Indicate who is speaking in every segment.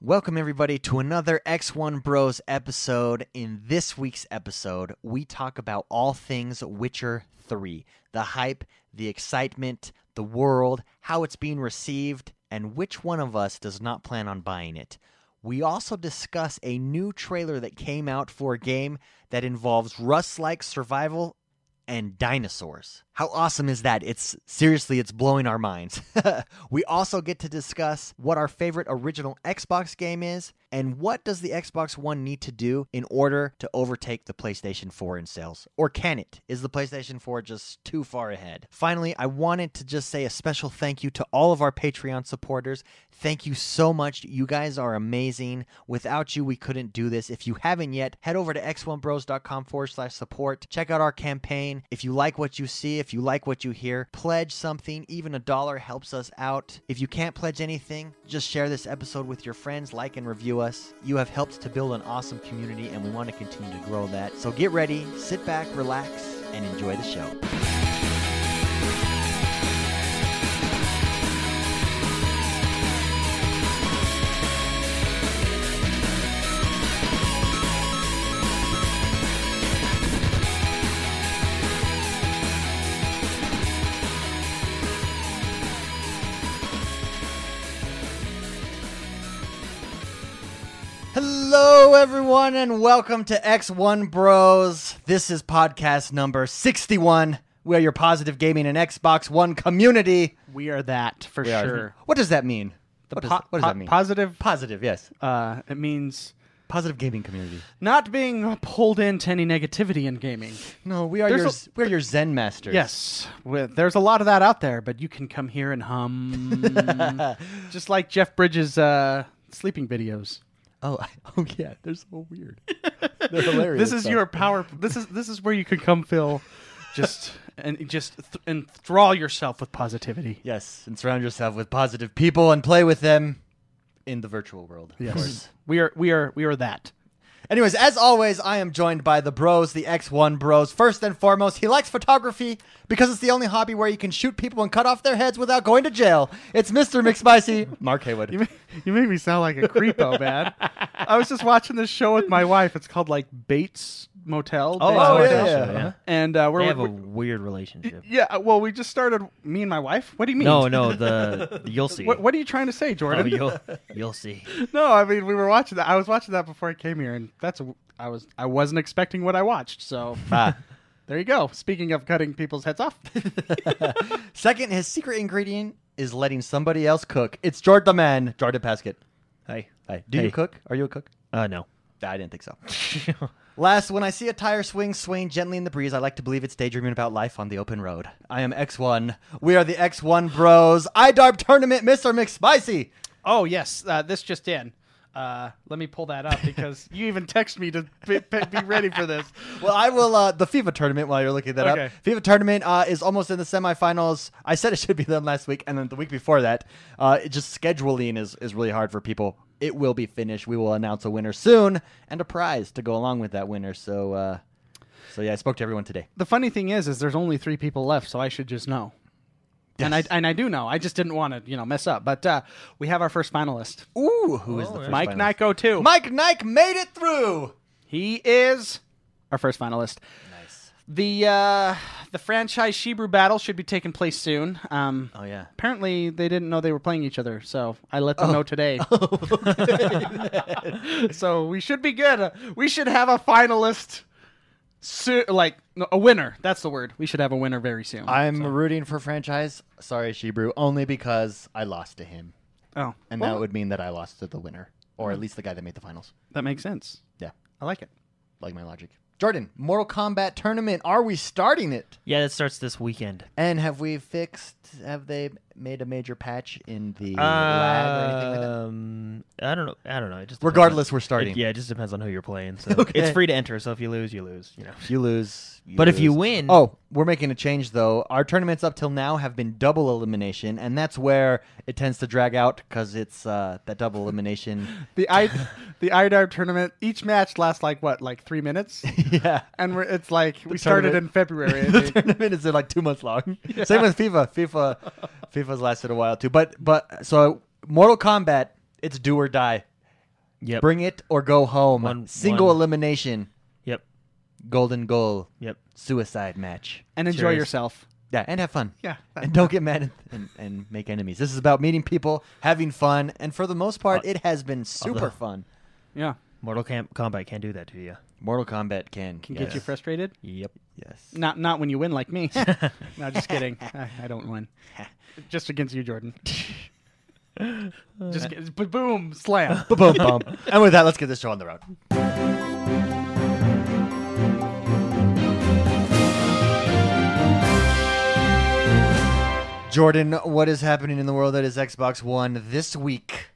Speaker 1: Welcome, everybody, to another X1 Bros episode. In this week's episode, we talk about all things Witcher 3 the hype, the excitement, the world, how it's being received, and which one of us does not plan on buying it. We also discuss a new trailer that came out for a game that involves Rust like survival and dinosaurs. How awesome is that? It's seriously, it's blowing our minds. we also get to discuss what our favorite original Xbox game is and what does the Xbox One need to do in order to overtake the PlayStation 4 in sales? Or can it? Is the PlayStation 4 just too far ahead? Finally, I wanted to just say a special thank you to all of our Patreon supporters. Thank you so much. You guys are amazing. Without you, we couldn't do this. If you haven't yet, head over to x1bros.com forward slash support. Check out our campaign. If you like what you see, if you like what you hear, pledge something. Even a dollar helps us out. If you can't pledge anything, just share this episode with your friends, like and review us. You have helped to build an awesome community, and we want to continue to grow that. So get ready, sit back, relax, and enjoy the show. Hello, everyone, and welcome to X1 Bros. This is podcast number 61. We are your positive gaming and Xbox One community.
Speaker 2: We are that for
Speaker 1: We are-
Speaker 2: sure.
Speaker 1: What does that mean? what, does,
Speaker 2: Po-
Speaker 1: what does
Speaker 2: po-
Speaker 1: that mean?
Speaker 2: Positive.
Speaker 1: positive, yes.
Speaker 2: Uh, it means
Speaker 1: Positive gaming community.
Speaker 2: not being pulled into any negativity in gaming.
Speaker 1: No, we are
Speaker 2: There's
Speaker 1: your
Speaker 2: a-
Speaker 1: we're your Zen masters.
Speaker 2: Yes, with, there's a lot of that out there, but you can come here and hum, just like Jeff Bridges' uh, sleeping videos.
Speaker 1: Oh, oh yeah. They're so weird. They're hilarious.
Speaker 2: This is
Speaker 1: though.
Speaker 2: your power. This is this is where you can come, Phil. Just and just th- enthrall yourself with positivity.
Speaker 1: Yes, and surround yourself with positive people and play with them in the virtual world. Of course.
Speaker 2: we are we are we are that.
Speaker 1: Anyways, as always, I am joined by the bros, the X1 bros. First and foremost, he likes photography because it's the only hobby where you can shoot people and cut off their heads without going to jail. It's Mr. McSpicy, Mark Haywood.
Speaker 2: You make, you make me sound like a creepo, man. I was just watching this show with my wife. It's called like Bates Motel.
Speaker 3: Oh,
Speaker 1: Oh,
Speaker 2: Bates
Speaker 3: I like
Speaker 2: Motel.
Speaker 3: that
Speaker 1: yeah.
Speaker 3: show, yeah.
Speaker 2: And uh, we're,
Speaker 3: They have a
Speaker 2: we're-
Speaker 3: weird relationship.
Speaker 2: yeah. Well, we just started. Me and my wife. What do you mean?
Speaker 3: No, no, the you'll see.
Speaker 2: What, what are you trying to say,
Speaker 3: Oh,
Speaker 2: Jordan?
Speaker 3: you'll you'll see.
Speaker 2: no, I mean we were watching that. I was watching that before I came here, and that's a, I was I wasn't expecting what I watched. So there you go. Speaking of cutting people's heads off,
Speaker 1: Second, his secret ingredient is letting somebody else cook. It's Jordan the man, Jordan Paskett.
Speaker 3: Hey,
Speaker 1: Hi. Do you
Speaker 3: Hey.
Speaker 1: cook? Are you a cook?
Speaker 3: uh, no.
Speaker 1: I didn't think so. Last, when I see a tire swing swaying gently in the breeze, I like to believe it's daydreaming about life on the open road. I am X1. We are the X1 Bros. IDARB Tournament, Mr. McSpicy.
Speaker 2: oh yes, uh, this just in. Uh, let me pull that up because you even text me to be, be ready for this.
Speaker 1: Well, I will. Uh, the FIFA tournament, while you're looking that up,
Speaker 2: Okay.
Speaker 1: FIFA tournament uh, is almost in the semifinals. I said it should be done last week, and then the week before that, uh, it just scheduling is, is really hard for people. It will be finished. We will announce a winner soon and a prize to go along with that winner. So, uh, so yeah, I spoke to everyone today.
Speaker 2: the funny thing is, is there's only three people left, so I should just know. And I
Speaker 1: Yes.
Speaker 2: and I do know. I just didn't want to, you know, mess up. But uh, we have our first finalist,
Speaker 1: Ooh, oh, who is the first
Speaker 2: Mike
Speaker 1: finalist?
Speaker 2: Nyko too.
Speaker 1: Mike Nike made it through.
Speaker 2: He is our first finalist.
Speaker 1: Nice.
Speaker 2: The uh, the franchise Shebrew battle should be taking place soon. Um,
Speaker 1: Oh yeah.
Speaker 2: apparently they didn't know they were playing each other, so I let
Speaker 1: Oh.
Speaker 2: them know today. so we should be good. We should have a finalist, soon, like no, a winner. That's the word. We should have a winner very soon.
Speaker 1: I'm rooting for franchise. Sorry, Shebrew, only because I lost to him,
Speaker 2: oh,
Speaker 1: and
Speaker 2: well,
Speaker 1: that would mean that I lost to the winner, or at least the guy that made the finals.
Speaker 2: that makes sense.
Speaker 1: Yeah,
Speaker 2: I like it.
Speaker 1: like my logic. Jordan, Mortal Kombat tournament. Are we starting it?
Speaker 3: Yeah, that starts this weekend.
Speaker 1: And have we fixed? Have they made a major patch in the lag or anything like that?
Speaker 3: Um, I don't know. I don't know. It just depends on-
Speaker 1: Regardless, we're starting.
Speaker 3: It, yeah, it just depends on who you're playing. So
Speaker 1: Okay.
Speaker 3: it's free to enter. So if you lose, you lose. You know.
Speaker 1: You lose. you
Speaker 3: But if you
Speaker 1: lose.
Speaker 3: win-
Speaker 1: Oh, we're making a change though. Our tournaments up till now have been double elimination, and that's where it tends to drag out because it's uh, that double elimination.
Speaker 2: The I, the IDAR tournament. Each match lasts like what, like three minutes,
Speaker 1: yeah.
Speaker 2: and we're, it's like we started in
Speaker 1: tournament.
Speaker 2: February. I
Speaker 1: the
Speaker 2: think.
Speaker 1: tournament is uh, like two months long. Same with FIFA. FIFA, FIFA's lasted a while too. But but so Mortal Kombat, it's do or die.
Speaker 3: Yep.
Speaker 1: Bring it or go home.
Speaker 3: One-
Speaker 1: Single
Speaker 3: one.
Speaker 1: elimination.
Speaker 3: Yep.
Speaker 1: Golden goal.
Speaker 3: Yep.
Speaker 1: Suicide match.
Speaker 2: and enjoy
Speaker 3: Cheers.
Speaker 2: yourself.
Speaker 1: Yeah, and have fun.
Speaker 2: Yeah.
Speaker 1: And don't get mad and, and, and make enemies. This is about meeting people, having fun, and for the most part,
Speaker 3: Uh,
Speaker 1: it has been super
Speaker 3: although-
Speaker 1: fun.
Speaker 2: yeah.
Speaker 3: Mortal Kam- Kombat can't do that to you.
Speaker 1: Mortal Kombat can
Speaker 2: Can
Speaker 1: yes.
Speaker 2: get you frustrated.
Speaker 3: Yep.
Speaker 1: Yes.
Speaker 2: Not not when you win like me. no, just kidding. I, I don't win. Just against you, Jordan.
Speaker 3: Uh,
Speaker 2: Just kid- but boom, slam.
Speaker 1: Boom, boom. and with that, let's get this show on the road. Jordan, what is happening in the world that is Xbox One this week?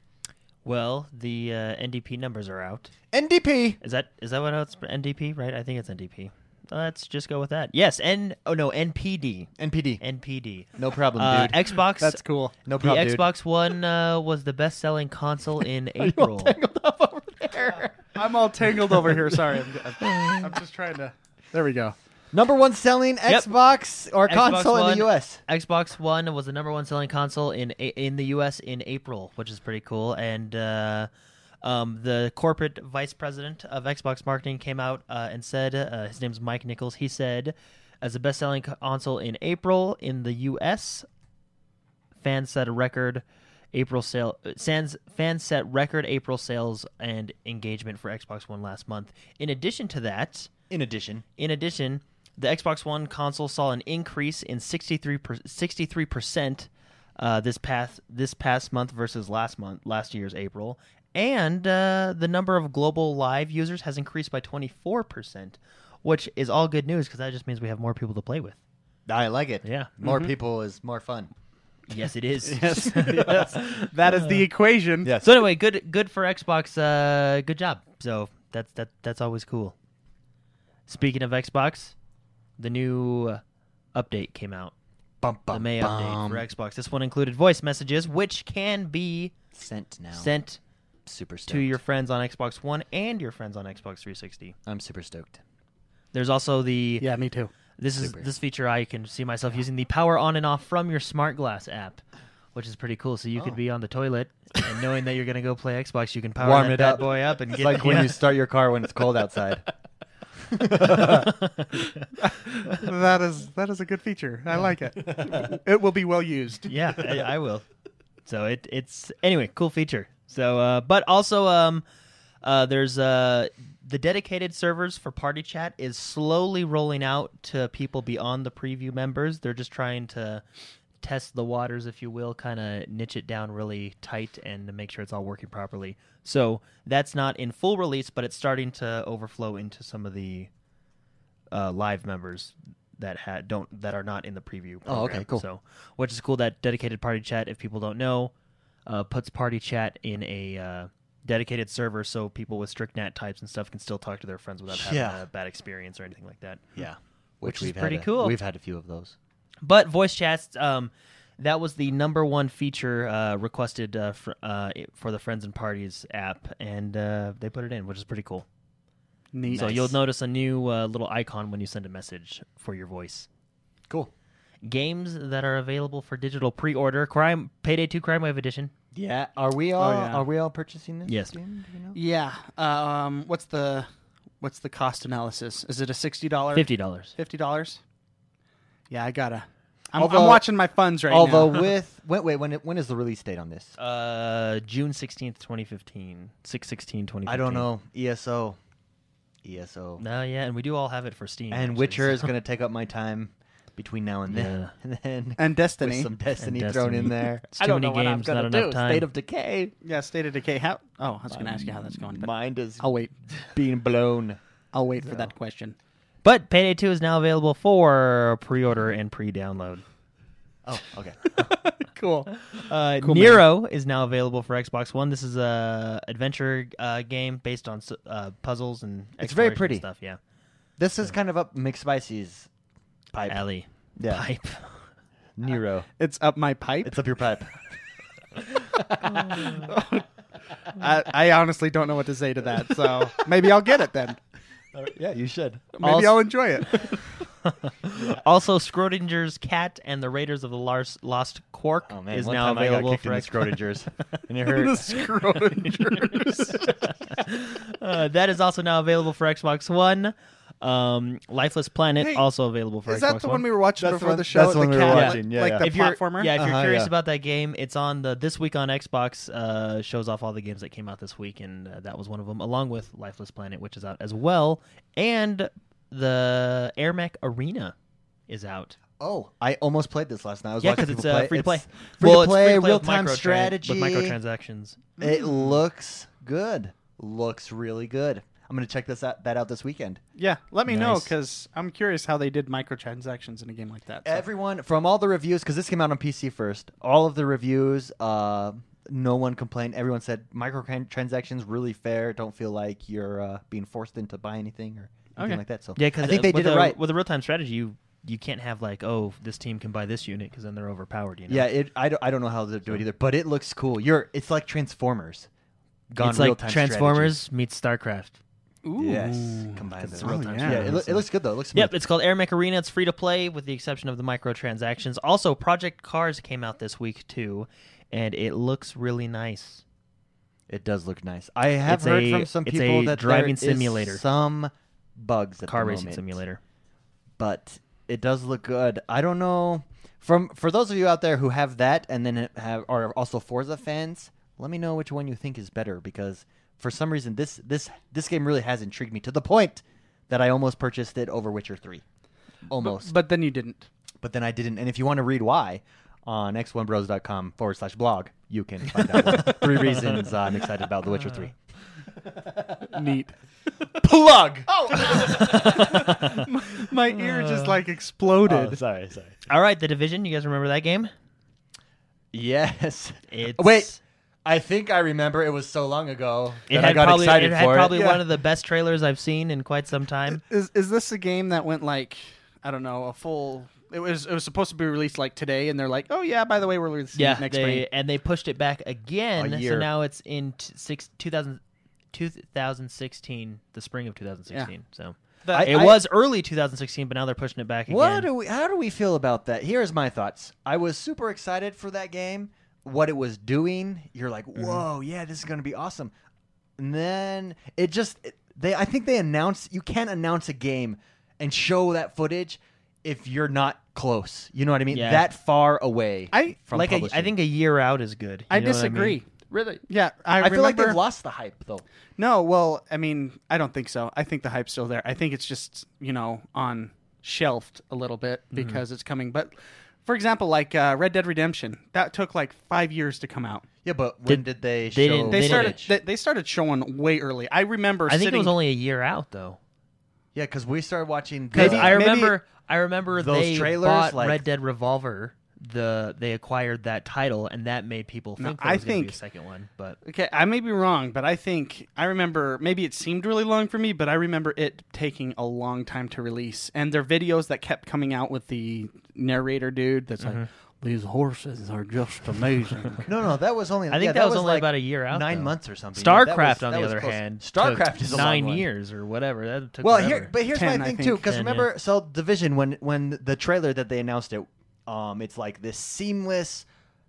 Speaker 3: Well, the uh, NDP numbers are out.
Speaker 1: NDP.
Speaker 3: Is that is that what it's NDP? Right? I think it's NDP. Let's just go with that. Yes. N. Oh no. NPD.
Speaker 1: NPD.
Speaker 3: NPD.
Speaker 1: No problem,
Speaker 3: Uh,
Speaker 1: dude.
Speaker 3: Xbox.
Speaker 2: That's cool.
Speaker 1: no
Speaker 3: the
Speaker 1: problem, dude.
Speaker 3: Xbox One uh, was the best-selling console in
Speaker 1: Are you all
Speaker 3: April.
Speaker 1: tangled up over there?
Speaker 2: I'm all tangled over here. Sorry. I'm, I'm, I'm just trying to. There we go.
Speaker 1: Number one selling
Speaker 3: Yep.
Speaker 1: Xbox or
Speaker 3: Xbox
Speaker 1: console in
Speaker 3: One-
Speaker 1: the U.S.
Speaker 3: Xbox One was the number one selling console in in the U.S. in April, which is pretty cool. And uh, um, the corporate vice president of Xbox marketing came out uh, and said, uh, his name's Mike Nichols. He said, as the best selling console in April in the U.S., fans set a record. April sale uh, sans, fans set record April sales and engagement for Xbox One last month. In addition to that,
Speaker 1: In addition,
Speaker 3: in addition, the Xbox One console saw an increase in 63 percent uh, this past this past month versus last month last year's April, and uh, the number of global live users has increased by 24 percent, which is all good news because that just means we have more people to play with.
Speaker 1: I like it.
Speaker 3: Yeah. Mm-hmm.
Speaker 1: More people is more fun.
Speaker 3: Yes, it is.
Speaker 2: Yes. yes. That is the
Speaker 1: Uh,
Speaker 2: equation.
Speaker 1: Yes.
Speaker 3: So anyway, good good for Xbox. Uh, good job. So that's that that's always cool. Speaking of Xbox, the new uh, update came out.
Speaker 1: Bum, bum,
Speaker 3: the May
Speaker 1: bum.
Speaker 3: update for Xbox. This one included voice messages, which can be
Speaker 1: Sent now.
Speaker 3: sent
Speaker 1: Super stoked.
Speaker 3: to your friends on Xbox One and your friends on Xbox 360.
Speaker 1: I'm super stoked.
Speaker 3: There's also the
Speaker 2: Yeah, me too.
Speaker 3: this is
Speaker 1: Super.
Speaker 3: this feature I can see myself using the power on and off from your smart glass app, which is pretty cool. So you
Speaker 1: Oh.
Speaker 3: could be on the toilet and knowing that you're gonna go play Xbox, you can power
Speaker 1: Warm
Speaker 3: that
Speaker 1: it
Speaker 3: bad
Speaker 1: up.
Speaker 3: boy up and
Speaker 1: It's
Speaker 3: get
Speaker 1: like when
Speaker 3: yeah.
Speaker 1: you start your car when it's cold outside.
Speaker 2: That is that is a good feature. I like it. It will be well used.
Speaker 3: yeah, I, I will. So it it's anyway, cool feature. So uh, but also um uh there's uh the dedicated servers for party chat is slowly rolling out to people beyond the preview members. They're just trying to test the waters if you will, kind of niche it down really tight and to make sure it's all working properly. So that's not in full release, but it's starting to overflow into some of the uh, live members that had don't that are not in the preview.
Speaker 1: Oh, okay,
Speaker 3: program.
Speaker 1: cool.
Speaker 3: So, which is cool that dedicated party chat. If people don't know, uh, puts party chat in a uh, dedicated server, so people with strict NAT types and stuff can still talk to their friends without having
Speaker 1: Yeah.
Speaker 3: a bad experience or anything like that.
Speaker 1: yeah.
Speaker 3: Which is
Speaker 1: had
Speaker 3: pretty
Speaker 1: a-
Speaker 3: cool.
Speaker 1: We've had a few of those.
Speaker 3: But voice chats, um, that was the number one feature uh, requested uh, for, uh, for the Friends and Parties app, and uh, they put it in, which is pretty cool.
Speaker 2: Neat.
Speaker 3: So you'll notice a new uh, little icon when you send a message for your voice.
Speaker 1: Cool.
Speaker 3: Games that are available for digital pre-order: Crime Payday 2 Crime Wave Edition.
Speaker 1: Yeah. Are we all
Speaker 2: yeah.
Speaker 1: are we all purchasing this?
Speaker 3: Oh, Yes.
Speaker 1: Game? Do you know?
Speaker 2: Yeah. Um. What's the what's the cost analysis? Is it a sixty dollar?
Speaker 3: Fifty dollars.
Speaker 2: Fifty dollars. Yeah, I gotta. I'm,
Speaker 1: Although-
Speaker 2: I'm watching my funds right
Speaker 1: Although
Speaker 2: now.
Speaker 1: with wait wait when it, when is the release date on this?
Speaker 3: Uh, June sixteenth, twenty fifteen. 6-16, 2015.
Speaker 1: I don't know. E ESO. ESO.
Speaker 3: No, Uh, yeah, and we do all have it for Steam.
Speaker 1: E and
Speaker 3: actually,
Speaker 1: Witcher
Speaker 3: so-
Speaker 1: is going to take up my time between now and then. And then
Speaker 2: and
Speaker 1: with
Speaker 2: Destiny.
Speaker 1: some Destiny
Speaker 3: And
Speaker 1: thrown in
Speaker 3: Destiny.
Speaker 1: there.
Speaker 3: It's
Speaker 1: I
Speaker 3: too
Speaker 1: don't
Speaker 3: many
Speaker 1: know what I'm
Speaker 3: games, not
Speaker 1: gonna
Speaker 3: enough
Speaker 1: do.
Speaker 3: time.
Speaker 1: State of Decay.
Speaker 2: Yeah, State of Decay. How? Oh, I was gonna ask you how that's going, but
Speaker 1: Mind is
Speaker 2: I'll wait.
Speaker 1: being blown.
Speaker 2: I'll wait for that question.
Speaker 3: But Payday Two is now available for pre-order and pre-download.
Speaker 1: Oh, okay.
Speaker 2: cool.
Speaker 3: Uh,
Speaker 2: Cool, man.
Speaker 3: Nero is now available for Xbox One. This is a adventure uh, game based on s- uh, puzzles and
Speaker 1: It's very
Speaker 3: exploration
Speaker 1: pretty.
Speaker 3: stuff. Yeah,
Speaker 1: this is kind of up McSpicy's pipe.
Speaker 3: alley
Speaker 1: Yeah.
Speaker 3: pipe.
Speaker 1: Nero.
Speaker 2: It's up my pipe.
Speaker 1: It's up your pipe.
Speaker 2: I, I honestly don't know what to say to that. So maybe I'll get it then.
Speaker 1: yeah, you should.
Speaker 2: Maybe
Speaker 3: Also-
Speaker 2: I'll enjoy it.
Speaker 3: Also, Schrodinger's cat and the Raiders of the Lars- Lost Quark
Speaker 1: Oh man,
Speaker 3: is
Speaker 1: one
Speaker 3: now
Speaker 1: time
Speaker 3: available
Speaker 1: I got kicked
Speaker 3: for
Speaker 1: in the
Speaker 3: X-
Speaker 1: Schrodinger's, and it
Speaker 2: the
Speaker 1: hurt.
Speaker 2: Scrotingers.
Speaker 3: uh, that is also now available for Xbox One. Um, Lifeless Planet
Speaker 2: Hey,
Speaker 3: also available for Xbox
Speaker 2: Is that the
Speaker 3: One.
Speaker 2: one we were watching
Speaker 1: That's the
Speaker 2: before
Speaker 1: one-
Speaker 2: the show?
Speaker 1: that's the
Speaker 2: with
Speaker 1: one we were
Speaker 2: cat,
Speaker 1: watching, yeah,
Speaker 2: like
Speaker 1: yeah.
Speaker 2: the
Speaker 3: if you're,
Speaker 2: platformer.
Speaker 3: Yeah, if you're
Speaker 1: Uh-huh,
Speaker 3: curious
Speaker 1: yeah.
Speaker 3: about that game, it's on the This Week on Xbox uh, shows off all the games that came out this week, and uh, that was one of them, along with Lifeless Planet, which is out as well, and the Air Mech Arena is out.
Speaker 1: Oh, I almost played this last night. I was
Speaker 3: yeah,
Speaker 1: watching
Speaker 3: because it's
Speaker 1: people
Speaker 3: uh, free to play.
Speaker 1: It's Free
Speaker 3: well,
Speaker 1: to
Speaker 3: it's
Speaker 1: play,
Speaker 3: free to play
Speaker 1: real
Speaker 3: with
Speaker 1: time
Speaker 3: microtran-
Speaker 1: strategy.
Speaker 3: with microtransactions.
Speaker 1: It looks good. Looks really good. I'm gonna check this out that out this weekend.
Speaker 2: yeah, let me know
Speaker 3: Nice.
Speaker 2: because I'm curious how they did microtransactions in a game like that. so.
Speaker 1: Everyone from all the reviews, because this came out on PC first. All of the reviews, uh, no one complained. Everyone said microtransactions really fair. Don't feel like you're uh, being forced into buy anything or anything
Speaker 2: Okay.
Speaker 1: like that. So I
Speaker 3: Yeah, because
Speaker 1: think they
Speaker 3: with
Speaker 1: did it
Speaker 3: a-
Speaker 1: right.
Speaker 3: with a real time strategy. You you can't have like oh this team can buy this unit because then they're overpowered. You know?
Speaker 1: Yeah, it, I, don't, I don't know how they do it either, but it looks cool. You're it's like Transformers. Gone
Speaker 3: it's like
Speaker 1: real-time
Speaker 3: Transformers meets StarCraft.
Speaker 2: Ooh.
Speaker 1: strategy. Yes, combined.
Speaker 3: It's
Speaker 1: those.
Speaker 2: real-time
Speaker 1: Oh, yeah,
Speaker 2: strategy,
Speaker 1: it, loo- it
Speaker 3: so-
Speaker 1: looks good though. It looks smooth.
Speaker 3: Yep, it's called Air Mech Arena. It's free to play with the exception of the microtransactions. Also, Project Cars came out this week too, and it looks really nice.
Speaker 1: It does look nice. I have
Speaker 3: It's
Speaker 1: heard
Speaker 3: a-
Speaker 1: from some
Speaker 3: it's
Speaker 1: people
Speaker 3: a
Speaker 1: that there
Speaker 3: driving
Speaker 1: is
Speaker 3: simulator.
Speaker 1: some bugs at
Speaker 3: Car
Speaker 1: the
Speaker 3: racing
Speaker 1: moment,
Speaker 3: simulator.
Speaker 1: but it does look good. I don't know from for those of you out there who have that and then have are also Forza fans. Let me know which one you think is better because for some reason this this this game really has intrigued me to the point that I almost purchased it over Witcher Three, almost.
Speaker 2: But then you didn't.
Speaker 1: but then I didn't. And if you want to read why, on x1bros.com forward slash blog, you can find out why. three reasons I'm excited about The Witcher 3.
Speaker 2: Neat.
Speaker 1: Plug!
Speaker 2: Oh. my, my ear just like exploded.
Speaker 1: Oh, sorry, sorry.
Speaker 3: All right, The Division. You guys remember that game?
Speaker 1: Yes.
Speaker 3: It's,
Speaker 1: Wait, I think I remember. It was so long ago
Speaker 3: It
Speaker 1: that
Speaker 3: had
Speaker 1: I got
Speaker 3: probably,
Speaker 1: excited
Speaker 3: it had
Speaker 1: for
Speaker 3: probably
Speaker 1: it.
Speaker 2: Yeah.
Speaker 3: one of the best trailers I've seen in quite some time.
Speaker 2: Is is this a game that went like I don't know a full? It was it was supposed to be released like today, and they're like, oh yeah, by the way, we're releasing it next
Speaker 3: they,
Speaker 2: spring.
Speaker 3: and they pushed it back again.
Speaker 1: A
Speaker 3: So
Speaker 1: year.
Speaker 3: now it's in t- six, 2000, 2016, the spring of 2016. So
Speaker 2: The-
Speaker 1: I-
Speaker 3: it was early 2016, but now they're pushing it back again.
Speaker 1: What do we? How do we feel about that? Here's my thoughts. I was super excited for that game. What it was doing, you're like, whoa, yeah, this is gonna be awesome. And then it just it- they. I think they announced you can't announce a game and show that footage if you're not close. You know what I mean?
Speaker 3: Yeah.
Speaker 1: That far away.
Speaker 2: I-
Speaker 1: from
Speaker 3: like a,
Speaker 1: publishing.
Speaker 3: I think a year out is good. You
Speaker 2: I
Speaker 3: know what mean?
Speaker 2: disagree. Really? Yeah, I,
Speaker 1: I feel like
Speaker 2: remember-
Speaker 1: they've lost the hype though.
Speaker 2: No, well, I mean, I don't think so. I think the hype's still there. I think it's just you know on shelved a little bit
Speaker 3: Mm-hmm.
Speaker 2: because it's coming. But for example, like uh, Red Dead Redemption, that took like five years to come out.
Speaker 1: Yeah, but when did, they?
Speaker 3: they
Speaker 1: show
Speaker 3: didn't-
Speaker 2: They
Speaker 3: They
Speaker 2: started
Speaker 1: footage?
Speaker 2: they, they started showing way early. I remember.
Speaker 3: I think
Speaker 2: sitting,
Speaker 3: it was only a year out though.
Speaker 1: yeah, because we started watching.
Speaker 3: Because
Speaker 1: the-
Speaker 3: I
Speaker 2: maybe-
Speaker 3: remember, I remember
Speaker 1: those
Speaker 3: they
Speaker 1: trailers,
Speaker 3: bought
Speaker 1: like-
Speaker 3: Red Dead Revolver. The they acquired that title, and that made people think there
Speaker 2: I
Speaker 3: was gonna be
Speaker 2: think-
Speaker 3: a second one. But
Speaker 2: Okay, I may be wrong, but I think I remember maybe it seemed really long for me, but I remember it taking a long time to release. And their videos that kept coming out with the narrator dude that's like,
Speaker 3: Mm-hmm.
Speaker 2: These horses are just amazing.
Speaker 1: No, no, that was only.
Speaker 3: I think
Speaker 1: yeah,
Speaker 3: that, was, only
Speaker 1: like
Speaker 3: about a year out.
Speaker 1: nine
Speaker 3: though.
Speaker 1: months or something. Yeah,
Speaker 3: StarCraft,
Speaker 1: that was-
Speaker 3: on
Speaker 1: that
Speaker 3: the
Speaker 1: was
Speaker 3: other
Speaker 1: close.
Speaker 3: hand,
Speaker 1: StarCraft
Speaker 3: took
Speaker 1: is a long
Speaker 3: nine
Speaker 1: one.
Speaker 3: years or whatever. That took
Speaker 1: Well,
Speaker 3: forever.
Speaker 1: here, but here's
Speaker 2: 10,
Speaker 1: my
Speaker 2: I
Speaker 1: thing
Speaker 2: think.
Speaker 1: too, because
Speaker 3: 10,
Speaker 1: remember, so Division when when the trailer that they announced it, um, it's like this seamless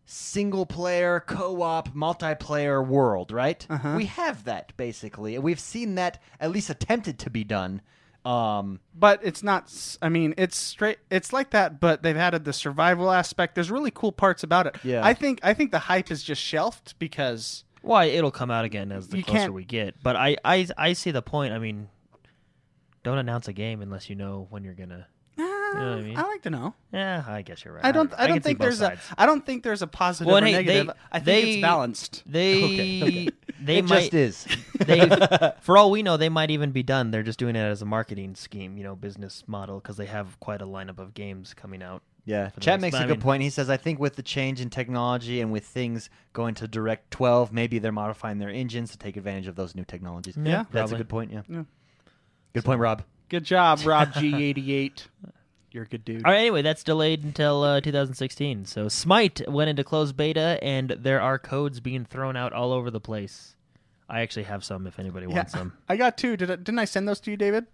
Speaker 1: single player co-op multiplayer world, right?
Speaker 2: Uh-huh.
Speaker 1: We have that basically, and we've seen that at least attempted to be done. Um,
Speaker 2: but it's not s- i mean it's straight it's like that but they've added the survival aspect there's really cool parts about it
Speaker 1: Yeah.
Speaker 2: i think i think the hype is just shelved because
Speaker 3: Why it'll come out again as the
Speaker 2: You
Speaker 3: closer
Speaker 2: can't-
Speaker 3: we get. But I, I I see the point. I mean, don't announce a game unless you know when you're gonna.
Speaker 2: Ah,
Speaker 3: what I
Speaker 2: I,
Speaker 3: mean?
Speaker 2: like to know
Speaker 3: Yeah, I guess you're right.
Speaker 2: i don't i
Speaker 3: can
Speaker 2: don't
Speaker 3: see
Speaker 2: think
Speaker 3: both
Speaker 2: there's a
Speaker 3: sides.
Speaker 2: i don't think there's a positive
Speaker 3: Well,
Speaker 2: or
Speaker 3: hey, they-
Speaker 2: negative i think
Speaker 3: they-
Speaker 2: it's balanced
Speaker 3: They
Speaker 1: okay.
Speaker 3: they
Speaker 1: it
Speaker 3: might
Speaker 1: just is.
Speaker 3: they for all we know they might even be done. They're just doing it as a marketing scheme, you know, business model because they have quite a lineup of games coming out.
Speaker 1: Yeah,
Speaker 3: for the
Speaker 1: Chat
Speaker 3: most-
Speaker 1: makes
Speaker 3: but
Speaker 1: a
Speaker 3: I
Speaker 1: good
Speaker 3: mean-
Speaker 1: point. He says, I think with the change in technology and with things going to Direct 12, maybe they're modifying their engines to take advantage of those new technologies.
Speaker 3: Yeah,
Speaker 1: that's
Speaker 3: probably.
Speaker 1: a good point. Yeah,
Speaker 2: Yeah.
Speaker 1: good point, Rob.
Speaker 2: good job rob g88 you're a good dude
Speaker 3: All right, anyway, that's delayed until uh, 2016. So Smite went into closed beta, and there are codes being thrown out all over the place. I actually have some if anybody
Speaker 2: yeah.
Speaker 3: wants some.
Speaker 2: i got two Did I, didn't i send those to you david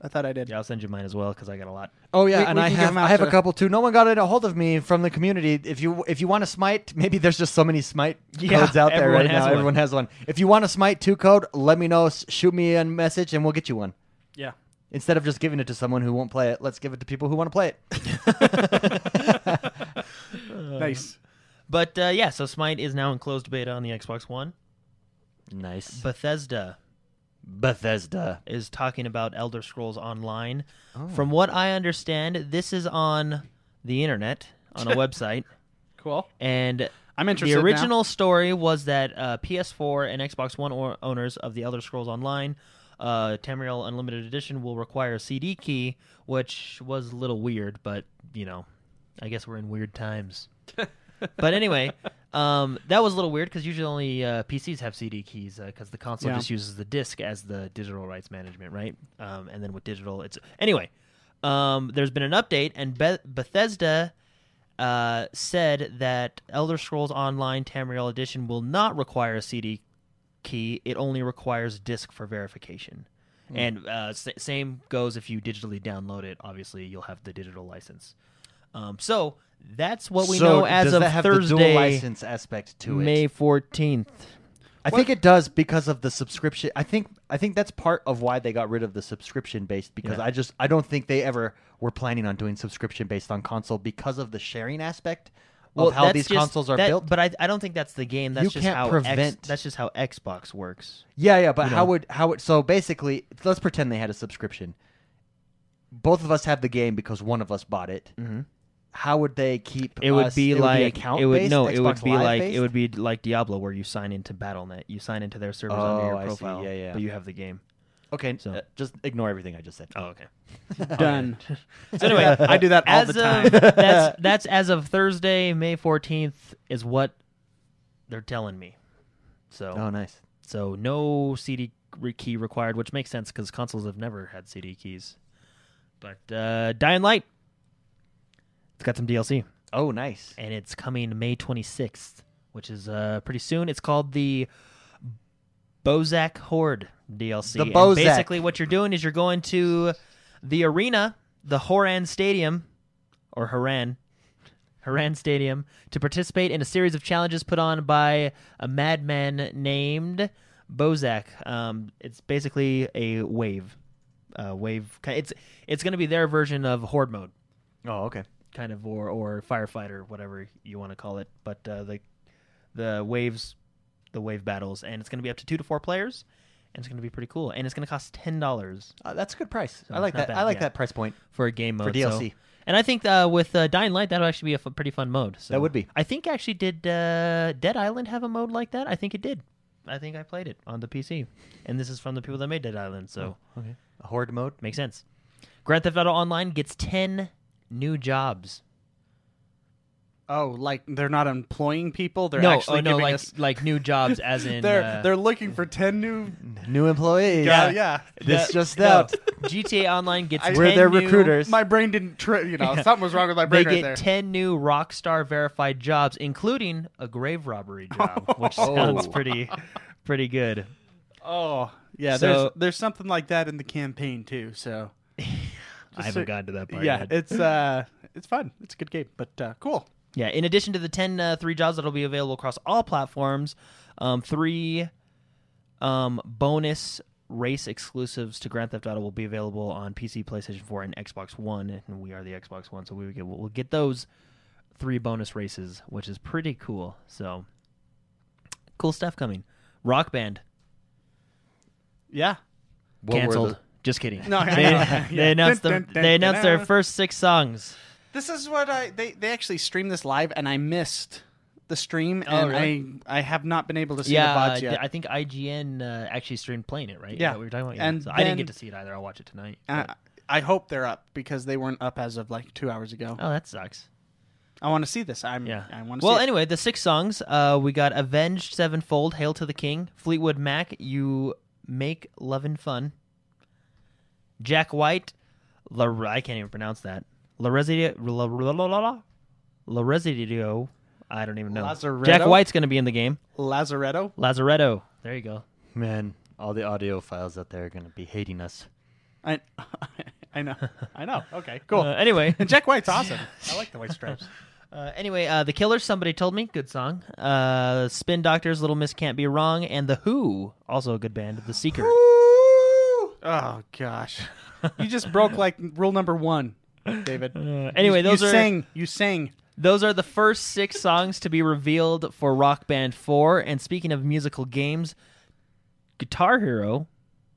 Speaker 2: I thought I did.
Speaker 3: Yeah, I'll send you mine as well because I got a lot.
Speaker 1: Oh yeah,
Speaker 2: We-
Speaker 1: and
Speaker 2: we
Speaker 1: I
Speaker 2: can give
Speaker 1: have
Speaker 2: them
Speaker 1: I
Speaker 2: out
Speaker 1: have a
Speaker 2: to-
Speaker 1: couple too. No one got a hold of me from the community. If you if you want to smite, maybe there's just so many smite
Speaker 3: Yeah,
Speaker 1: codes out there
Speaker 3: everyone
Speaker 1: right
Speaker 3: has
Speaker 1: now.
Speaker 3: one.
Speaker 1: Everyone has one. If you want a smite two code, let me know. S- Shoot me a message, and we'll get you one.
Speaker 2: Yeah.
Speaker 1: Instead of just giving it to someone who won't play it, let's give it to people who want to play it.
Speaker 3: Uh,
Speaker 2: nice.
Speaker 3: But uh, yeah, so Smite is now in closed beta on the Xbox One.
Speaker 1: Nice.
Speaker 3: Bethesda
Speaker 1: Bethesda.
Speaker 3: is talking about Elder Scrolls Online.
Speaker 2: Oh.
Speaker 1: Oh.
Speaker 3: From what I understand, this is on the internet on a website,
Speaker 2: Cool.
Speaker 3: and
Speaker 2: I'm interested.
Speaker 3: the
Speaker 2: now.
Speaker 3: original story was that uh, PS4 and Xbox One or- owners of the Elder Scrolls Online uh, Tamriel Unlimited Edition will require a CD key, which was a little weird, but you know, I guess we're in weird times. but anyway, um, that was a little weird because usually only uh, PCs have CD keys because the console
Speaker 2: Yeah.
Speaker 3: just uses the disc as the digital rights management, right? Um, and then with digital, it's anyway. Um, there's been an update, and Be- Bethesda uh, said that Elder Scrolls Online Tamriel Edition will not require a CD key; it only requires disk for verification.
Speaker 1: Hmm.
Speaker 3: And uh, sa- same goes if you digitally download it. Obviously, you'll have the digital license. Um, so that's what we
Speaker 1: So
Speaker 3: know as
Speaker 1: does
Speaker 3: of
Speaker 1: that have
Speaker 3: Thursday,
Speaker 1: the dual license aspect to it.
Speaker 3: May fourteenth.
Speaker 1: I think it does because of the subscription. I think I think that's part of why they got rid of the subscription based because
Speaker 3: Yeah.
Speaker 1: I just I don't think they ever were planning on doing subscription based on console because of the sharing aspect of how these consoles are built.
Speaker 3: But I, I don't think that's the game. That's
Speaker 1: You
Speaker 3: just
Speaker 1: can't
Speaker 3: how
Speaker 1: prevent-
Speaker 3: X, that's just how Xbox works.
Speaker 1: yeah, yeah, but
Speaker 3: you
Speaker 1: how
Speaker 3: know.
Speaker 1: would how would so basically let's pretend they had a subscription. Both of us have the game because one of us bought it.
Speaker 3: Mm-hmm.
Speaker 1: How would they keep
Speaker 3: It would
Speaker 1: us-
Speaker 3: be like
Speaker 1: account
Speaker 3: it would
Speaker 1: based,
Speaker 3: no, it would
Speaker 1: Xbox
Speaker 3: be
Speaker 1: Live
Speaker 3: like
Speaker 1: based?
Speaker 3: it would be like Diablo where you sign into BattleNet, you sign into their servers
Speaker 1: Oh,
Speaker 3: under your
Speaker 1: I see.
Speaker 3: profile,
Speaker 1: Yeah, yeah.
Speaker 3: but you have the game.
Speaker 1: okay.
Speaker 3: so-
Speaker 1: uh, just ignore everything I just said.
Speaker 3: Oh, okay.
Speaker 2: Done.
Speaker 3: So anyway,
Speaker 2: I do that all
Speaker 3: as
Speaker 2: the
Speaker 3: of,
Speaker 2: time.
Speaker 3: that's that's as of Thursday, May fourteenth, is what they're telling me. So
Speaker 1: Oh, nice.
Speaker 3: so no CD re- key required, which makes sense because consoles have never had CD keys. But uh, Dying Light, it's got some DLC,
Speaker 1: Oh, nice.
Speaker 3: and it's coming May twenty sixth, which is uh, pretty soon. It's called the Bozak Horde DLC.
Speaker 1: The
Speaker 3: And
Speaker 1: Bozak.
Speaker 3: basically, what you're doing is you're going to the arena, the Horan Stadium, or Haran, Haran Stadium, to participate in a series of challenges put on by a madman named Bozak. Um, it's basically a wave, uh, wave. ki- It's it's going to be their version of Horde mode
Speaker 1: Oh, okay.
Speaker 3: kind of or or firefighter whatever you want to call it but uh, the the waves the wave battles and it's going to be up to two to four players and it's going to be pretty cool and it's going to cost ten dollars
Speaker 1: Uh, that's a good price. I
Speaker 3: it's
Speaker 1: like
Speaker 3: not
Speaker 1: that.
Speaker 3: bad,
Speaker 1: I like
Speaker 3: yeah.
Speaker 1: that price point.
Speaker 3: for a game mode
Speaker 1: For DLC.
Speaker 3: so- and I think uh, with uh, Dying Light that'll actually be a f- pretty fun mode so
Speaker 1: That would be.
Speaker 3: I think actually did uh, Dead Island have a mode like that I think it did I think I played it on the PC and this is from the people that made Dead Island so
Speaker 1: Okay. Oh, Horde mode.
Speaker 3: makes sense Grand Theft Auto Online gets ten new jobs
Speaker 2: Oh, like they're not employing people. They're
Speaker 3: no,
Speaker 2: actually
Speaker 3: oh, no,
Speaker 2: giving
Speaker 3: like,
Speaker 2: us.
Speaker 3: like new jobs, as in
Speaker 2: they're
Speaker 3: uh,
Speaker 2: they're looking for ten new.
Speaker 1: New employees.
Speaker 2: Yeah, yeah.
Speaker 1: This
Speaker 3: Yeah.
Speaker 1: just
Speaker 3: No.
Speaker 1: out.
Speaker 3: GTA Online gets.
Speaker 2: I-
Speaker 3: 10
Speaker 2: We're
Speaker 1: their
Speaker 3: new-
Speaker 1: recruiters.
Speaker 2: My brain didn't. Tri- you know, something was wrong with my
Speaker 3: They
Speaker 2: brain right
Speaker 3: get
Speaker 2: there.
Speaker 3: ten new Rockstar verified jobs, including a grave robbery job, which
Speaker 1: Oh.
Speaker 3: sounds pretty, pretty good.
Speaker 2: oh, yeah.
Speaker 3: So-
Speaker 2: there's there's something like that in the campaign too. So
Speaker 3: I
Speaker 2: so-
Speaker 3: haven't gotten to that part
Speaker 2: yeah,
Speaker 3: yet.
Speaker 2: it's uh, it's fun. It's a good game, but uh, cool.
Speaker 3: Yeah. In addition to the 10 uh, three jobs that'll be available across all platforms, um, three um, bonus race exclusives to Grand Theft Auto will be available on PC, PlayStation 4, and Xbox One. And we are the Xbox One, so we would get we'll get those three bonus races, which is pretty cool. So cool stuff coming. Rock Band
Speaker 2: Yeah.
Speaker 1: What were
Speaker 3: canceled.
Speaker 1: the-
Speaker 3: Just kidding.
Speaker 2: No, I
Speaker 3: they,
Speaker 2: know.
Speaker 3: they
Speaker 2: Yeah.
Speaker 3: announced
Speaker 2: Dun,
Speaker 3: the,
Speaker 2: dun, dun,
Speaker 3: they announced their
Speaker 2: dun.
Speaker 3: first six songs.
Speaker 2: This is what I they they actually streamed this live, and I missed the stream,
Speaker 3: Oh,
Speaker 2: and
Speaker 3: really?
Speaker 2: I I have not been able to see
Speaker 3: yeah,
Speaker 2: the
Speaker 3: uh,
Speaker 2: VODs yet.
Speaker 3: I think IGN uh, actually streamed playing it, right? Is
Speaker 2: Yeah.
Speaker 3: that what we were talking about. Yeah.
Speaker 2: And
Speaker 3: so I didn't
Speaker 2: then-
Speaker 3: get to see it either. I'll watch it tonight.
Speaker 2: I,
Speaker 3: but-
Speaker 2: I hope they're up because they weren't up as of like two hours ago.
Speaker 3: oh, that sucks.
Speaker 2: I want to see this. I'm
Speaker 3: Yeah.
Speaker 2: I want to
Speaker 3: well,
Speaker 2: see. it.
Speaker 3: anyway, the six songs uh, we got: "Avenged Sevenfold," "Hail to the King," Fleetwood Mac, "You Make Lovin' Fun," Jack White, La, I can't even pronounce that. La Residio, La, La, La, La, La, La Residio. I don't even know.
Speaker 2: Lazaretto?
Speaker 3: Jack White's going to be in the game.
Speaker 2: Lazaretto.
Speaker 3: Lazaretto. There you go.
Speaker 1: Man, all the audio files out there are going to be hating us.
Speaker 2: I, I know. I know. Okay, cool.
Speaker 3: Uh, anyway,
Speaker 2: and Jack White's awesome. I like the White Stripes.
Speaker 3: Uh, anyway, uh, The Killers, somebody told me, good song. Uh, Spin Doctors, Little Miss Can't Be Wrong, and The Who, also a good band, The Seeker.
Speaker 2: Oh gosh, you just broke like rule number one, David.
Speaker 3: Uh, anyway,
Speaker 2: You-
Speaker 3: those
Speaker 2: you
Speaker 3: are
Speaker 2: sang. You sang.
Speaker 3: those are the first six songs to be revealed for Rock Band Four. And speaking of musical games, Guitar Hero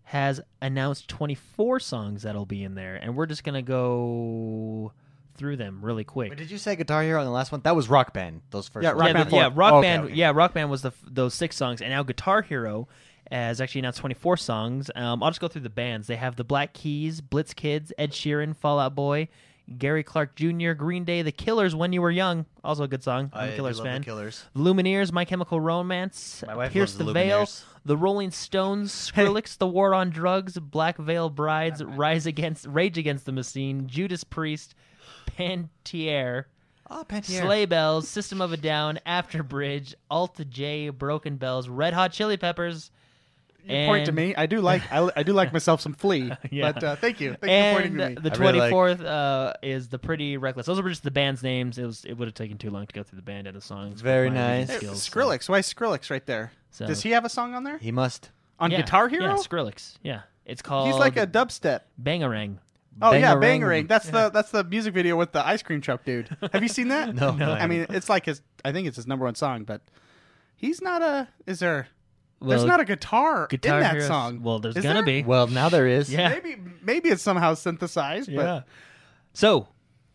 Speaker 3: has announced 24 songs that'll be in there, and we're just gonna go through them really quick.
Speaker 1: Wait, did you say Guitar Hero on the last one? That was Rock Band. Those first.
Speaker 2: Yeah,
Speaker 1: ones.
Speaker 2: Rock
Speaker 3: yeah,
Speaker 2: Band
Speaker 3: the- yeah,
Speaker 2: four.
Speaker 3: Rock
Speaker 1: Okay,
Speaker 3: Band.
Speaker 1: okay.
Speaker 3: Yeah, Rock Band was the f- those six songs, and now Guitar Hero has actually announced 24 songs. Um, I'll just go through the bands. They have the Black Keys, Blitz Kids, Ed Sheeran, Fallout Boy, Gary Clark Jr., Green Day, The Killers, When You Were Young, also a good song. I'm a
Speaker 1: I
Speaker 3: Killers
Speaker 1: do love
Speaker 3: fan.
Speaker 1: the Killers.
Speaker 3: Lumineers, My Chemical Romance,
Speaker 1: My wife
Speaker 3: Pierce
Speaker 1: loves the
Speaker 3: Veil,
Speaker 1: Lumineers.
Speaker 3: The Rolling Stones, Skrillex, The War on Drugs, Black Veil Brides, Rise Against, Rage Against the Machine, Judas Priest, Pantier.
Speaker 1: Oh, Pantera.
Speaker 3: Sleigh Bells, System of a Down, After Bridge, Alta J, Broken Bells, Red Hot Chili Peppers.
Speaker 2: You point to
Speaker 3: and-
Speaker 2: me. I do like. I, I do like myself some Flea.
Speaker 3: Yeah.
Speaker 2: But uh, thank you. Thank you for
Speaker 3: And
Speaker 2: pointing to me.
Speaker 3: the
Speaker 1: I really
Speaker 3: twenty
Speaker 1: like-
Speaker 3: fourth uh, is the Pretty Reckless. Those were just the band's names. It was it would have taken too long to go through the band and the songs. with
Speaker 1: Very
Speaker 3: my reading
Speaker 1: nice.
Speaker 2: Hey,
Speaker 3: skills, so-
Speaker 2: Skrillex. Why Skrillex right there?
Speaker 3: So-
Speaker 2: Does he have a song on there
Speaker 1: He must.
Speaker 2: on
Speaker 3: Yeah,
Speaker 2: Guitar Hero?
Speaker 3: Yeah, Skrillex. Yeah, it's called.
Speaker 2: He's like a dubstep.
Speaker 3: bangarang.
Speaker 2: Oh yeah,
Speaker 1: Bangarang.
Speaker 2: Bangarang. That's the that's the music video with the ice cream truck dude. Have you seen that?
Speaker 1: No, No.
Speaker 2: I mean, it's like his. I think it's his number one song, but he's not a. Is there?
Speaker 3: Well,
Speaker 2: there's not a guitar,
Speaker 3: Guitar
Speaker 2: in that
Speaker 3: Hero's-
Speaker 2: song.
Speaker 3: Well, there's
Speaker 2: Is
Speaker 3: gonna
Speaker 2: there?
Speaker 3: be.
Speaker 1: Well, now there is.
Speaker 3: Yeah.
Speaker 2: Maybe maybe it's somehow synthesized, but
Speaker 3: yeah. So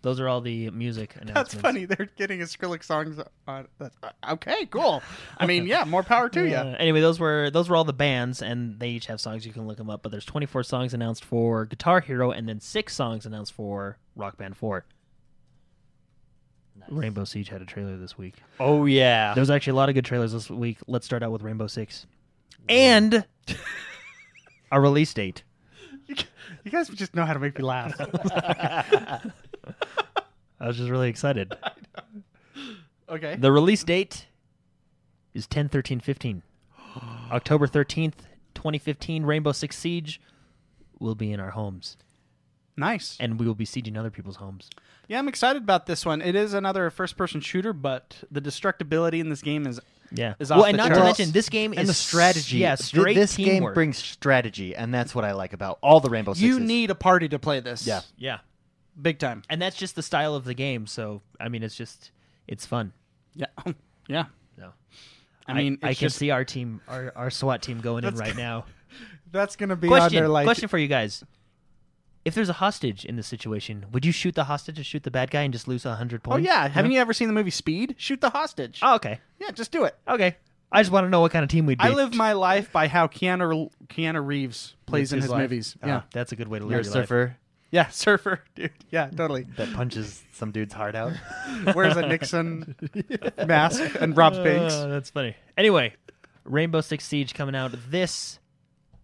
Speaker 3: those are all the music announcements.
Speaker 2: that's funny. They're getting a Skrillex songs on. That's, uh, okay, cool. I mean, yeah, more power to
Speaker 3: Uh,
Speaker 2: you.
Speaker 3: anyway, those were those were all the bands, and they each have songs. You can look them up. But there's 24 songs announced for Guitar Hero, and then six songs announced for Rock Band 4. Rainbow Siege had a trailer this week.
Speaker 1: Oh
Speaker 2: Ah.
Speaker 1: yeah.
Speaker 3: There was actually a lot of good trailers this week. Let's start out with Rainbow Six, and a release date.
Speaker 2: You You guys just know how to make me laugh.
Speaker 3: I was just really excited.
Speaker 2: Okay.
Speaker 3: The release date is 10 13 15. October 13th, 2015, Rainbow Six Siege will be in our homes.
Speaker 2: Nice.
Speaker 3: and we will be sieging other people's homes.
Speaker 2: Yeah, I'm excited about this one. It is another first-person shooter, but the destructibility in this game is
Speaker 3: Yeah.
Speaker 2: Is
Speaker 3: well,
Speaker 2: off
Speaker 3: and
Speaker 2: the
Speaker 3: not to
Speaker 2: charts.
Speaker 3: mention this game
Speaker 1: And
Speaker 3: is
Speaker 1: the strategy.
Speaker 3: Yeah,
Speaker 1: Th-
Speaker 3: straight
Speaker 1: This game
Speaker 3: teamwork.
Speaker 1: brings strategy, and that's what I like about all the Rainbow Sixes.
Speaker 2: you need a party to play this.
Speaker 1: Yeah.
Speaker 3: Yeah,
Speaker 2: big time.
Speaker 3: and that's just the style of the game. So I mean, it's just it's fun.
Speaker 2: Yeah, Oh, yeah.
Speaker 3: So
Speaker 2: I mean,
Speaker 3: I,
Speaker 2: it's
Speaker 3: can
Speaker 2: just-
Speaker 3: see our team, our, our SWAT team going in right now.
Speaker 2: that's gonna be on
Speaker 3: Question,
Speaker 2: there like
Speaker 3: question for you guys: If there's a hostage in this situation, would you shoot the hostage or shoot the bad guy and just lose hundred
Speaker 2: Oh
Speaker 3: points?
Speaker 2: yeah, haven't you ever seen the movie Speed? Shoot the hostage.
Speaker 3: Oh, okay,
Speaker 2: Yeah, just do it.
Speaker 3: okay. I just want to know what kind of team we'd be.
Speaker 2: I live my life by how Keanu Keanu Reeves plays
Speaker 3: Lives
Speaker 2: in
Speaker 3: his
Speaker 2: his
Speaker 3: life.
Speaker 2: movies.
Speaker 3: Ah,
Speaker 2: Yeah,
Speaker 3: that's a good way to live
Speaker 1: You're a
Speaker 3: your life.
Speaker 1: surfer
Speaker 2: yeah, surfer dude. Yeah, totally.
Speaker 1: that punches some dude's heart out.
Speaker 2: Wears a Nixon mask and robs banks.
Speaker 3: Uh, that's funny. Anyway, Rainbow Six Siege coming out this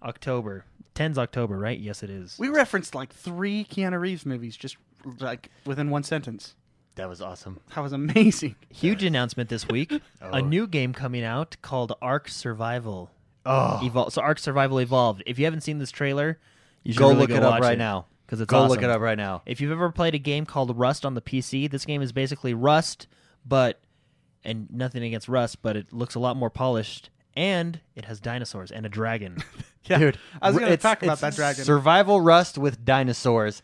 Speaker 3: October. 10's October, right? Yes, it is.
Speaker 2: We referenced like three Keanu Reeves movies just like within one sentence.
Speaker 1: That was awesome.
Speaker 2: That was amazing.
Speaker 3: Huge announcement this week.
Speaker 1: Oh.
Speaker 3: A new game coming out called Ark Survival.
Speaker 1: Oh,
Speaker 3: Evol- so Ark Survival Evolved. If you haven't seen this trailer, you should
Speaker 1: go
Speaker 3: really
Speaker 1: look
Speaker 3: go
Speaker 1: it up
Speaker 3: watch
Speaker 1: right now.
Speaker 3: 'cause it's
Speaker 1: go
Speaker 3: awesome.
Speaker 1: look it up right now.
Speaker 3: If you've ever played a game called Rust on the PC, this game is basically Rust, but and nothing against Rust, but it looks a lot more polished and it has dinosaurs and a dragon.
Speaker 2: Yeah.
Speaker 1: Dude,
Speaker 2: I was
Speaker 1: r-
Speaker 2: going to
Speaker 1: it's-
Speaker 2: talk about
Speaker 1: it's
Speaker 2: that dragon.
Speaker 1: Survival Rust with dinosaurs.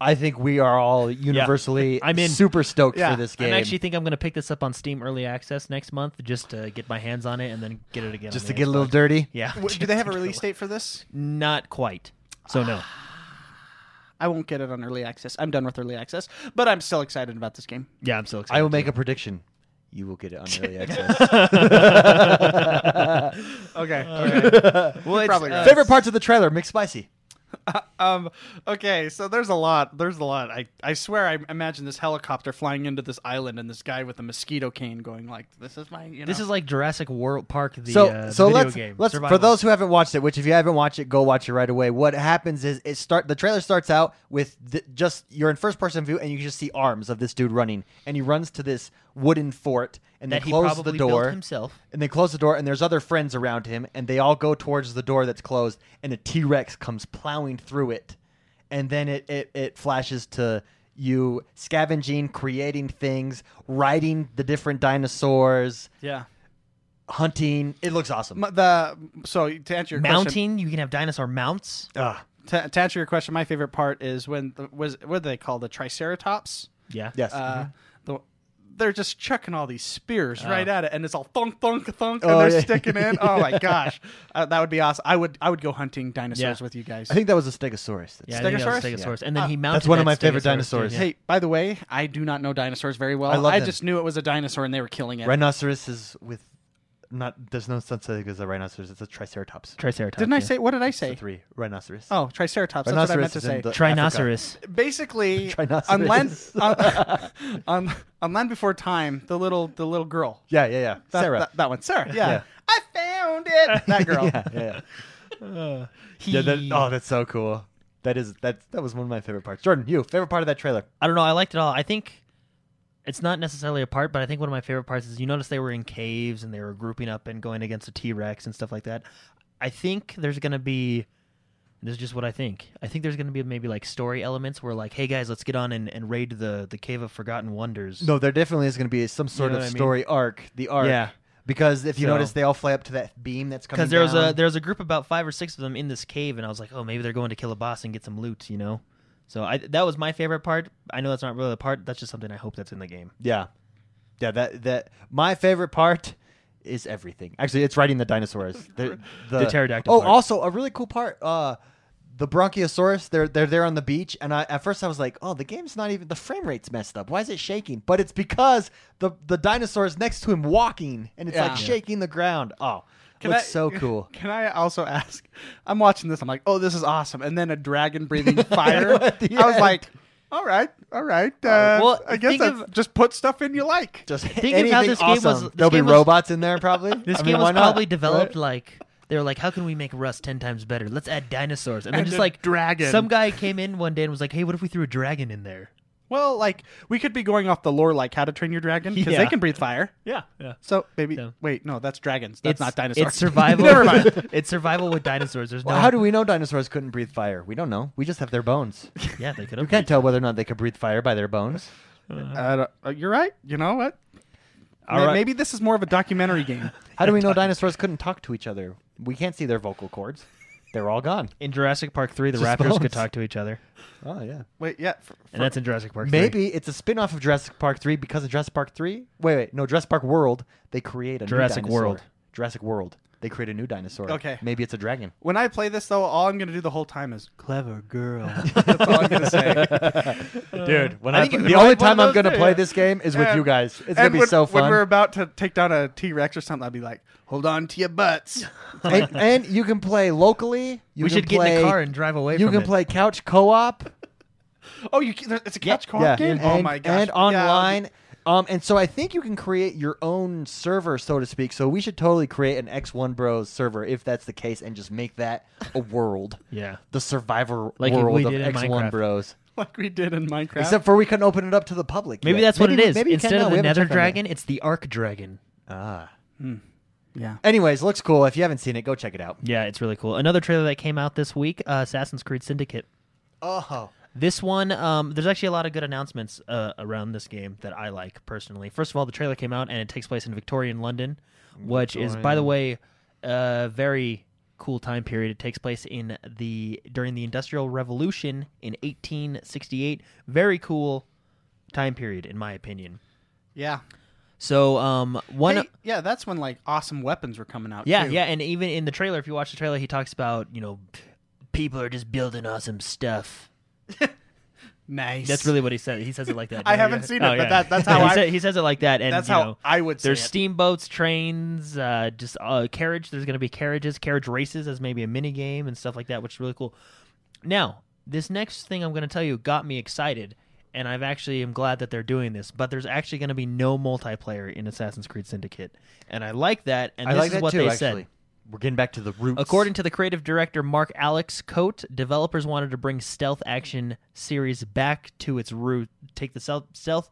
Speaker 1: I think we are all universally
Speaker 3: I'm in.
Speaker 1: super stoked
Speaker 2: Yeah,
Speaker 1: for this
Speaker 3: I
Speaker 1: game.
Speaker 3: actually think I'm going to pick this up on Steam Early Access next month just to get my hands on it and then get it again. on
Speaker 1: just
Speaker 3: the
Speaker 1: to get a
Speaker 3: Xbox.
Speaker 1: little dirty.
Speaker 3: Yeah.
Speaker 2: W- Do they have a release date for this?
Speaker 3: Not quite. So no.
Speaker 2: I won't get it on early access. I'm done with early access, but I'm still excited about this game.
Speaker 3: Yeah, I'm still excited.
Speaker 1: I will make a prediction. You will get it on early access.
Speaker 2: Okay.
Speaker 3: Well, it's,
Speaker 2: probably right.
Speaker 1: Favorite parts of the trailer: McSpicy.
Speaker 2: um, okay, so there's a lot. There's a lot. I, I swear I imagine this helicopter flying into this island and this guy with a mosquito cane going like, this is my, you know.
Speaker 3: This is like Jurassic World Park the
Speaker 1: so
Speaker 3: uh,
Speaker 1: so
Speaker 3: video
Speaker 1: let's
Speaker 3: game.
Speaker 1: let's
Speaker 3: Survival.
Speaker 1: for those who haven't watched it, which if you haven't watched it, go watch it right away. What happens is it start the trailer starts out with the, just you're in first person view and you just see arms of this dude running and he runs to this wooden fort and
Speaker 3: that
Speaker 1: they
Speaker 3: he
Speaker 1: close
Speaker 3: probably
Speaker 1: the
Speaker 3: built
Speaker 1: door
Speaker 3: himself.
Speaker 1: and they close the door and there's other friends around him and they all go towards the door that's closed and a T-Rex comes plowing through it, and then it it, it flashes to you scavenging, creating things, riding the different dinosaurs,
Speaker 2: Yeah.
Speaker 1: hunting. It looks awesome.
Speaker 2: M- The so to answer your question,
Speaker 3: Mounting. You can have dinosaur mounts.
Speaker 1: Ah,
Speaker 2: to, to answer your question, my favorite part is when the, was what do they call the Triceratops?
Speaker 3: Yeah.
Speaker 1: yes.
Speaker 2: Uh, the, they're just chucking all these spears right at it, and it's all thunk thunk thunk,
Speaker 1: Oh,
Speaker 2: and they're
Speaker 1: yeah.
Speaker 2: sticking in. Oh my gosh, uh, that would be awesome. I would I would go hunting dinosaurs
Speaker 3: Yeah.
Speaker 2: with you guys.
Speaker 1: I think that was a Stegosaurus.
Speaker 3: Yeah, I think that was
Speaker 2: Stegosaurus?
Speaker 3: Stegosaurus. And then
Speaker 2: Ah,
Speaker 3: he mounted.
Speaker 1: that's one of
Speaker 3: that
Speaker 1: my favorite
Speaker 3: Stegosaurus,
Speaker 1: dinosaurs.
Speaker 3: Too.
Speaker 2: Hey, by the way, I do not know dinosaurs very well.
Speaker 1: I love them.
Speaker 2: just knew it was a dinosaur and they were killing it.
Speaker 1: Rhinoceros is with not. There's no such thing as a rhinoceros. It's a triceratops.
Speaker 3: Triceratops.
Speaker 2: Didn't I
Speaker 3: yeah.
Speaker 2: say? What did I say?
Speaker 1: It's a three rhinoceros.
Speaker 2: Oh, Triceratops. That's what I
Speaker 1: Rhinoceros
Speaker 2: meant to
Speaker 1: is in
Speaker 2: say.
Speaker 1: the-
Speaker 3: Trinoceros.
Speaker 2: Basically,
Speaker 1: Trinoceros.
Speaker 2: on land, on, on, on land before time, the little the little girl.
Speaker 1: Yeah, yeah, yeah.
Speaker 2: That,
Speaker 1: Sarah.
Speaker 2: That, that one, Sarah. Yeah.
Speaker 1: Yeah.
Speaker 2: I found it. That
Speaker 3: oh.
Speaker 2: girl.
Speaker 1: yeah, yeah. yeah.
Speaker 3: He,
Speaker 1: Yeah, that, oh, that's so cool. That is that. That was one of my favorite parts. Jordan, you favorite part of that trailer?
Speaker 3: I don't know. I liked it all. I think it's not necessarily a part, but I think one of my favorite parts is you notice they were in caves and they were grouping up and going against a T Rex and stuff like that. I think there's going to be. This is just what I think. I think there's going to be maybe like story elements where like, hey guys, let's get on and, and raid the the cave of forgotten wonders.
Speaker 1: No, there definitely is going to be some sort
Speaker 3: know
Speaker 1: of
Speaker 3: what I mean?
Speaker 1: story arc. The arc,
Speaker 3: Yeah.
Speaker 1: Because if you
Speaker 3: So-
Speaker 1: notice, they all fly up to that beam that's coming.
Speaker 3: because there was a
Speaker 1: down.
Speaker 3: there was a group about five or six of them in this cave, and I was like, oh, maybe they're going to kill a boss and get some loot, you know. So I that was my favorite part. I know that's not really the part. That's just something I hope that's in the game.
Speaker 1: yeah, yeah. That that my favorite part is everything. Actually, it's riding the dinosaurs. The, the,
Speaker 3: The pterodactyl
Speaker 1: Oh,
Speaker 3: part.
Speaker 1: also a really cool part. Uh, the Bronchiosaurus. They're they're there on the beach, and I at first I was like, oh, the game's not even the frame rate's messed up. Why is it shaking? But it's because the the dinosaur is next to him walking, and it's
Speaker 2: Yeah.
Speaker 1: like shaking the ground. Oh,
Speaker 2: Can
Speaker 1: looks
Speaker 2: I-
Speaker 1: so cool.
Speaker 2: Can I also ask? I'm watching this. I'm like, oh, this is awesome. And then a dragon breathing fire. I
Speaker 1: end.
Speaker 2: was like, all right, all right. Uh,
Speaker 3: well,
Speaker 2: I guess
Speaker 3: think
Speaker 2: that's
Speaker 3: of-
Speaker 2: just put stuff in you like.
Speaker 1: Just
Speaker 3: Think of how
Speaker 1: anything
Speaker 3: this game was-
Speaker 1: awesome.
Speaker 3: this
Speaker 1: There'll
Speaker 3: game
Speaker 1: be
Speaker 3: was-
Speaker 1: robots in there, probably.
Speaker 3: This
Speaker 1: I mean,
Speaker 3: game
Speaker 1: why
Speaker 3: was
Speaker 1: not?
Speaker 3: probably
Speaker 1: Right?
Speaker 3: developed like they were like, how can we make Rust ten times better? Let's add dinosaurs, and then
Speaker 2: And
Speaker 3: just
Speaker 2: a
Speaker 3: like
Speaker 2: dragon.
Speaker 3: Some guy came in one day and was like, hey, what if we threw a dragon in there?
Speaker 2: Well, like we could be going off the lore, like How to Train Your Dragon, because
Speaker 3: Yeah.
Speaker 2: they can breathe fire.
Speaker 3: Yeah, yeah.
Speaker 2: So maybe
Speaker 3: Yeah.
Speaker 2: wait, no, that's dragons. That's
Speaker 3: it's
Speaker 2: not dinosaurs.
Speaker 3: It's survival.
Speaker 2: Never mind.
Speaker 3: It's survival with dinosaurs. There's no.
Speaker 1: Well, how do we know dinosaurs couldn't breathe fire? We don't know. We just have their bones. You
Speaker 3: Yeah, they could have.
Speaker 1: can't tell whether or not they could breathe fire by their bones.
Speaker 2: I don't- uh, you're right. You know what?
Speaker 3: All
Speaker 2: Ma-
Speaker 3: right.
Speaker 2: Maybe this is more of a documentary game.
Speaker 1: How do we know dinosaurs couldn't talk to each other? We can't see their vocal cords. They're all gone.
Speaker 3: In Jurassic Park three, the
Speaker 1: Just
Speaker 3: raptors
Speaker 1: bones.
Speaker 3: could talk to each other,
Speaker 1: Oh yeah.
Speaker 2: Wait, yeah. f- f-
Speaker 3: and that's in Jurassic Park. 3.
Speaker 1: Maybe it's a spin-off of Jurassic Park 3 because of Jurassic Park 3. Wait, wait, no, Jurassic Park World, they create a
Speaker 3: Jurassic
Speaker 1: new dinosaur.
Speaker 3: World.
Speaker 1: Jurassic World. They create a new dinosaur.
Speaker 2: Okay.
Speaker 1: Maybe it's a dragon.
Speaker 2: when I play this, though, all I'm going to do the whole time is clever girl. that's all I'm going to say.
Speaker 1: Dude, when
Speaker 3: I
Speaker 1: I,
Speaker 3: think you could
Speaker 1: the only
Speaker 3: write
Speaker 2: one of
Speaker 1: time I'm
Speaker 2: those
Speaker 1: going to
Speaker 2: too,
Speaker 1: play
Speaker 2: yeah.
Speaker 1: this game is with
Speaker 2: And-
Speaker 1: you guys. It's
Speaker 2: and
Speaker 1: going to be
Speaker 2: when-
Speaker 1: so fun.
Speaker 2: When we're about to take down a T Rex or something, I'd be like, "Hold on to your butts."
Speaker 1: and, and you can play locally. You
Speaker 3: we
Speaker 1: can
Speaker 3: should get in
Speaker 1: play-
Speaker 3: the car and drive away.
Speaker 1: You
Speaker 3: from
Speaker 1: can
Speaker 3: it.
Speaker 1: play couch co-op.
Speaker 2: oh, you? can- It's a catch co-op
Speaker 1: yeah,
Speaker 2: game.
Speaker 1: And,
Speaker 2: oh my gosh!
Speaker 1: And
Speaker 2: Yeah,
Speaker 1: online. Um, and so I think you can create your own server, so to speak. So we should totally create an X1 Bros server if that's the case, and just make that a world,
Speaker 3: Yeah.
Speaker 1: the survivor
Speaker 3: Like
Speaker 1: world
Speaker 3: we
Speaker 1: of
Speaker 3: did in
Speaker 1: X1
Speaker 3: Minecraft.
Speaker 1: Bros.
Speaker 2: like we did in Minecraft.
Speaker 1: Except for we couldn't open it up to the public.
Speaker 3: Maybe
Speaker 1: yet.
Speaker 3: that's what
Speaker 1: Maybe-
Speaker 3: it is.
Speaker 1: Maybe you
Speaker 3: Instead
Speaker 1: can now.
Speaker 3: of
Speaker 1: We
Speaker 3: the
Speaker 1: haven't
Speaker 3: Nether
Speaker 1: checked on that.
Speaker 3: Dragon, it's the Arc Dragon.
Speaker 1: Ah.
Speaker 2: yeah.
Speaker 1: Anyways, looks cool. If you haven't seen it, go check it out.
Speaker 3: Yeah, it's really cool. Another trailer that came out this week: uh, Assassin's Creed Syndicate.
Speaker 1: Oh,
Speaker 3: This one, um, there's actually a lot of good announcements uh, around this game that I like personally. First of all, the trailer came out and it takes place in Victorian London, which is, by the way, a very cool time period. It takes place in the during the Industrial Revolution in 1868. Very cool time period, in my opinion.
Speaker 2: Yeah.
Speaker 3: So, um, one.
Speaker 2: Hey, yeah, that's when like awesome weapons were coming out.
Speaker 3: Yeah,
Speaker 2: too.
Speaker 3: yeah, and even in the trailer, if you watch the trailer, he talks about you know people are just building awesome stuff.
Speaker 2: Nice.
Speaker 3: That's really what he said. He says it like that.
Speaker 2: I
Speaker 3: Yeah,
Speaker 2: haven't
Speaker 3: yeah.
Speaker 2: seen it, but that- that's how
Speaker 3: he,
Speaker 2: I-
Speaker 3: sa- he says it like that. And
Speaker 2: That's
Speaker 3: you
Speaker 2: how
Speaker 3: know,
Speaker 2: I would say
Speaker 3: There's
Speaker 2: it.
Speaker 3: steamboats, trains, uh, just uh, carriage. There's going to be carriages, carriage races as maybe a mini game and stuff like that, which is really cool. Now, this next thing I'm going to tell you got me excited, and I've actually am glad that they're doing this. But there's actually going to be no multiplayer in Assassin's Creed Syndicate, and I like that. And
Speaker 1: I
Speaker 3: this
Speaker 1: like
Speaker 3: is
Speaker 1: that
Speaker 3: what
Speaker 1: too.
Speaker 3: they said.
Speaker 1: actually, we're getting back to the roots.
Speaker 3: According to the creative director Mark Alex Coate, developers wanted to bring stealth action series back to its root. Take the stealth. stealth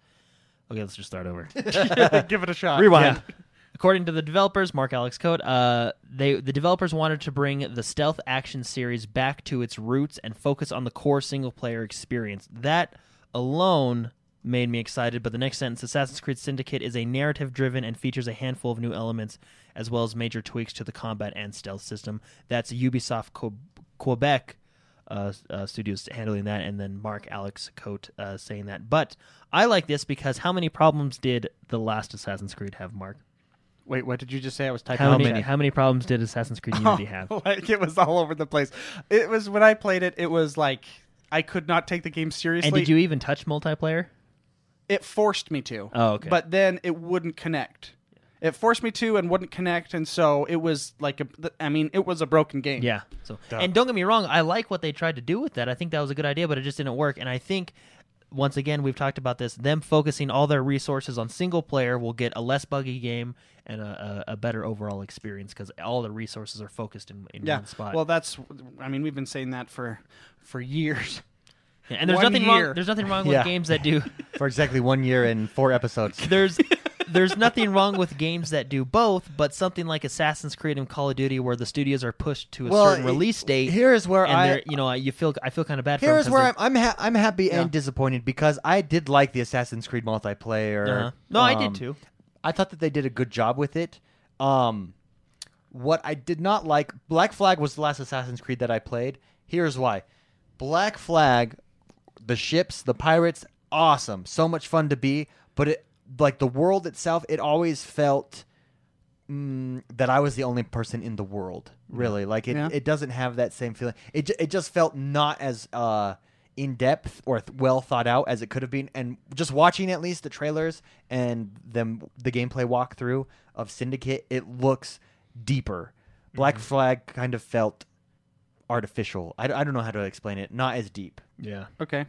Speaker 3: okay, let's just start over.
Speaker 2: give it a shot.
Speaker 1: rewind.
Speaker 3: Yeah. According to the developers, Mark Alex Code, uh, they the developers wanted to bring the stealth action series back to its roots and focus on the core single player experience. That alone made me excited. But the next sentence, Assassin's Creed Syndicate is a narrative driven and features a handful of new elements as well as major tweaks to the combat and stealth system. That's Ubisoft Co- Quebec uh, uh, studios handling that, and then Mark Alex Cote uh, saying that. But I like this because how many problems did the last Assassin's Creed have, Mark?
Speaker 2: Wait, what did you just say? I was typing.
Speaker 3: How
Speaker 2: in
Speaker 3: many?
Speaker 2: chat.
Speaker 3: How many problems did Assassin's Creed Unity have?
Speaker 2: like it was all over the place. It was when I played it. It was like I could not take the game seriously.
Speaker 3: And did you even touch multiplayer?
Speaker 2: It forced me to.
Speaker 3: Oh, okay.
Speaker 2: But then it wouldn't connect. It forced me to and wouldn't connect, and so it was like a. I mean, it was a broken game.
Speaker 3: Yeah. So and don't get me wrong, I like what they tried to do with that. I think that was a good idea, but it just didn't work. And I think once again we've talked about this. Them focusing all their resources on single player will get a less buggy game and a, a, a better overall experience because all the resources are focused in, in
Speaker 2: Yeah.
Speaker 3: one spot.
Speaker 2: Well, that's. I mean, we've been saying that for, for years.
Speaker 3: Yeah, and there's
Speaker 2: one
Speaker 3: nothing
Speaker 2: year.
Speaker 3: wrong. There's nothing wrong with
Speaker 1: Yeah.
Speaker 3: games that do.
Speaker 1: for exactly one year and four episodes.
Speaker 3: There's there's nothing wrong with games that do both, but something like Assassin's Creed and Call of Duty, where the studios are pushed to a
Speaker 1: Well,
Speaker 3: certain release date.
Speaker 1: Here is where
Speaker 3: and
Speaker 1: I
Speaker 3: they're- you know, I- you feel I feel kind of bad. for
Speaker 1: Here's
Speaker 3: 'em 'cause
Speaker 1: where
Speaker 3: they're-
Speaker 1: I'm I'm, ha- I'm happy and disappointed because I did like the Assassin's Creed multiplayer.
Speaker 3: Uh-huh. No, I
Speaker 1: Um,
Speaker 3: did too.
Speaker 1: I thought that they did a good job with it. Um, what I did not like, Black Flag was the last Assassin's Creed that I played. Here's why: Black Flag, the ships, the pirates, awesome, so much fun to be. But it, like the world itself, it always felt mm, that I was the only person in the world. Really, like it,
Speaker 2: Yeah.
Speaker 1: it doesn't have that same feeling. It, ju- it just felt not as uh, in depth or th- well thought out as it could have been. And just watching at least the trailers and them the gameplay walkthrough of Syndicate, it looks deeper.
Speaker 3: Mm-hmm.
Speaker 1: Black Flag kind of felt artificial. I, d- I don't know how to explain it. Not as deep.
Speaker 3: Yeah.
Speaker 2: Okay.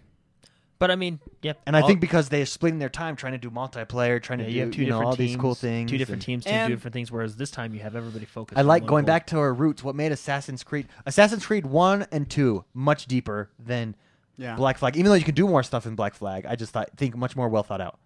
Speaker 3: But I mean, yep.
Speaker 1: And I
Speaker 3: all-
Speaker 1: think because they're splitting their time trying to do multiplayer, trying
Speaker 3: yeah,
Speaker 1: to
Speaker 3: you
Speaker 1: do
Speaker 3: have two
Speaker 1: you know,
Speaker 3: different
Speaker 1: all
Speaker 3: teams,
Speaker 1: these cool things.
Speaker 3: two different
Speaker 1: and-
Speaker 3: teams, to
Speaker 2: And-
Speaker 3: do different things. Whereas this time you have everybody focused.
Speaker 1: I
Speaker 3: on
Speaker 1: like
Speaker 3: one
Speaker 1: going
Speaker 3: goal.
Speaker 1: back to our roots. What made Assassin's Creed, Assassin's Creed one and two, much deeper than
Speaker 2: Yeah.
Speaker 1: Black Flag. Even though you can do more stuff in Black Flag, I just thought think much more well thought out.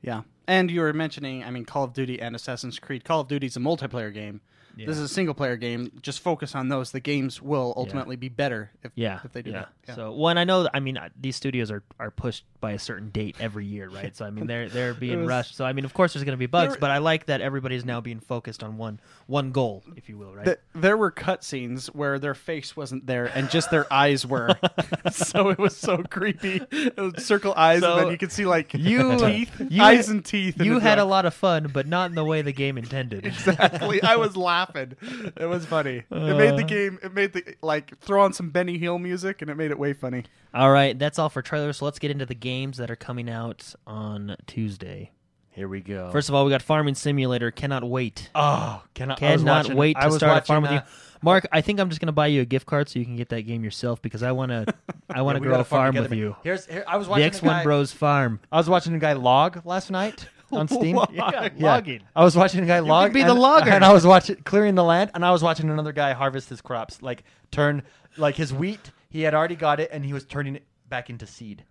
Speaker 2: Yeah. And you were mentioning, I mean, Call of Duty and Assassin's Creed. Call of Duty's a multiplayer game. This is a single player game. Just focus on those. The games will ultimately be better if,
Speaker 3: Yeah,
Speaker 2: if they do
Speaker 3: yeah.
Speaker 2: that. Yeah.
Speaker 3: So one, I know. I mean, uh, these studios are, are pushed by a certain date every year, right? So I mean, they're they're being
Speaker 2: was-
Speaker 3: rushed. So I mean, of course, there's going to be bugs,
Speaker 2: There-
Speaker 3: but I like that everybody's now being focused on one one goal, if you will, right?
Speaker 2: Th- there were cutscenes where their face wasn't there and just their eyes were. so it was so creepy. It was circle eyes, and
Speaker 3: So-
Speaker 2: then you could see like
Speaker 3: You-
Speaker 2: teeth,
Speaker 3: you-
Speaker 2: eyes and teeth. and
Speaker 3: you
Speaker 2: it's
Speaker 3: had a
Speaker 2: like-
Speaker 3: lot of fun, but not in the way the game intended.
Speaker 2: exactly. I was laughing. It was funny. it made
Speaker 3: Uh.
Speaker 2: the game. It made the like throw on some Benny Hill music, and it made it way funny.
Speaker 3: All right, that's all for trailers. So let's get into the games that are coming out on Tuesday.
Speaker 1: Here we go.
Speaker 3: First of all, we got Farming Simulator. Cannot wait.
Speaker 1: oh, cannot I was
Speaker 3: Cannot
Speaker 1: watching-
Speaker 3: wait
Speaker 1: I
Speaker 3: to
Speaker 1: was
Speaker 3: start a
Speaker 1: watching,
Speaker 3: farm with you,
Speaker 1: uh,
Speaker 3: Mark. I think I'm just gonna buy you a gift card so you can get that game yourself because I wanna, I wanna
Speaker 1: we
Speaker 3: grow
Speaker 1: gotta
Speaker 3: a farm
Speaker 1: together,
Speaker 3: with
Speaker 1: man.
Speaker 3: you.
Speaker 1: Here's here, I was
Speaker 3: The
Speaker 1: watching
Speaker 3: X
Speaker 1: a guy,
Speaker 3: One Bros Farm.
Speaker 1: I was watching a guy log last night on Steam.
Speaker 3: Yeah,
Speaker 1: Yeah. I was watching a guy log.
Speaker 3: be
Speaker 1: and,
Speaker 3: the logger.
Speaker 1: And I was watching clearing the land, and I was watching another guy harvest his crops, like turn like his wheat. He had already got it, and he was turning it back into seed.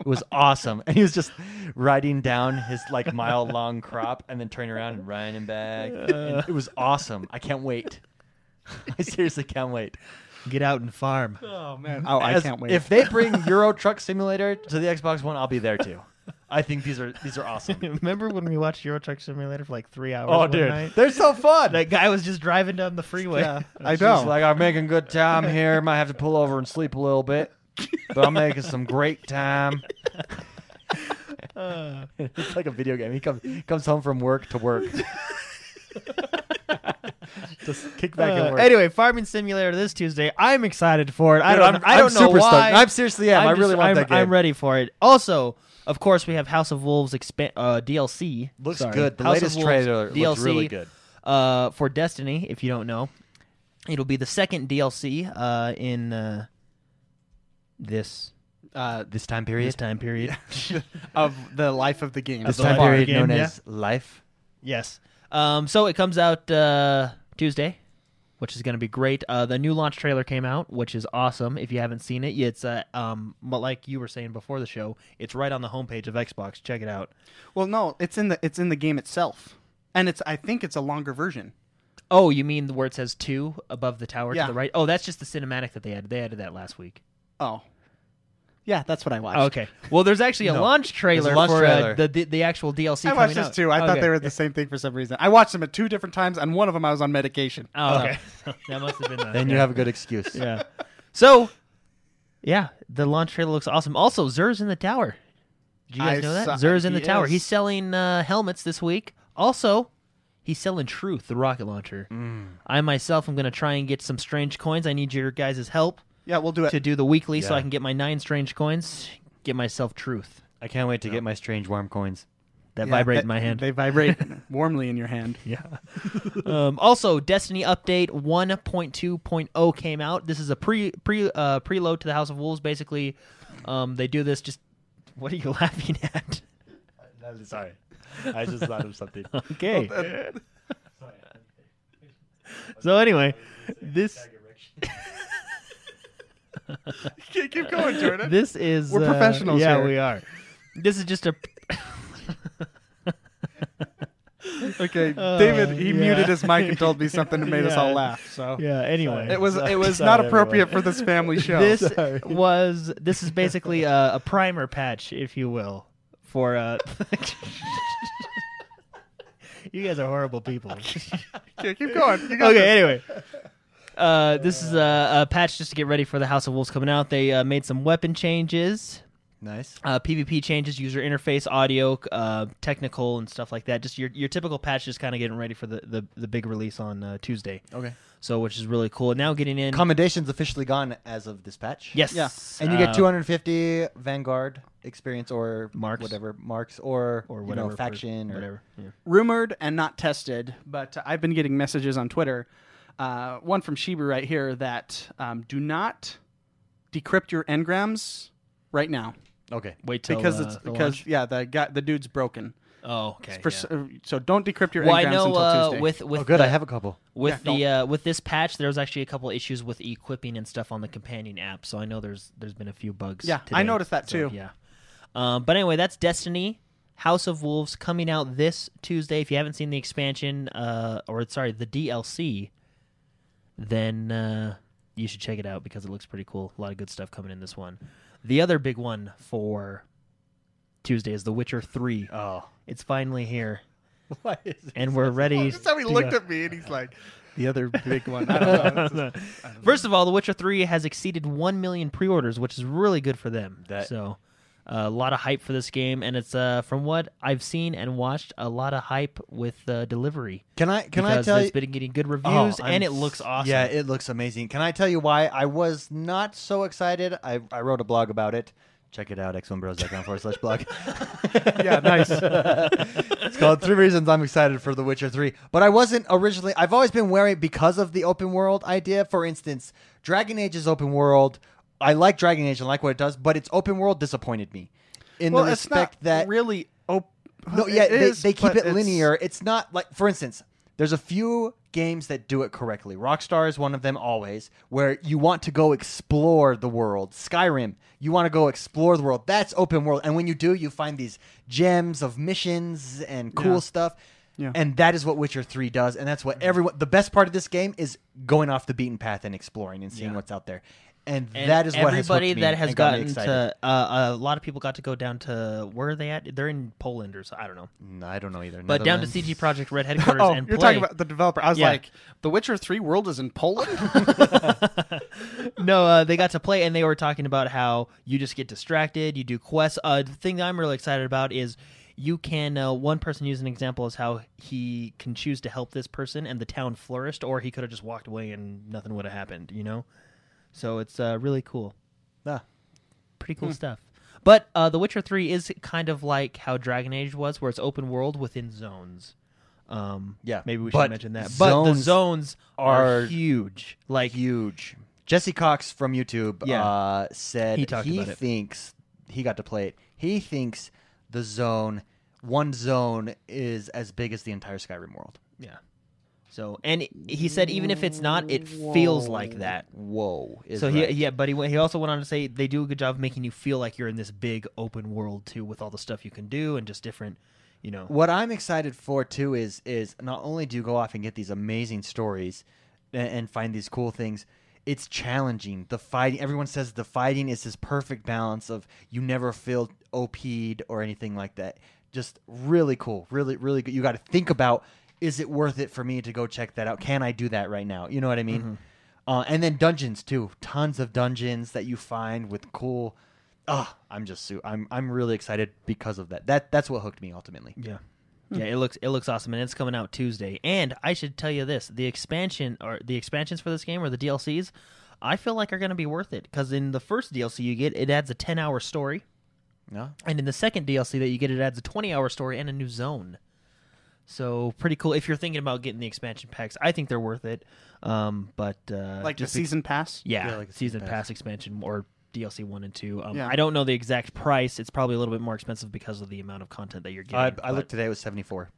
Speaker 1: It was awesome, and he was just riding down his like mile long crop, and then turning around and riding back. And it was awesome. I can't wait. I seriously can't wait.
Speaker 3: Get out and farm.
Speaker 2: Oh man! Oh, I
Speaker 1: As-
Speaker 2: can't wait.
Speaker 1: If they bring Euro Truck Simulator to the Xbox One, I'll be there too. I think these are these are awesome.
Speaker 3: Remember when we watched Euro Truck Simulator for like three hours?
Speaker 1: Oh,
Speaker 3: one
Speaker 1: dude,
Speaker 3: night?
Speaker 1: they're so fun.
Speaker 3: that guy was just driving down the freeway.
Speaker 2: I
Speaker 1: Just
Speaker 2: know.
Speaker 1: like I'm making good time here. Might have to pull over and sleep a little bit, but I'm making some great time. it's like a video game. He comes comes home from work to work. Just kick back
Speaker 3: Uh,
Speaker 1: and work.
Speaker 3: anyway, Farming Simulator this Tuesday. I'm excited for it. I
Speaker 1: Dude,
Speaker 3: don't.
Speaker 1: I'm,
Speaker 3: I don't
Speaker 1: I'm
Speaker 3: know
Speaker 1: super
Speaker 3: why.
Speaker 1: Stoked. I'm seriously am.
Speaker 3: I'm
Speaker 1: I really
Speaker 3: just-
Speaker 1: want
Speaker 3: I'm,
Speaker 1: that game.
Speaker 3: I'm ready for it. Also, of course, we have House of Wolves expa- uh, DLC.
Speaker 1: Looks
Speaker 3: Sorry.
Speaker 1: good. The
Speaker 3: House
Speaker 1: latest
Speaker 3: of Wolves
Speaker 1: trailer looks
Speaker 3: DLC,
Speaker 1: really good.
Speaker 3: uh, for Destiny. If you don't know, it'll be the second DLC uh, in uh, this
Speaker 2: uh,
Speaker 1: This time period.
Speaker 3: this time period.
Speaker 2: of the life of the game.
Speaker 1: This
Speaker 3: the
Speaker 1: time
Speaker 3: life
Speaker 1: period
Speaker 3: game,
Speaker 1: known
Speaker 3: yeah.
Speaker 1: as life.
Speaker 3: Yes. Um, so it comes out uh, Tuesday, which is going to be great. Uh, the new launch trailer came out, which is awesome. If you haven't seen it, it's uh, um, but like you were saying before the show, it's right on the homepage of Xbox. Check it out.
Speaker 2: Well, no, it's in the it's in the game itself. and it's I think it's a longer version.
Speaker 3: Oh, you mean where it says two above the tower
Speaker 2: Yeah.
Speaker 3: to the right? Oh, that's just the cinematic that they added. They added that last week.
Speaker 2: Oh, yeah, that's what I watched.
Speaker 3: Okay. Well, there's actually a
Speaker 1: No.
Speaker 3: launch trailer
Speaker 1: a launch
Speaker 3: for
Speaker 1: trailer.
Speaker 3: Uh, the, the the actual DLC.
Speaker 2: I
Speaker 3: coming
Speaker 2: watched this
Speaker 3: out.
Speaker 2: too. I thought
Speaker 3: Okay.
Speaker 2: they were the same thing for some reason. I watched them at two different times, and one of them I was on medication.
Speaker 3: Oh, okay. that must have been. The,
Speaker 1: Then you have a good excuse.
Speaker 3: Yeah. So, yeah, the launch trailer looks awesome. Also, Zur's in the tower. Did you guys
Speaker 2: I
Speaker 3: know that?
Speaker 2: saw-
Speaker 3: Zur's in the
Speaker 2: he
Speaker 3: tower.
Speaker 2: is.
Speaker 3: He's selling uh, helmets this week. Also, he's selling Truth, the rocket launcher.
Speaker 2: Mm.
Speaker 3: I myself am going to try and get some strange coins. I need your guys' help
Speaker 2: Yeah, we'll do it.
Speaker 3: to do the weekly so
Speaker 1: Yeah.
Speaker 3: I can get my nine strange coins, get myself Truth.
Speaker 1: I can't wait to get my strange worm coins.
Speaker 3: That
Speaker 2: Yeah,
Speaker 3: vibrate
Speaker 2: they-
Speaker 3: in my hand.
Speaker 2: They vibrate warmly in your hand.
Speaker 3: Yeah. um, also, Destiny update 1.2.0 came out. This is a pre pre uh, preload to the House of Wolves. Basically, um, they do this. Just what are you laughing at?
Speaker 1: Sorry. I just thought of something.
Speaker 3: Okay. so anyway, this
Speaker 2: Keep going, Jordan.
Speaker 3: this is
Speaker 2: We're
Speaker 3: uh,
Speaker 2: professionals
Speaker 3: Yeah,
Speaker 2: here.
Speaker 3: we are. This is just a.
Speaker 2: Okay,
Speaker 3: Uh,
Speaker 2: David, he
Speaker 3: yeah.
Speaker 2: muted his mic and told me something that made us all
Speaker 3: Yeah.
Speaker 2: laugh. So
Speaker 3: Yeah. Anyway,
Speaker 2: it was
Speaker 1: Sorry.
Speaker 2: it was
Speaker 1: Sorry,
Speaker 2: not appropriate
Speaker 1: everyone.
Speaker 2: for this family show.
Speaker 3: this was this is basically a, a primer patch, if you will, for uh. you guys are horrible people.
Speaker 2: Okay, keep going. You got
Speaker 3: okay,
Speaker 2: this.
Speaker 3: anyway. Uh, this is a, a patch just to get ready for the House of Wolves coming out. They uh, made some weapon changes,
Speaker 1: Nice.
Speaker 3: uh, PvP changes, user interface, audio, uh, technical, and stuff like that. Just your your typical patch, just kind of getting ready for the, the, the big release on uh, Tuesday.
Speaker 1: Okay.
Speaker 3: So, which is really cool. Now getting in,
Speaker 1: Commendation's officially gone as of this patch.
Speaker 3: yes,
Speaker 2: Yeah.
Speaker 1: And you get
Speaker 3: uh,
Speaker 1: 250 Vanguard experience or
Speaker 3: Marks.
Speaker 1: whatever marks or
Speaker 3: or
Speaker 1: you
Speaker 3: whatever
Speaker 1: know,
Speaker 3: per-
Speaker 1: faction or
Speaker 3: whatever. Yeah.
Speaker 2: rumored and not tested, but I've been getting messages on Twitter. Uh, one from Shibu right here that um, do not decrypt your engrams right now
Speaker 1: Okay.
Speaker 3: Wait till
Speaker 2: because
Speaker 3: uh,
Speaker 2: it's
Speaker 3: the
Speaker 2: because
Speaker 3: launch?
Speaker 2: yeah the guy the dude's broken.
Speaker 3: oh okay.
Speaker 2: For, uh,
Speaker 3: yeah.
Speaker 2: So don't decrypt your
Speaker 3: Well, I
Speaker 2: engrams
Speaker 3: know
Speaker 2: until
Speaker 3: uh,
Speaker 2: Tuesday.
Speaker 3: with with
Speaker 1: oh, good.
Speaker 3: the-
Speaker 1: I have a couple.
Speaker 3: with
Speaker 2: Yeah,
Speaker 3: the uh, with this patch there was actually a couple issues with equipping and stuff on the companion app so i know there's there's been a few bugs
Speaker 2: Yeah, I
Speaker 3: today.
Speaker 2: noticed that
Speaker 3: So,
Speaker 2: too.
Speaker 3: yeah um, but anyway that's destiny house of wolves coming out this tuesday if you haven't seen the expansion uh, or sorry the dlc then uh, you should check it out because it looks pretty cool a lot of good stuff coming in this one the other big one for tuesday is the witcher 3
Speaker 1: Oh.
Speaker 3: it's finally here
Speaker 1: Why is it?
Speaker 3: and we're ready
Speaker 2: That's how he
Speaker 3: to
Speaker 2: looked
Speaker 3: go.
Speaker 2: at me and he's like, the other big one. I don't know. It's just-
Speaker 3: First of all, The Witcher 3 has exceeded 1 million pre orders, which is really good for them.
Speaker 1: That-
Speaker 3: So, uh, a lot of hype for this game. And it's, uh, from what I've seen and watched, a lot of hype with uh, delivery.
Speaker 1: Can I can I
Speaker 3: because
Speaker 1: tell
Speaker 3: it's
Speaker 1: you?
Speaker 3: been getting good
Speaker 1: Oh,
Speaker 3: reviews
Speaker 1: I'm
Speaker 3: and it
Speaker 1: s-
Speaker 3: looks awesome.
Speaker 1: Yeah, it looks amazing. Can I tell you why I was not so excited? I, I wrote a blog about it. Check it out, x1bros.com forward slash blog.
Speaker 2: yeah, nice.
Speaker 1: it's called Three Reasons I'm Excited for The Witcher 3. But I wasn't originally, I've always been wary because of the open world idea. For instance, Dragon Age is open world. I like Dragon Age and like what it does, but its open world disappointed me in
Speaker 2: well,
Speaker 1: the
Speaker 2: it's
Speaker 1: respect
Speaker 2: not
Speaker 1: that
Speaker 2: really. Op-
Speaker 1: no, yeah,
Speaker 2: it
Speaker 1: they,
Speaker 2: is,
Speaker 1: they keep
Speaker 2: but
Speaker 1: it
Speaker 2: it's-
Speaker 1: linear. It's not like, for instance, there's a few games that do it correctly. Rockstar is one of them always, where you want to go explore the world. Skyrim, you want to go explore the world. That's open world. And when you do, you find these gems of missions and cool
Speaker 2: Yeah.
Speaker 1: stuff.
Speaker 2: Yeah. Mm-hmm.
Speaker 1: And that is what Witcher 3 does. And that's what everyone, the best part of this game is going off the beaten path and exploring and seeing
Speaker 3: Yeah.
Speaker 1: what's out there. And,
Speaker 3: And
Speaker 1: that is what has
Speaker 3: everybody
Speaker 1: hooked me
Speaker 3: that has
Speaker 1: and got me
Speaker 3: gotten
Speaker 1: excited.
Speaker 3: to uh, a lot of people got to go down to where are they at? They're in Poland or so, I don't know,
Speaker 1: Mm, I don't know either.
Speaker 3: but down to
Speaker 1: Netherlands?
Speaker 3: CG Project Red headquarters
Speaker 2: Oh,
Speaker 3: and
Speaker 2: you're
Speaker 3: play.
Speaker 2: talking about the developer. I was
Speaker 3: Yeah.
Speaker 2: like, The Witcher 3 world is in Poland?
Speaker 3: no, uh, they got to play, and they were talking about how you just get distracted. You do quests. Uh, the thing that I'm really excited about is you can. Uh, one person used an example is how he can choose to help this person, and the town flourished, or he could have just walked away and nothing would have happened. You know, so it's uh, really cool.
Speaker 1: Ah.
Speaker 3: Pretty
Speaker 1: Hmm.
Speaker 3: cool stuff. But uh, The Witcher Three is kind of like how Dragon Age was, where it's open world within zones. Um,
Speaker 1: Yeah,
Speaker 3: maybe we
Speaker 1: but
Speaker 3: should mention that. But the
Speaker 1: zones
Speaker 3: zones are,
Speaker 1: are
Speaker 3: huge. Like
Speaker 1: huge. Jesse Cox from YouTube
Speaker 3: Yeah.
Speaker 1: uh, said
Speaker 3: He
Speaker 1: he,
Speaker 3: talked about it.
Speaker 1: thinks he got to play it. He thinks the zone, one zone, is as big as the entire Skyrim world.
Speaker 3: Yeah. So, and he said even if it's not, it feels like that.
Speaker 1: Whoa! Is
Speaker 3: So
Speaker 1: right.
Speaker 3: he, yeah, but he went- he also went on to say they do a good job of making you feel like you're in this big open world too, with all the stuff you can do and just different you know.
Speaker 1: What I'm excited for too is is not only do you go off and get these amazing stories and, and find these cool things, it's challenging. The fighting, everyone says the fighting is this perfect balance of you never feel OP'd or anything like that. Just really cool, really really good. You got to think about is it worth it for me to go check that out? Can I do that right now? You know what I mean? Uh, and then dungeons too, tons of dungeons that you find with cool. Ah, I'm just su- I'm I'm really excited because of that. That that's what hooked me ultimately.
Speaker 3: Yeah. Yeah, it looks it looks awesome and it's coming out Tuesday. And I should tell you this, the expansion or the expansions for this game or the DLCs, I feel like are going to be worth it cuz in the first DLC you get it adds a 10-hour story
Speaker 1: No,
Speaker 3: and in the second DLC that you get it adds a 20-hour story and a new zone. So, pretty cool if you're thinking about getting the expansion packs. I think they're worth it. Um, but uh
Speaker 2: like the
Speaker 3: just be-
Speaker 2: season pass.
Speaker 3: yeah,
Speaker 1: Yeah, like a
Speaker 3: season
Speaker 1: season
Speaker 3: pass.
Speaker 1: pass.
Speaker 3: expansion or DLC one and two. Um,
Speaker 2: Yeah.
Speaker 3: I don't know the exact price. It's probably a little bit more expensive because of the amount of content that you're getting.
Speaker 1: I, I
Speaker 3: but-
Speaker 1: looked today. It was 74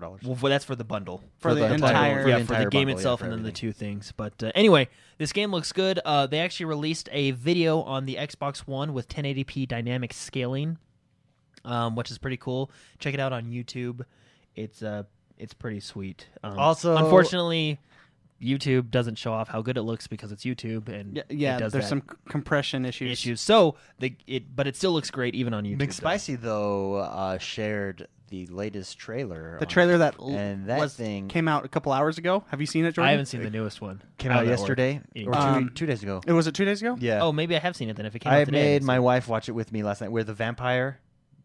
Speaker 1: dollars.
Speaker 3: Well, for, that's for the bundle.
Speaker 2: For the
Speaker 3: bundle.
Speaker 2: entire-
Speaker 3: yeah,
Speaker 1: for the
Speaker 3: for the
Speaker 1: entire
Speaker 3: game
Speaker 1: bundle, yeah,
Speaker 3: itself,
Speaker 1: for
Speaker 3: and then the
Speaker 1: everything.
Speaker 3: two things. But uh, anyway, this game looks good. Uh, they actually released a video on the Xbox One with 1080p dynamic scaling, um, which is pretty cool. Check it out on YouTube. It's uh, it's pretty sweet. Um,
Speaker 1: Also-
Speaker 3: unfortunately. YouTube doesn't show off how good it looks because it's YouTube, and
Speaker 2: Yeah,
Speaker 3: it
Speaker 2: yeah
Speaker 3: does
Speaker 2: there's
Speaker 3: that
Speaker 2: some c- compression issues.
Speaker 3: issues. So the it, but it still looks great even on YouTube. though.
Speaker 1: McSpicy though uh, shared the latest trailer.
Speaker 2: The
Speaker 1: on-
Speaker 2: trailer that, l-
Speaker 1: and that
Speaker 2: was,
Speaker 1: thing
Speaker 2: came out a couple hours ago. Have you seen it, Jordan?
Speaker 3: I haven't seen the newest one. Uh,
Speaker 1: came
Speaker 3: How
Speaker 1: out
Speaker 3: that worked.
Speaker 1: yesterday uh, or two,
Speaker 2: Um,
Speaker 1: two days ago.
Speaker 2: It was it two days ago.
Speaker 1: Yeah.
Speaker 3: Oh, maybe I have seen it then. If it came
Speaker 1: I
Speaker 3: out today,
Speaker 1: made
Speaker 3: didn't
Speaker 1: my
Speaker 3: see
Speaker 1: wife watch it with me last night. Where the vampire,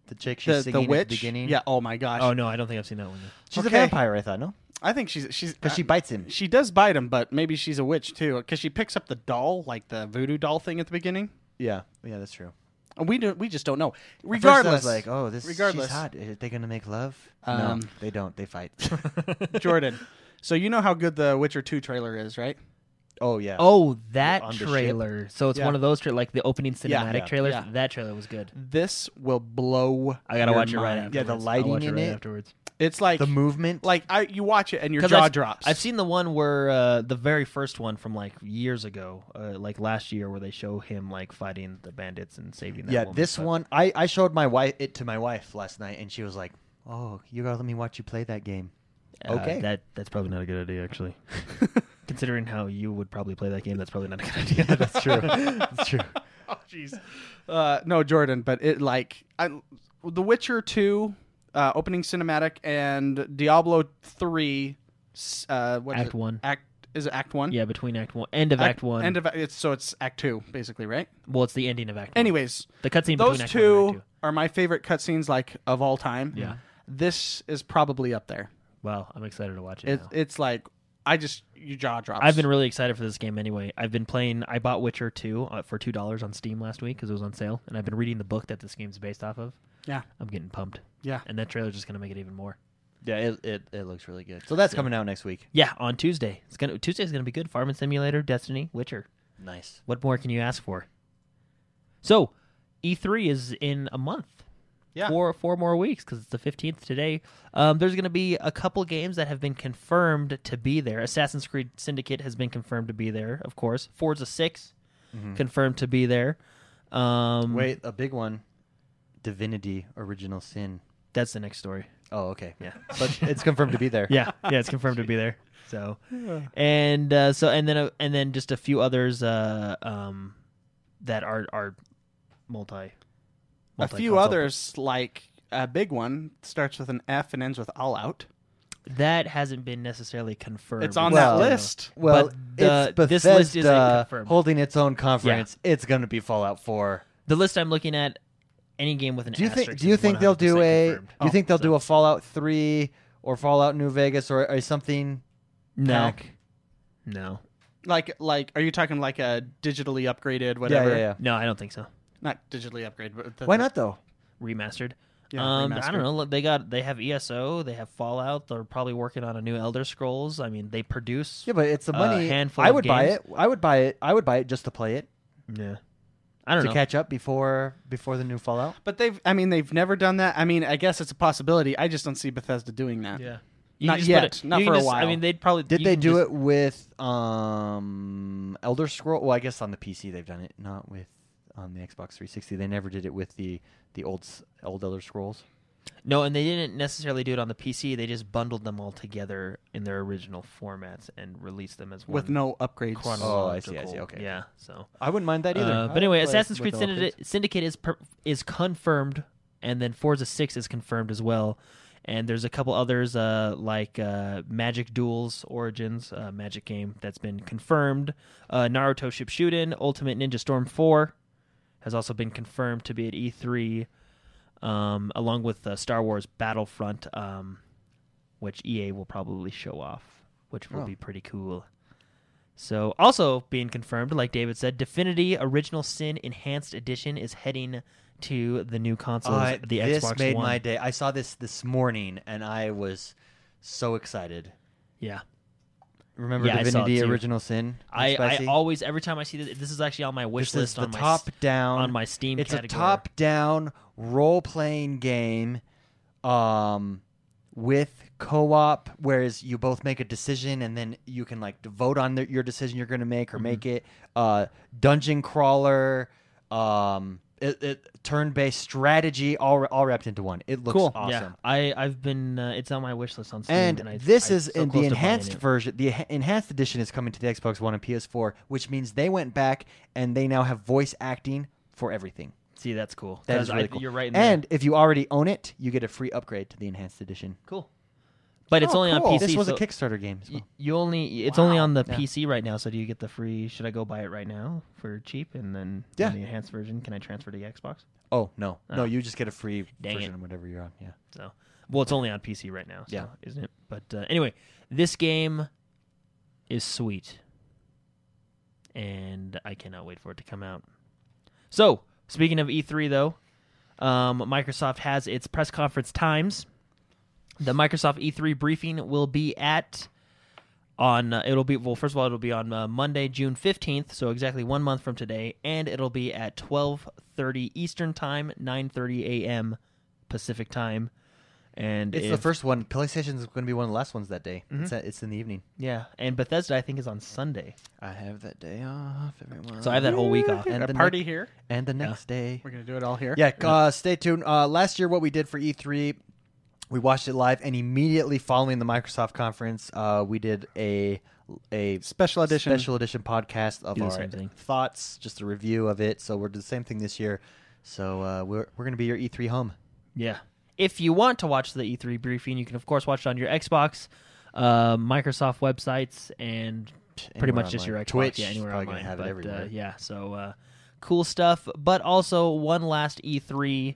Speaker 1: the chick she's
Speaker 2: the, the
Speaker 1: singing
Speaker 2: witch.
Speaker 1: at the beginning.
Speaker 2: Yeah. Oh my gosh.
Speaker 3: it. Oh no, I don't think I've seen that one. yet.
Speaker 1: she's
Speaker 2: Okay.
Speaker 1: a vampire. I thought no,
Speaker 2: I think she's she's
Speaker 1: because she
Speaker 2: uh,
Speaker 1: bites him.
Speaker 2: She does bite him, but maybe she's a witch too, because she picks up the doll, like the voodoo doll thing at the beginning.
Speaker 1: Yeah, yeah, that's true.
Speaker 2: And we don't, we just don't know.
Speaker 1: At first
Speaker 2: Regardless,
Speaker 1: I was like, oh, this
Speaker 2: regardless.
Speaker 1: she's hot. Are they gonna make love?
Speaker 2: Um,
Speaker 1: no, they don't. They fight.
Speaker 2: Jordan. So you know how good the Witcher Two trailer is, right?
Speaker 1: oh yeah.
Speaker 3: Oh, that
Speaker 1: On the ship.
Speaker 3: trailer. So it's
Speaker 2: Yeah.
Speaker 3: one of those tra- like the opening cinematic
Speaker 2: Yeah,
Speaker 1: yeah, Mm,
Speaker 3: trailers.
Speaker 2: yeah.
Speaker 3: That trailer was good.
Speaker 2: This will blow.
Speaker 3: I gotta
Speaker 2: your
Speaker 3: watch it right
Speaker 2: mind.
Speaker 3: afterwards.
Speaker 1: Yeah, the
Speaker 3: I'll
Speaker 1: lighting
Speaker 3: watch it
Speaker 1: in
Speaker 3: right
Speaker 1: it.
Speaker 3: afterwards.
Speaker 2: It's like
Speaker 1: the movement.
Speaker 2: like I you watch it and your
Speaker 3: 'Cause
Speaker 2: jaw
Speaker 3: I've-
Speaker 2: drops.
Speaker 3: I've seen the one where uh, the very first one from like years ago, uh, like last year, where they show him like fighting the bandits and saving. That
Speaker 1: yeah,
Speaker 3: woman,
Speaker 1: this
Speaker 3: but-
Speaker 1: one I I showed my wife it to my wife last night, and she was like, "Oh, you gotta let me watch you play that game."
Speaker 3: Uh,
Speaker 1: Okay.
Speaker 3: that that's probably not a good idea, actually. Considering how you would probably play that game, that's probably not a good idea.
Speaker 1: that's true. that's true.
Speaker 2: Oh jeez. Uh, no, Jordan, but it like I, The Witcher Two uh, opening cinematic and Diablo Three. s- Uh, what is
Speaker 3: Act
Speaker 2: it?
Speaker 3: one.
Speaker 2: Act is it Act One?
Speaker 3: yeah, between Act One, end of Act, One.
Speaker 2: End of it's so it's Act Two basically, right?
Speaker 3: well, it's the ending of Act. One.
Speaker 2: Anyways,
Speaker 3: the cutscene
Speaker 2: those
Speaker 3: between Act One and
Speaker 2: two
Speaker 3: Act
Speaker 2: are my favorite cutscenes like of all time.
Speaker 3: Yeah.
Speaker 2: This is probably up there.
Speaker 3: Two. Wow, I'm excited to watch it.
Speaker 2: It,
Speaker 3: now.
Speaker 2: It's like I just your jaw drops.
Speaker 3: I've been really excited for this game anyway. I've been playing. I bought Witcher Two uh, for two dollars on Steam last week because it was on sale, and I've been reading the book that this game's based off of.
Speaker 2: yeah
Speaker 3: I'm getting pumped,
Speaker 2: yeah.
Speaker 3: and that trailer's just gonna make it even more.
Speaker 1: Yeah, it, it it looks really good. So that's coming out next week.
Speaker 3: Yeah, on Tuesday. It's gonna Tuesday's gonna be good. Farming Simulator, Destiny, Witcher.
Speaker 1: Nice.
Speaker 3: What more can you ask for? So, E3 is in a month.
Speaker 2: Yeah.
Speaker 3: Four four more weeks because it's the fifteenth today. Um, there's going to be a couple games that have been confirmed to be there. Assassin's Creed Syndicate has been confirmed to be there, of course. Forza 6 confirmed to be there. Um,
Speaker 1: Wait, a big one. Divinity: Original Sin.
Speaker 3: that's the next story.
Speaker 1: Oh, okay.
Speaker 3: Yeah.
Speaker 1: but it's confirmed to be there.
Speaker 3: yeah, yeah, it's confirmed to be there. So, and uh, so, and then, uh, and then, just a few others uh, um, that are are multi.
Speaker 2: A few
Speaker 3: multi-console.
Speaker 2: others like a big one starts with an F and ends with all out.
Speaker 3: that hasn't been necessarily confirmed.
Speaker 2: It's on
Speaker 1: Well-
Speaker 2: that list.
Speaker 1: Well,
Speaker 3: But the-
Speaker 1: it's Bethesda
Speaker 3: this list isn't confirmed.
Speaker 1: holding its own conference. It's going to be Fallout 4.
Speaker 3: The list I'm looking at, any game with an
Speaker 1: Do you think?
Speaker 3: asterisk
Speaker 1: Do you
Speaker 3: is
Speaker 1: think they'll do
Speaker 3: 100%
Speaker 1: a?
Speaker 3: confirmed. Oh,
Speaker 1: Do you think they'll do a Fallout 3 or Fallout New Vegas or, or something?
Speaker 3: no,
Speaker 1: pack?
Speaker 3: no,
Speaker 2: Like like are you talking like a digitally upgraded
Speaker 1: Yeah,
Speaker 2: whatever?
Speaker 1: yeah, yeah.
Speaker 3: no? I don't think so.
Speaker 2: Not digitally upgraded, but the-
Speaker 1: Why not though?
Speaker 3: Remastered.
Speaker 2: Yeah,
Speaker 3: um, I
Speaker 2: remastered.
Speaker 3: don't know. Look, They got they have ESO. They have Fallout. They're probably working on a new Elder Scrolls. I mean, they produce.
Speaker 1: Yeah, but it's the
Speaker 3: A
Speaker 1: money.
Speaker 3: handful
Speaker 1: I
Speaker 3: of
Speaker 1: would buy
Speaker 3: games.
Speaker 1: it. I would buy it. I would buy it just to play it
Speaker 3: yeah. I don't
Speaker 1: to
Speaker 3: know.
Speaker 1: catch up before before the new Fallout.
Speaker 2: But they've I mean they've never done that. I mean I guess it's a possibility. I just don't see Bethesda doing that.
Speaker 3: Yeah. You
Speaker 2: Not
Speaker 3: can just
Speaker 2: yet.
Speaker 3: put it-
Speaker 2: Not
Speaker 3: you
Speaker 2: for
Speaker 3: can
Speaker 2: a
Speaker 3: just- I
Speaker 2: while.
Speaker 3: mean, they'd probably.
Speaker 1: Did
Speaker 3: you
Speaker 1: they
Speaker 3: can
Speaker 1: do
Speaker 3: just-
Speaker 1: it with um Elder Scroll? Well, I guess on the PC they've done it, not with on the Xbox 360. They never did it with the the old s- old Elder Scrolls.
Speaker 3: No, and they didn't necessarily do it on the PC. They just bundled them all together in their original formats and released them as one.
Speaker 2: with no upgrades.
Speaker 3: chronological.
Speaker 1: Oh, I see, I see, okay.
Speaker 3: Yeah. So.
Speaker 1: I wouldn't mind that either.
Speaker 3: Uh, but anyway, Assassin's Creed Syndicate, Syndicate is per- is confirmed, and then Forza Six is confirmed as well. And there's a couple others uh, like uh, Magic Duels Origins, uh, Magic game that's been confirmed. Uh, Naruto Shippuden Ultimate Ninja Storm Four has also been confirmed to be at E3, um, along with uh, Star Wars Battlefront, um, which EA will probably show off, which will
Speaker 1: Oh.
Speaker 3: be pretty cool. So, also being confirmed, like David said, Definity Original Sin Enhanced Edition is heading to the new consoles,
Speaker 1: Uh,
Speaker 3: the
Speaker 1: this
Speaker 3: Xbox
Speaker 1: made
Speaker 3: One.
Speaker 1: my day. I saw this this morning and I was so excited.
Speaker 3: yeah,
Speaker 1: Remember
Speaker 3: Yeah, I saw it
Speaker 1: Divinity
Speaker 3: too.
Speaker 1: Original Sin? on
Speaker 3: I, I
Speaker 1: Spicy?
Speaker 3: always every time I see this, this is actually on my wish
Speaker 1: This
Speaker 3: list
Speaker 1: is the
Speaker 3: on my s-
Speaker 1: top down
Speaker 3: on my Steam.
Speaker 1: It's
Speaker 3: category.
Speaker 1: a top down role playing game um with co-op whereas you both make a decision and then you can like vote on the, your decision you're going to make
Speaker 3: Mm-hmm.
Speaker 1: or make it uh dungeon crawler um it, it, turn-based strategy all all wrapped into one. It looks
Speaker 2: Cool.
Speaker 1: awesome.
Speaker 3: Yeah, I I've been uh, it's on my wish list on Steam,
Speaker 1: And,
Speaker 3: and, I,
Speaker 1: this
Speaker 3: I'm
Speaker 1: is
Speaker 3: so
Speaker 1: in
Speaker 3: close
Speaker 1: the
Speaker 3: to buying
Speaker 1: enhanced
Speaker 3: it.
Speaker 1: version. The en- enhanced edition is coming to the Xbox One and PS4, which means they went back and they now have voice acting for everything.
Speaker 3: See, that's cool.
Speaker 1: That
Speaker 3: 'Cause
Speaker 1: is really
Speaker 3: I,
Speaker 1: cool.
Speaker 3: You're right. In
Speaker 1: And
Speaker 3: there.
Speaker 1: if you already own it, you get a free upgrade to the enhanced edition.
Speaker 3: cool, but it's
Speaker 1: Oh,
Speaker 3: only
Speaker 1: cool.
Speaker 3: on PC.
Speaker 1: This was
Speaker 3: so
Speaker 1: a Kickstarter game. as
Speaker 3: y-
Speaker 1: well.
Speaker 3: You only it's only
Speaker 1: Wow.
Speaker 3: on the
Speaker 1: Yeah.
Speaker 3: PC right now. So do you get the free? Should I go buy it right now for cheap, and then
Speaker 1: Yeah.
Speaker 3: on the enhanced version? Can I transfer to the Xbox?
Speaker 1: Oh no, no,
Speaker 3: Oh.
Speaker 1: you just get a free
Speaker 3: Dang
Speaker 1: version
Speaker 3: it.
Speaker 1: of whatever you're on. Yeah.
Speaker 3: So well, it's only on PC right now. So,
Speaker 1: Yeah.
Speaker 3: isn't it? But uh, anyway, this game is sweet, and I cannot wait for it to come out. So speaking of E3, though, um, Microsoft has its press conference times. The Microsoft E3 briefing will be at on uh, it'll be well first of all it'll be on uh, Monday June 15th so exactly 1 month from today and it'll be at 12:30 Eastern time 9:30 a.m. Pacific time and
Speaker 1: It's the
Speaker 3: if- Mm-hmm.
Speaker 1: first one. PlayStation's going to be one of the last ones that day. It's, at, it's in the evening.
Speaker 3: yeah and Bethesda I think is on Sunday
Speaker 1: I have that day off, everyone.
Speaker 3: so I have that whole week off
Speaker 1: And
Speaker 2: And a
Speaker 1: the
Speaker 2: party
Speaker 1: next-
Speaker 2: here.
Speaker 1: And the next day.
Speaker 2: We're gonna do it all here.
Speaker 1: Yeah, uh, stay tuned. Uh, last year, what we did for E3, we watched it live, and immediately following the Microsoft conference, uh, we did a a
Speaker 2: Special edition.
Speaker 1: special edition podcast of
Speaker 3: Do the
Speaker 1: our
Speaker 3: same thing.
Speaker 1: thoughts, just a review of it. So we're doing the same thing this year. So uh, we're we're gonna be your E3 home.
Speaker 3: Yeah. If you want to watch the E3 briefing, you can of course watch it on your Xbox, uh, Microsoft websites, and pretty
Speaker 1: Anywhere
Speaker 3: much just your
Speaker 1: online.
Speaker 3: Xbox.
Speaker 1: Twitch
Speaker 3: yeah,
Speaker 1: is
Speaker 3: anywhere
Speaker 1: probably
Speaker 3: online.
Speaker 1: gonna have it
Speaker 3: but,
Speaker 1: everywhere.
Speaker 3: Uh, yeah. So uh, cool stuff. But also one last E3.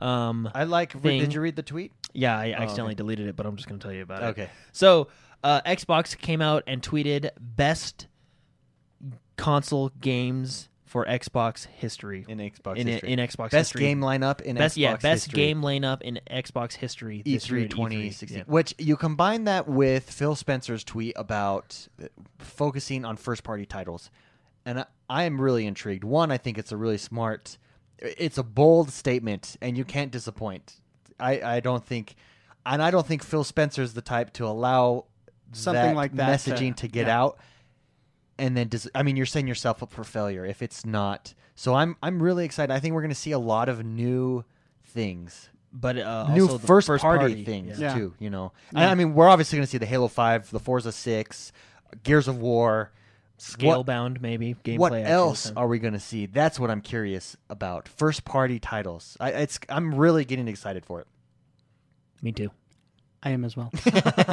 Speaker 3: Um,
Speaker 1: I like.
Speaker 3: Thing.
Speaker 1: Did you read the tweet?
Speaker 3: yeah, I
Speaker 1: okay.
Speaker 3: accidentally deleted it, but I'm just going to tell you about it.
Speaker 1: Okay.
Speaker 3: So uh, Xbox came out and tweeted best console games for Xbox history
Speaker 1: In Xbox
Speaker 3: in,
Speaker 1: history.
Speaker 3: in Xbox
Speaker 1: best
Speaker 3: history.
Speaker 1: game lineup in
Speaker 3: best
Speaker 1: Xbox
Speaker 3: yeah best
Speaker 1: history. E
Speaker 3: game lineup in Xbox history. this year
Speaker 1: E3
Speaker 2: E
Speaker 3: at
Speaker 1: 2016,
Speaker 3: yeah.
Speaker 1: which you combine that with Phil Spencer's tweet about uh, focusing on first party titles. And I, I am really intrigued. One, I think it's a really smart, it's a bold statement, and you can't disappoint. I, I don't think, and I don't think Phil Spencer's the type to allow
Speaker 2: Something like that to-
Speaker 1: messaging to, get
Speaker 2: yeah.
Speaker 1: out. And then, dis- I mean, you're setting yourself up for failure if it's not. So I'm, I'm really excited. I think we're going to see a lot of new things
Speaker 3: But uh,
Speaker 1: new
Speaker 3: also the
Speaker 1: first, party,
Speaker 3: yeah.
Speaker 1: things
Speaker 2: Yeah.
Speaker 1: too. You know, I, I mean, we're obviously going to see the Halo Five, the Forza Six, Gears of War.
Speaker 3: Scale
Speaker 1: What-
Speaker 3: bound, maybe gameplay.
Speaker 1: what
Speaker 3: action,
Speaker 1: else
Speaker 3: so-
Speaker 1: are we going to see? That's what I'm curious about. First party titles. I, it's I'm really getting excited for it.
Speaker 3: Me too.
Speaker 2: I am as well.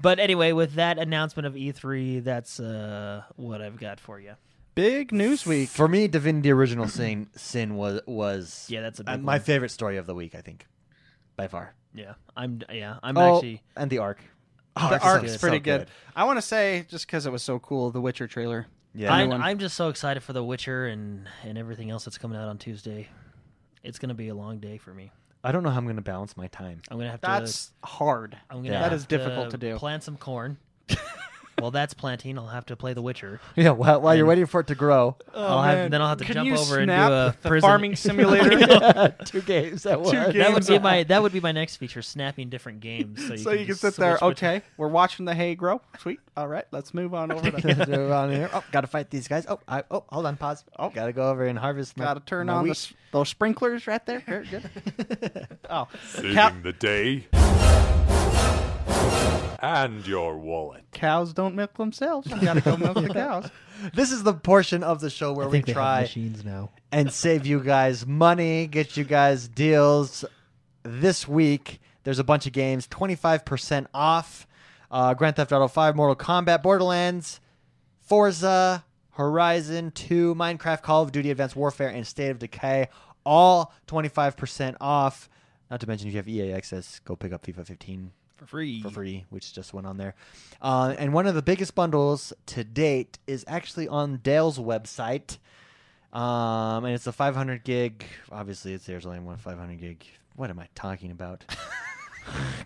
Speaker 3: But anyway, with that announcement of E3, that's uh, what I've got for you.
Speaker 2: Big news week.
Speaker 1: For me, Divinity Original Sin Sin was was
Speaker 3: Yeah, that's a
Speaker 1: uh,
Speaker 3: big
Speaker 1: my
Speaker 3: one.
Speaker 1: favorite story of the week. I think by far.
Speaker 3: Yeah, I'm. Yeah, I'm
Speaker 1: oh,
Speaker 3: actually.
Speaker 1: and the arc.
Speaker 2: the
Speaker 1: Arc's so
Speaker 2: arc's
Speaker 1: good.
Speaker 2: pretty
Speaker 1: So
Speaker 2: good.
Speaker 1: good.
Speaker 2: I want to say just because it was so cool, the Witcher trailer.
Speaker 1: Yeah.
Speaker 3: I'm,
Speaker 2: Anyone-
Speaker 3: I'm just so excited for The Witcher and and everything else that's coming out on Tuesday. It's gonna be a long day for me.
Speaker 1: I don't know how I'm going to balance my time.
Speaker 3: Oh. I'm gonna have to.
Speaker 2: That's hard.
Speaker 3: I'm gonna.
Speaker 1: Yeah.
Speaker 3: have
Speaker 1: That
Speaker 2: is difficult to do.
Speaker 3: Plant some corn. well, that's planting. I'll have to play The Witcher.
Speaker 1: Yeah, while, while you're waiting for it to grow,
Speaker 2: Oh,
Speaker 3: I'll have, then I'll have to
Speaker 2: Can
Speaker 3: jump
Speaker 2: you
Speaker 3: over and do
Speaker 2: snap
Speaker 3: a
Speaker 2: the
Speaker 3: prison.
Speaker 2: farming simulator
Speaker 1: two games at once.
Speaker 2: games.
Speaker 3: that would be
Speaker 2: games.
Speaker 3: my that would be my next feature: snapping different games. So you
Speaker 2: so
Speaker 3: can,
Speaker 2: you can
Speaker 3: just
Speaker 2: sit there.
Speaker 3: switch between-
Speaker 2: Okay, we're watching the hay grow. Sweet. All right, let's move on over. To
Speaker 1: They're on here. Oh, gotta fight these guys. Oh, I, oh, hold on, pause. Oh, gotta go over and harvest. My,
Speaker 2: Gotta turn
Speaker 1: my
Speaker 2: on the,
Speaker 1: wheat.
Speaker 2: s- those sprinklers right there. Very good. oh,
Speaker 4: saving
Speaker 2: Cap-
Speaker 4: the day and your wallet.
Speaker 2: cows don't milk themselves. You gotta go milk the cows.
Speaker 1: This is the portion of the show where
Speaker 3: I
Speaker 1: we
Speaker 3: think they have
Speaker 1: try
Speaker 3: machines now.
Speaker 1: and save you guys money, get you guys deals. This week, there's a bunch of games, 25% off. Uh, Grand Theft Auto 5, Mortal Kombat, Borderlands, Forza, Horizon 2, Minecraft, Call of Duty, Advanced Warfare, and State of Decay, all 25% off. Not to mention, if you have E EA access, go pick up FIFA 15
Speaker 3: for free.
Speaker 1: for free, which just went on there. Uh, and one of the biggest bundles to date is actually on Dale's website. Um, and it's a 500 gig. Obviously, it's there's only one 500 gig. What am I talking about?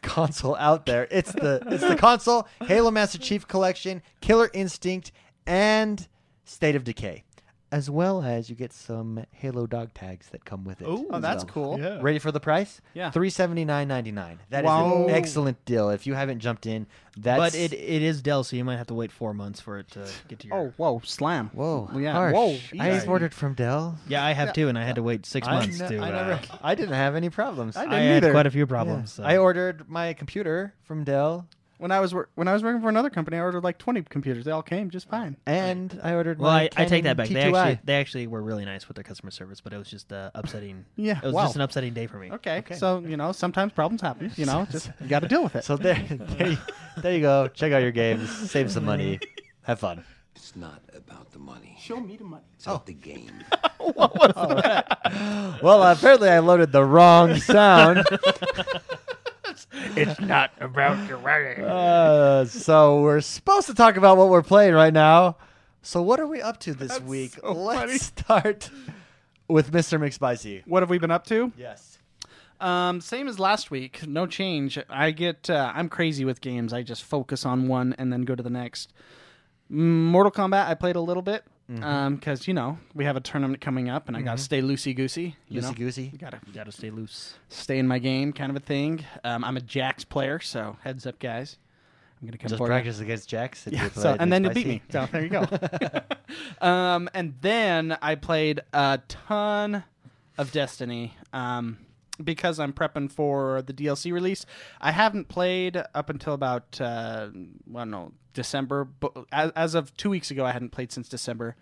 Speaker 1: console out there. It's the it's the console Halo Master Chief Collection, Killer Instinct, and State of Decay, as well as you get some Halo dog tags that come with it.
Speaker 3: Ooh.
Speaker 2: Oh,
Speaker 1: as
Speaker 2: that's
Speaker 1: well.
Speaker 2: cool.
Speaker 3: Yeah.
Speaker 1: Ready for the price?
Speaker 2: Yeah.
Speaker 1: three seventy nine ninety nine. That is
Speaker 2: Wow.
Speaker 1: an excellent deal. If you haven't jumped in, that's
Speaker 3: But it it is Dell, so you might have to wait four months for it to get to your.
Speaker 2: Oh, whoa, slam.
Speaker 1: whoa,
Speaker 2: Yeah.
Speaker 1: harsh.
Speaker 2: Whoa.
Speaker 1: I
Speaker 2: easy.
Speaker 1: ordered from Dell.
Speaker 3: yeah, I have two, and I had to wait six
Speaker 1: I
Speaker 3: months
Speaker 1: ne-
Speaker 3: to.
Speaker 1: I,
Speaker 3: uh,
Speaker 1: never, I didn't have any problems.
Speaker 2: I
Speaker 1: Yeah.
Speaker 2: didn't
Speaker 3: had
Speaker 2: either.
Speaker 3: quite a few problems. so.
Speaker 1: I ordered my computer from Dell,
Speaker 2: When I was wor- when I was working for another company, I ordered like twenty computers. They all came just fine.
Speaker 1: and I ordered.
Speaker 3: Well,
Speaker 1: my
Speaker 3: I, I take
Speaker 1: Canon
Speaker 3: that back. They
Speaker 1: T2i.
Speaker 3: actually, they actually were really nice with their customer service, but it was just uh, upsetting.
Speaker 2: Yeah,
Speaker 3: it was
Speaker 2: wow.
Speaker 3: just an upsetting day for me.
Speaker 2: Okay. So you know, sometimes problems happen. You know, just you got to deal with it.
Speaker 1: So there, there, you, there you go. Check out your games. Save some money. Have fun.
Speaker 5: It's not about the money.
Speaker 2: show me the money.
Speaker 5: It's about the game.
Speaker 1: Well, apparently I loaded the wrong sound.
Speaker 2: It's not about your money.
Speaker 1: Uh, so we're supposed to talk about what we're playing right now. So what are we up to this week?
Speaker 2: so
Speaker 1: Let's
Speaker 2: funny.
Speaker 1: start with Mr. McSpicy.
Speaker 2: What have we been up to?
Speaker 1: Yes.
Speaker 2: Um, same as last week, no change. I get uh, I'm crazy with games. I just focus on one and then go to the next. Mm, Mortal Kombat, I played a little bit because you know we have a tournament coming up, and I gotta stay Mm-hmm. loosey goosey.
Speaker 1: Loosey goosey.
Speaker 2: You gotta
Speaker 3: Got to stay loose.
Speaker 2: stay in my game, kind of a thing. Um, I'm a Jax player, so heads up, guys. I'm gonna come
Speaker 1: Just
Speaker 2: for ya.
Speaker 1: practice against Jax. if
Speaker 2: Yeah,
Speaker 1: you
Speaker 2: so-
Speaker 1: play
Speaker 2: and then
Speaker 1: McSpicy.
Speaker 2: you beat me. So there you go. um, and then I played a ton of Destiny um, because I'm prepping for the DLC release. I haven't played up until about uh, I don't know December, but as, as of two weeks ago, I hadn't played since December.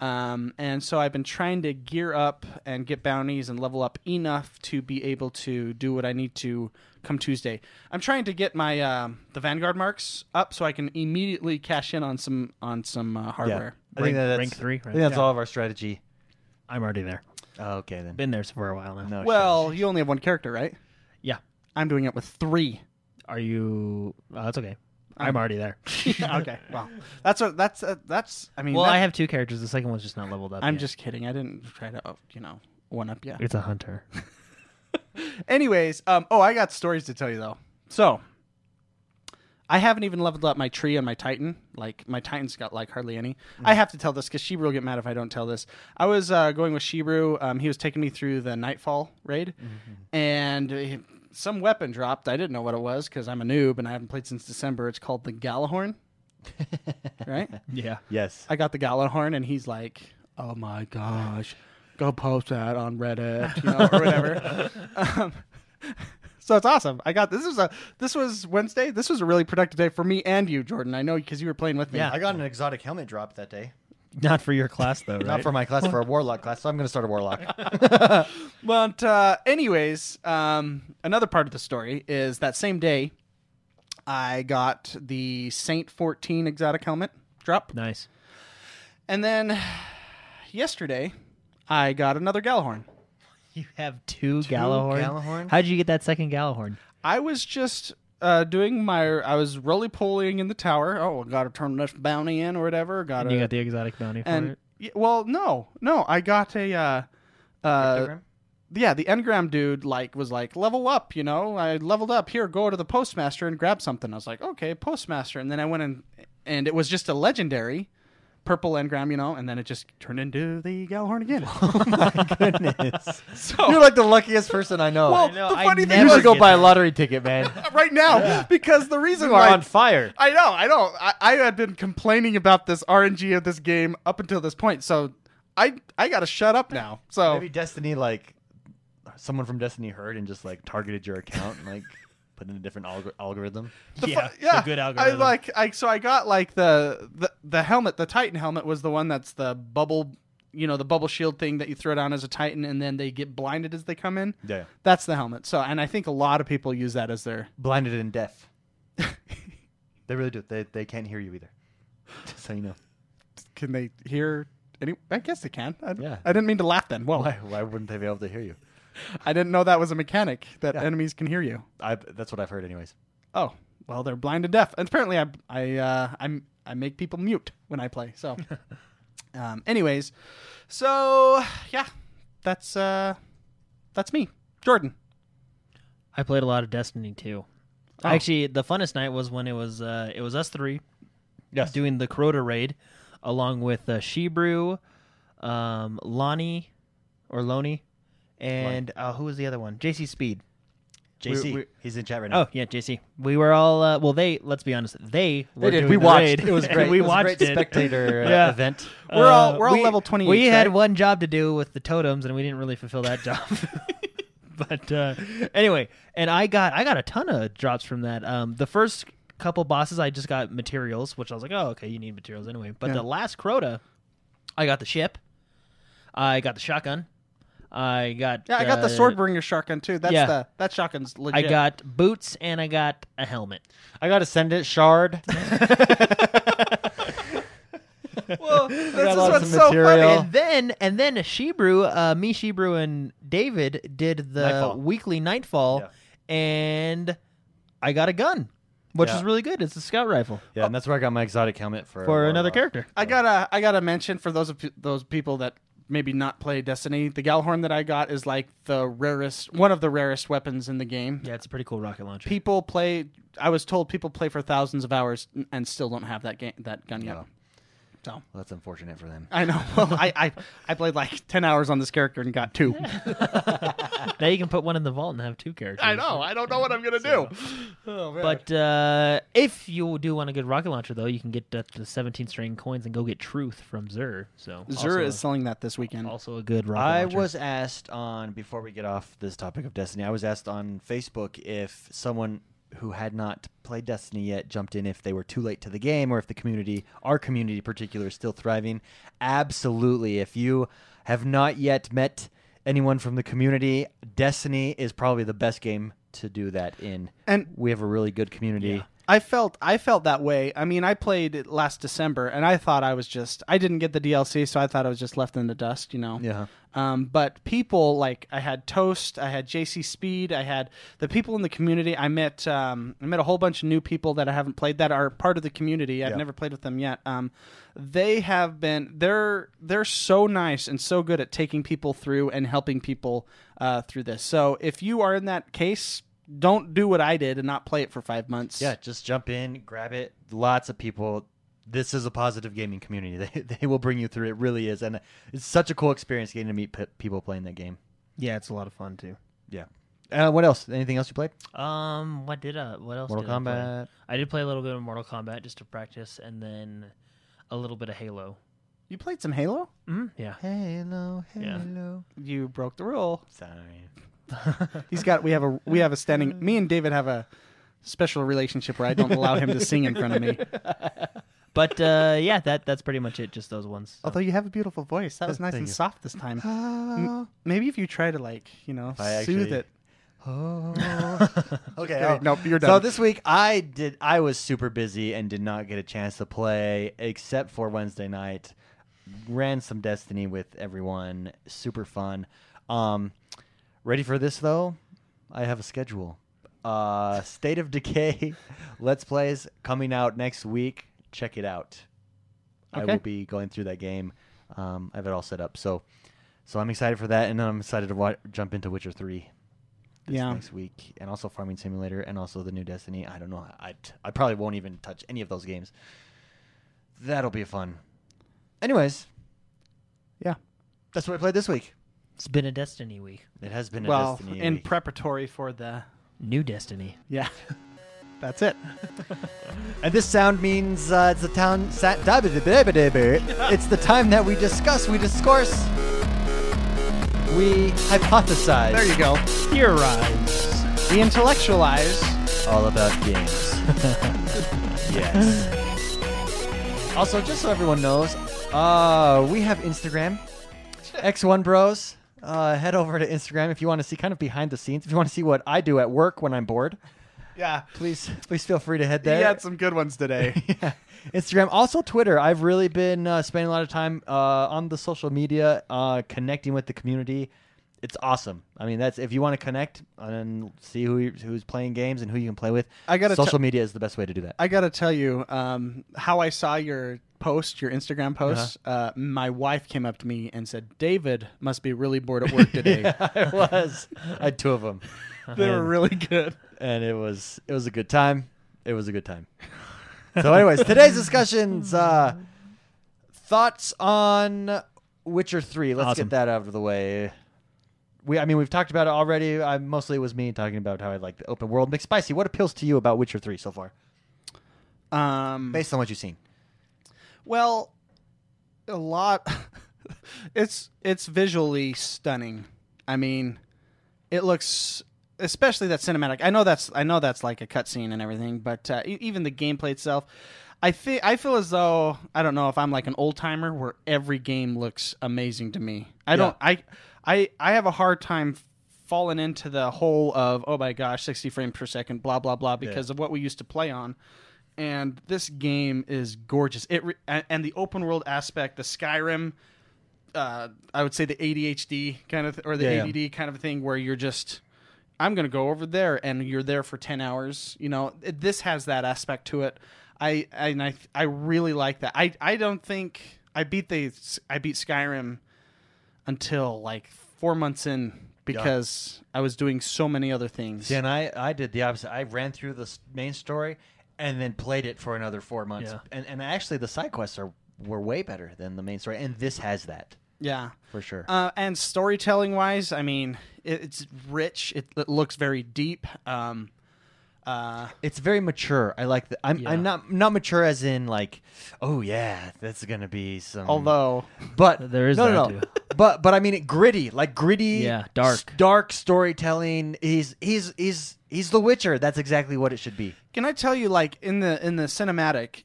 Speaker 2: Um, and so I've been trying to gear up and get bounties and level up enough to be able to do what I need to come Tuesday. I'm trying to get my um, the Vanguard marks up so I can immediately cash in on some on some uh,
Speaker 1: Yeah.
Speaker 2: hardware.
Speaker 1: I think
Speaker 3: Rank-
Speaker 1: that's,
Speaker 3: rank three,
Speaker 1: I think
Speaker 3: right?
Speaker 1: that's
Speaker 2: Yeah.
Speaker 1: all of our strategy.
Speaker 3: I'm already there.
Speaker 1: Oh, okay then.
Speaker 3: Been there for a while now.
Speaker 1: No,
Speaker 2: Well, you only have one character, right?
Speaker 3: Yeah.
Speaker 2: I'm doing it with three.
Speaker 3: Are you? Oh, that's okay. I'm, already there.
Speaker 2: okay. Well, that's what that's uh, that's. I mean,
Speaker 3: Well,
Speaker 2: that-
Speaker 3: I have two characters. The second one's just not leveled up.
Speaker 2: I'm
Speaker 3: yet.
Speaker 2: just kidding. I didn't try to, oh, you know, one up yet.
Speaker 3: It's a hunter.
Speaker 2: Anyways, um, oh, I got stories to tell you though. So, I haven't even leveled up my tree and my titan. Like my titan's got like hardly any. I have to tell this because Shebrew will get mad if I don't tell this. I was uh, going with Shebrew. Um, he was taking me through the Nightfall raid, and he- some weapon dropped. I didn't know what it was because I'm a noob and I haven't played since December. It's called the Galahorn, right?
Speaker 3: Yeah.
Speaker 1: yes.
Speaker 2: I got the Galahorn, and he's like, "Oh my gosh, go post that on Reddit, you know, or whatever." um, so it's awesome. I got this was a this was Wednesday. This was a really productive day for me and you, Jordan. I know because you were playing with me.
Speaker 3: Yeah. I
Speaker 1: got an exotic helmet drop that day.
Speaker 3: Not for your class though, right?
Speaker 1: Not for my class, for a warlock class. So I'm going to start a warlock.
Speaker 2: But uh, anyways, um, another part of the story is that same day, I got the Saint 14 exotic helmet drop.
Speaker 3: nice.
Speaker 2: And then yesterday, I got another Galahorn.
Speaker 3: You have two, Galahorn.
Speaker 1: Galahorn?
Speaker 3: How'd you get that second Galahorn?
Speaker 2: I was just uh, doing my. I was roly polying in the tower. Oh, got to turn this bounty in or whatever. Got
Speaker 3: You got the exotic bounty for
Speaker 2: and
Speaker 3: it.
Speaker 2: y- well, no, no, I got a. Uh, uh, yeah, the engram dude like was like level up. You know, I leveled up. Here, go to the postmaster and grab something. I was like, okay, postmaster, and then I went and and it was just a legendary purple engram, you know, and then it just turned into the Galhorn again.
Speaker 1: Goodness.
Speaker 2: so
Speaker 1: You're like the luckiest person I know.
Speaker 2: Well,
Speaker 3: I know,
Speaker 2: the
Speaker 3: I
Speaker 2: funny thing
Speaker 1: you
Speaker 3: never
Speaker 2: is,
Speaker 1: should go
Speaker 3: get
Speaker 1: buy a
Speaker 3: that.
Speaker 1: lottery ticket, man.
Speaker 2: right now because the reason
Speaker 1: you are
Speaker 2: why
Speaker 1: on fire.
Speaker 2: I know, I know. I, I had been complaining about this RNG of this game up until this point, so I I gotta shut up now. So
Speaker 1: Maybe Destiny, like someone from Destiny heard and just like targeted your account and like put in a different alg- algorithm.
Speaker 2: the fu-
Speaker 3: yeah,
Speaker 2: yeah,
Speaker 3: the good algorithm.
Speaker 2: I like I so I got like the, the the helmet, the Titan helmet was the one that's the bubble, you know, the bubble shield thing that you throw down as a Titan, and then they get blinded as they come in.
Speaker 1: Yeah.
Speaker 2: That's the helmet. So, and I think a lot of people use that as their.
Speaker 1: Blinded and deaf. they really do. They they can't hear you either. Just so you know.
Speaker 2: Can they hear? Any? I guess they can. I,
Speaker 1: Yeah.
Speaker 2: I didn't mean to laugh then. Well,
Speaker 1: Why why wouldn't they be able to hear you?
Speaker 2: I didn't know that was a mechanic that
Speaker 1: Yeah.
Speaker 2: enemies can hear you.
Speaker 1: I that's what I've heard anyways.
Speaker 2: Oh, well, they're blind and deaf. And apparently, I I uh, I'm I make people mute when I play. So, um, anyways, so yeah, that's uh, that's me, Jordan.
Speaker 3: I played a lot of Destiny too.
Speaker 2: Oh.
Speaker 3: Actually, the funnest night was when it was uh, it was us three
Speaker 1: Yes.
Speaker 3: doing the Crota raid, along with uh, Shebrew, um, Lonnie, or Loney, and uh, who was the other one? JC Speed.
Speaker 1: JC,
Speaker 3: We- we-
Speaker 1: he's in chat right now.
Speaker 3: Oh yeah, JC. We were all uh, well. They let's be honest. They were
Speaker 1: did.
Speaker 3: doing
Speaker 1: We
Speaker 3: the
Speaker 1: watched.
Speaker 3: raid.
Speaker 1: It was great.
Speaker 3: we
Speaker 1: It was a
Speaker 3: watched
Speaker 1: great
Speaker 3: it.
Speaker 1: spectator uh,
Speaker 3: Yeah.
Speaker 1: event.
Speaker 2: We're all- we're all
Speaker 3: we-
Speaker 2: level 28,
Speaker 3: We had
Speaker 2: right?
Speaker 3: one job to do with the totems, and we didn't really fulfill that job. but uh, anyway, and I got I got a ton of drops from that. Um, the first couple bosses, I just got materials, which I was like, oh, okay, you need materials anyway. But
Speaker 2: Yeah.
Speaker 3: the last Crota, I got the ship, I got the shotgun, I got
Speaker 2: Yeah, I got the
Speaker 3: uh,
Speaker 2: Swordbringer shotgun too. That's
Speaker 3: yeah.
Speaker 2: the that shotgun's legit.
Speaker 3: I got boots and I got a helmet.
Speaker 1: I gotta send it shard.
Speaker 2: Well, this is
Speaker 1: got lots
Speaker 2: what's
Speaker 1: of
Speaker 2: so
Speaker 1: material.
Speaker 2: funny.
Speaker 3: And then and then Shebrew, uh, me Shebrew and David did the
Speaker 1: Nightfall.
Speaker 3: weekly Nightfall, and I got a gun, which
Speaker 1: Yeah.
Speaker 3: is really good. It's a scout rifle
Speaker 1: Yeah, and that's where I got my exotic helmet for
Speaker 3: for
Speaker 1: Warlock.
Speaker 3: another character.
Speaker 2: I gotta I gotta mention for those of p- those people that maybe not play Destiny, the Galhorn that I got is like the rarest, one of the rarest weapons in the game.
Speaker 3: Yeah, it's a pretty cool rocket launcher.
Speaker 2: people play i was told people play for thousands of hours n- and still don't have that game that gun yet
Speaker 1: Yeah.
Speaker 2: so
Speaker 1: Well, that's unfortunate for them.
Speaker 2: i know well I, I i played like 10 hours on this character and got two
Speaker 3: now you can put one in the vault and have two characters.
Speaker 2: i know i don't know what i'm gonna do oh, man.
Speaker 3: But uh, if you do want a good rocket launcher, though, you can get uh, the 17 string coins and go get Truth from Zur. So also
Speaker 2: zura is
Speaker 3: a-
Speaker 2: selling that this weekend
Speaker 3: also a good rocket
Speaker 1: I
Speaker 3: launcher.
Speaker 1: was asked on before we get off this topic of Destiny. I was asked on Facebook if someone who had not played Destiny yet jumped in if they were too late to the game or if the community, our community in particular, is still thriving. Absolutely. If you have not yet met anyone from the community, Destiny is probably the best game to do that in.
Speaker 2: And-
Speaker 1: we have a really good community.
Speaker 2: I felt I felt that way. I mean, I played it last December, and I thought I was just I didn't get the DLC, so I thought I was just left in the dust, you know.
Speaker 1: Yeah.
Speaker 2: Um, but people like I had Toast, I had JC Speed, I had the people in the community. I met um, I met a whole bunch of new people that I haven't played that are part of the community. I've
Speaker 1: Yeah.
Speaker 2: never played with them yet. Um, they have been they're they're so nice and so good at taking people through and helping people uh, through this. So if you are in that case. Don't do what I did and not play it for five months.
Speaker 1: Yeah, just jump in, grab it. Lots of people. This is a positive gaming community. They, they will bring you through. It really is, and it's such a cool experience getting to meet p- people playing that game.
Speaker 3: yeah, it's a lot of fun too.
Speaker 1: Yeah. Uh, what else? Anything else you played?
Speaker 3: Um, what did I? What else?
Speaker 1: Mortal
Speaker 3: did I play?
Speaker 1: Kombat.
Speaker 3: I did play a little bit of Mortal Kombat just to practice, and then a little bit of Halo.
Speaker 2: You played some Halo?
Speaker 1: Hmm.
Speaker 3: Mm? Yeah.
Speaker 1: Halo,
Speaker 3: Yeah.
Speaker 1: Halo.
Speaker 2: You broke the rule.
Speaker 1: Sorry.
Speaker 2: He's got we have a we have a standing me and David have a special relationship where I don't allow him to sing in front of me.
Speaker 3: But uh, yeah, that that's pretty much it. Just those ones. so.
Speaker 1: Oh,
Speaker 2: Although you have a beautiful voice. That was nice
Speaker 1: Thank
Speaker 2: and
Speaker 1: you.
Speaker 2: soft this time.
Speaker 1: Ah,
Speaker 3: Mm.
Speaker 2: M- maybe if you try to like, you know,
Speaker 1: I
Speaker 2: soothe
Speaker 1: actually-
Speaker 2: it.
Speaker 1: Oh. okay.
Speaker 2: Okay,
Speaker 1: oh.
Speaker 2: nope, you're
Speaker 1: So
Speaker 2: done.
Speaker 1: this week I did. I was super busy and did not get a chance to play except for Wednesday night. Ran some Destiny with everyone. Super fun. Um, ready for this though? I have a schedule. Uh, State of Decay, Let's Plays coming out next week. Check it out. I
Speaker 2: Okay.
Speaker 1: will be going through that game. Um, I have it all set up. So, so I'm excited for that, and I'm excited to wa- jump into Witcher Three this
Speaker 2: Yeah.
Speaker 1: next week, and also Farming Simulator, and also the new Destiny. I don't know. I I probably won't even touch any of those games. That'll be fun. Anyways,
Speaker 2: Yeah.
Speaker 1: that's what we played this week.
Speaker 3: It's been a Destiny week.
Speaker 1: It has been a
Speaker 2: Well,
Speaker 1: destiny.
Speaker 2: in
Speaker 1: week.
Speaker 2: preparatory for the
Speaker 3: New Destiny.
Speaker 2: yeah. That's it.
Speaker 1: and this sound means uh, it's the town. Sa- it's the time that we discuss, we discourse, we hypothesize.
Speaker 2: There you go.
Speaker 3: Theorize.
Speaker 2: We intellectualize.
Speaker 1: all about games. yes. Also, just so everyone knows, uh, we have Instagram, X1 Bros. Uh, head over to Instagram if you want to see kind of behind the scenes. If you want to see what I do at work when I'm bored,
Speaker 2: Yeah.
Speaker 1: please please feel free to head
Speaker 2: You
Speaker 1: there.
Speaker 2: had some good ones today.
Speaker 1: Yeah. Instagram, also Twitter. I've really been uh, spending a lot of time uh, on the social media, uh, connecting with the community. It's awesome. I mean, that's if you want to connect and see who you- who's playing games and who you can play with.
Speaker 2: I gotta
Speaker 1: social media is the best way to do that.
Speaker 2: I gotta tell you, um, how I saw your post, your Instagram post. uh my wife came up to me and said, "David must be really bored at work today."
Speaker 1: I was. I had two of them,
Speaker 2: They were really good.
Speaker 1: and it was it was a good time. It was a good time. So, anyways, today's discussions uh, thoughts on Witcher Three. Let's
Speaker 3: Awesome.
Speaker 1: get that out of the way. We, I mean, we've talked about it already. I, mostly, it was me talking about how I like the open world. McSpicy, what appeals to you about Witcher Three so far,
Speaker 2: Um,
Speaker 1: based on what you've seen?
Speaker 2: well, a lot. it's it's visually stunning. I mean, it looks especially that cinematic. I know that's I know that's like a cutscene and everything, but uh, e- even the gameplay itself. I feel I feel as though I don't know if I'm like an old timer where every game looks amazing to me. I don't I I I have a hard time falling into the hole of oh my gosh 60 frames per second blah blah blah because of what we used to play on and this game is gorgeous it re- and, and the open world aspect the skyrim uh, I would say the ADHD kind of th- or the
Speaker 1: Yeah,
Speaker 2: ADD kind of thing where you're just I'm going to go over there and you're there for 10 hours. You know, It- this has that aspect to it. I I- and I th- I really like that. I I don't think I beat the I beat Skyrim until like 4 months in because I was doing so many other things.
Speaker 1: Dan, I, I did the opposite. I ran through the s- main story and then played it for another four months.
Speaker 3: Yeah.
Speaker 1: And, and actually, the side quests are were way better than the main story. And this has that
Speaker 2: Yeah.
Speaker 1: for sure.
Speaker 2: Uh, and storytelling wise, I mean, it, it's rich. It, it looks very deep. Um, uh,
Speaker 1: it's very mature. I like the. I'm, I'm not not mature as in like, oh yeah, that's gonna be some.
Speaker 2: although
Speaker 1: but
Speaker 3: There is
Speaker 1: no, no,
Speaker 3: that,
Speaker 1: no.
Speaker 3: too.
Speaker 1: but but I mean it gritty, like gritty,
Speaker 3: Yeah, dark.
Speaker 1: s- dark storytelling. He's he's he's he's The Witcher. That's exactly what it should be.
Speaker 2: Can I tell you, like in the in the cinematic,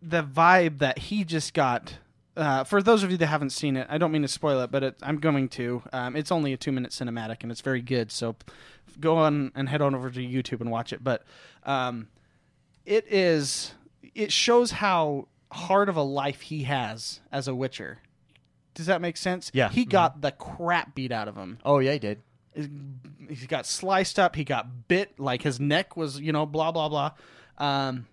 Speaker 2: the vibe that he just got. Uh, for those of you that haven't seen it, I don't mean to spoil it, but it, I'm going to. Um, it's only a two minute cinematic, and it's very good. So go on and head on over to YouTube and watch it. But um, it is it shows how hard of a life he has as a Witcher. Does that make sense?
Speaker 1: Yeah.
Speaker 2: He got the crap beat out of him
Speaker 1: Oh yeah, he did.
Speaker 2: he got sliced up. He got bit. Like his neck was, you know, blah blah blah. Um,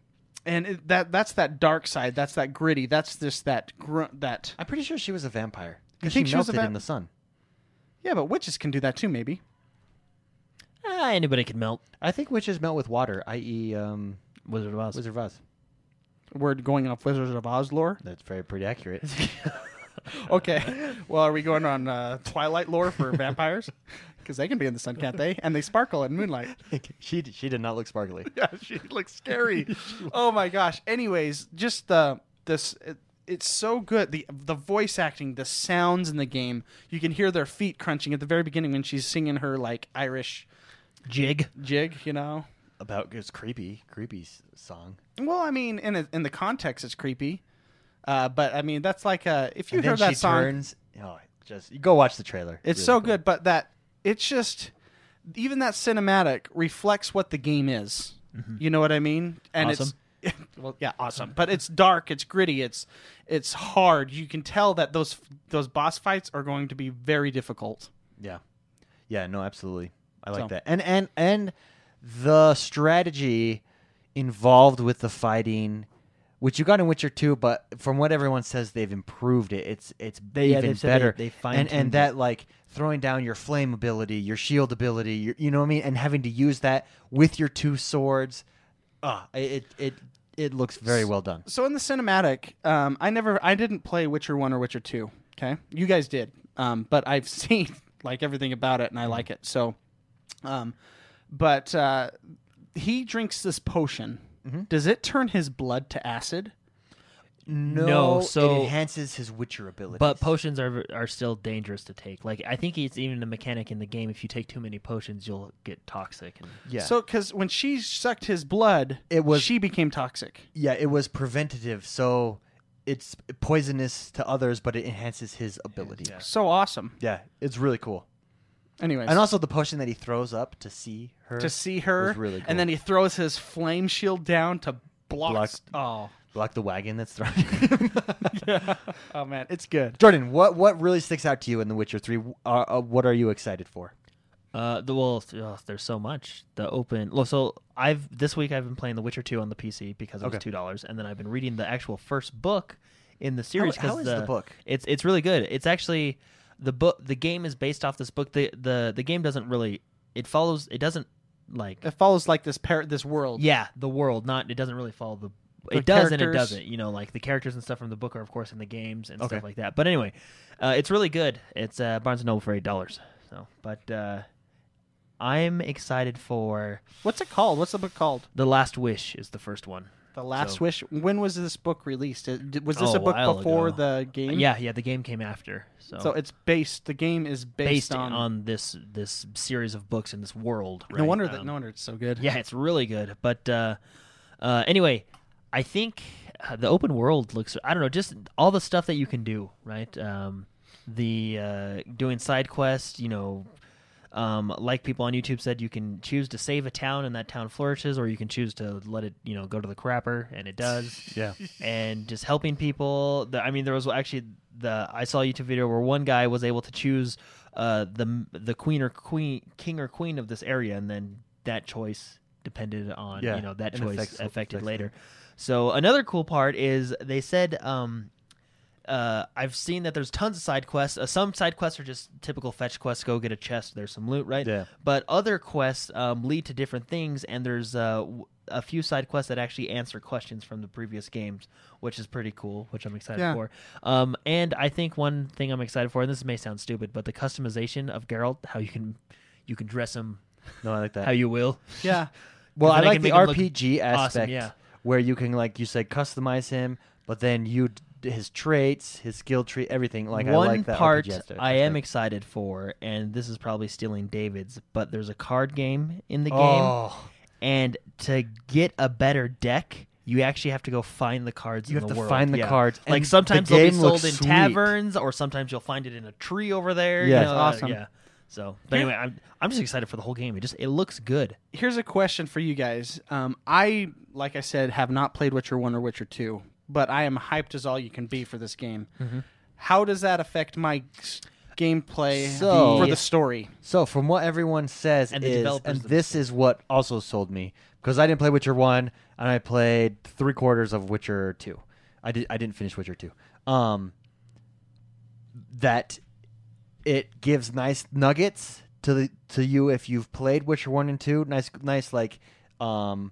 Speaker 2: and it, that that's that dark side. That's that gritty. That's just that grunt. That
Speaker 1: I'm pretty sure she was a vampire.
Speaker 2: You
Speaker 1: because she
Speaker 2: think she was a
Speaker 1: melted
Speaker 2: va-
Speaker 1: in the sun.
Speaker 2: yeah, but witches can do that too. Maybe
Speaker 3: Ah, anybody could melt
Speaker 1: I think witches melt with water, i.e., um,
Speaker 3: Wizard of Oz.
Speaker 1: Wizard of Oz.
Speaker 2: we're going off Wizards of Oz lore.
Speaker 1: That's very pretty accurate.
Speaker 2: Okay, well, are we going on uh, Twilight lore for vampires? Because they can be in the sun, can't they? And they sparkle in moonlight.
Speaker 1: she she did not look sparkly.
Speaker 2: yeah, she looks scary. oh my gosh. Anyways, just the this it, it's so good. The the voice acting, the sounds in the game. You can hear their feet crunching at the very beginning when she's singing her like Irish
Speaker 3: Jig.
Speaker 2: jig, you know.
Speaker 1: About it's creepy, creepy s- song.
Speaker 2: Well, I mean, in a, in the context it's creepy. Uh, but I mean, that's like uh if you
Speaker 1: and
Speaker 2: hear
Speaker 1: then
Speaker 2: that
Speaker 1: she
Speaker 2: song
Speaker 1: turns. Oh, just you go watch the trailer.
Speaker 2: It's
Speaker 1: Really
Speaker 2: so
Speaker 1: cool.
Speaker 2: good, but that it's just even that cinematic reflects what the game is. You know what I mean? And it's well, yeah, awesome. But it's dark, it's gritty, it's it's hard. You can tell that those those boss fights are going to be very difficult.
Speaker 1: Yeah. Yeah, no, absolutely. I like
Speaker 2: So-
Speaker 1: that. And and and the strategy involved with the fighting which you got in Witcher 2, but from what everyone says they've improved it. It's it's
Speaker 3: yeah,
Speaker 1: even
Speaker 3: they've said they-
Speaker 1: better.
Speaker 3: they
Speaker 1: and
Speaker 3: fine-tuned
Speaker 1: and that like throwing down your flame ability, your shield ability, your, you know what I mean, and having to use that with your two swords. Uh, ah, it it it looks very well done.
Speaker 2: so in the cinematic, um, I never, I didn't play Witcher one or Witcher two. Okay, you guys did, um, but I've seen like everything about it, and
Speaker 1: Mm.
Speaker 2: I like it. So, um, but uh, he drinks this potion.
Speaker 1: Mm-hmm.
Speaker 2: Does it turn his blood to acid?
Speaker 1: No,
Speaker 3: so-
Speaker 1: it enhances his Witcher ability.
Speaker 3: But potions are are still dangerous to take. Like I think it's even a mechanic in the game. If you take too many potions, you'll get toxic. And
Speaker 1: yeah,
Speaker 2: So, because when she sucked his blood,
Speaker 1: It was-
Speaker 2: she became toxic.
Speaker 1: yeah, it was preventative. So it's poisonous to others, but it enhances his ability. Yeah,
Speaker 2: So awesome.
Speaker 1: it's really cool.
Speaker 2: Anyways,
Speaker 1: And also the potion that he throws up to see her
Speaker 2: to see her,
Speaker 1: was really cool.
Speaker 2: and then he throws his flame shield down to block.
Speaker 1: Blocked.
Speaker 2: Oh,
Speaker 1: block the wagon that's thrown.
Speaker 2: oh man, it's good.
Speaker 1: Jordan, what what really sticks out to you in The Witcher Three? Uh, uh, what are you excited for?
Speaker 3: uh, the well, th- oh, there's so much. The open. Well, so I've this week I've been playing The Witcher two on the PC because it was
Speaker 1: Okay.
Speaker 3: two dollars, and then I've been reading the actual first book in the series. 'cause
Speaker 1: how is the book?
Speaker 3: It's it's really good. It's actually the book. The game is based off this book. the the The game doesn't really. It follows. It doesn't like
Speaker 2: It follows like this par- this world.
Speaker 3: Yeah, the world. Not it doesn't really follow the.
Speaker 2: The
Speaker 3: it does and it
Speaker 2: characters.
Speaker 3: doesn't. You know, like the characters and stuff from the book are of course in the games and
Speaker 1: Okay.
Speaker 3: stuff like that. But anyway, uh, it's really good. It's uh, Barnes and Noble for eight dollars. So, but uh, I'm excited for
Speaker 2: What's it called? What's the book called?
Speaker 3: the Last Wish is the first one.
Speaker 2: The Last
Speaker 3: So-
Speaker 2: Wish. When was this book released? It- did- Was this
Speaker 3: Oh,
Speaker 2: a
Speaker 3: a
Speaker 2: book
Speaker 3: while
Speaker 2: before
Speaker 3: ago.
Speaker 2: the game?
Speaker 3: Yeah, yeah. The game came after, so,
Speaker 2: Hmm? So it's based. The game is based,
Speaker 3: based on, this this series of books in this world.
Speaker 2: No
Speaker 3: right?
Speaker 2: wonder that.
Speaker 3: Um,
Speaker 2: No wonder it's so good.
Speaker 3: Yeah, it's really good. But uh, uh, anyway, I think uh, the open world looks. I don't know, just all the stuff that you can do, right? Um, the uh, doing side quests, you know. Um, like people on YouTube said, you can choose to save a town and that town flourishes, or you can choose to let it, you know, go to the crapper and it does.
Speaker 1: Yeah.
Speaker 3: and just helping people. The, I mean, there was actually the I saw a YouTube video where one guy was able to choose uh, the the queen or queen king or queen of this area, and then that choice depended on
Speaker 1: Yeah,
Speaker 3: you know that
Speaker 1: and
Speaker 3: choice
Speaker 1: affects-
Speaker 3: affected
Speaker 1: affects
Speaker 3: later. So another cool part is they said. Um, uh, I've seen that there's tons of side quests. Uh, some side quests are just typical fetch quests. Go get a chest. There's some loot, right?
Speaker 1: Yeah.
Speaker 3: But other quests um, lead to different things, and there's uh, w- a few side quests that actually answer questions from the previous games, which is pretty cool, which I'm excited
Speaker 2: Yeah.
Speaker 3: for. Um, and I think one thing I'm excited for, and this may sound stupid, but the customization of Geralt, how you can you can dress him
Speaker 1: No, I like that.
Speaker 3: how you will.
Speaker 2: Yeah.
Speaker 1: well, I
Speaker 3: then I
Speaker 1: like
Speaker 3: can
Speaker 1: the
Speaker 3: make him look
Speaker 1: RPG
Speaker 3: awesome,
Speaker 1: aspect
Speaker 3: yeah.
Speaker 1: where you can, like you said, customize him, but then you d- his traits, his skill tree, everything. Like
Speaker 3: one
Speaker 1: I like that
Speaker 3: part
Speaker 1: RPG aspect.
Speaker 3: I am excited for, and this is probably stealing David's, but there's a card game in the game.
Speaker 1: Oh,
Speaker 3: and to get a better deck, you actually have to go find the cards.
Speaker 1: You
Speaker 3: in
Speaker 1: have
Speaker 3: the
Speaker 1: to
Speaker 3: world.
Speaker 1: find the
Speaker 3: Yeah.
Speaker 1: cards, and
Speaker 3: Like
Speaker 1: the
Speaker 3: sometimes they'll be
Speaker 1: game
Speaker 3: sold
Speaker 1: looks
Speaker 3: in
Speaker 1: sweet.
Speaker 3: taverns, or sometimes you'll find it in a tree over there.
Speaker 1: Yeah.
Speaker 3: you
Speaker 1: That's
Speaker 3: know, uh,
Speaker 2: awesome.
Speaker 3: Yeah. So, but anyway, I'm I'm just excited for the whole game. It just it looks good.
Speaker 2: Here's a question for you guys. Um, I, like I said, have not played Witcher one or Witcher two, but I am hyped as all you can be for this game. How does that affect my s- gameplay
Speaker 1: So-
Speaker 2: for the story?
Speaker 1: so from what everyone says
Speaker 3: And the
Speaker 1: is,
Speaker 3: developers
Speaker 1: and
Speaker 3: themselves.
Speaker 1: this is what also sold me because I didn't play Witcher one, and I played three quarters of Witcher two. I did. I didn't finish Witcher two. Um, that it gives nice nuggets to the to you if you've played Witcher one and two. Nice, nice like, um,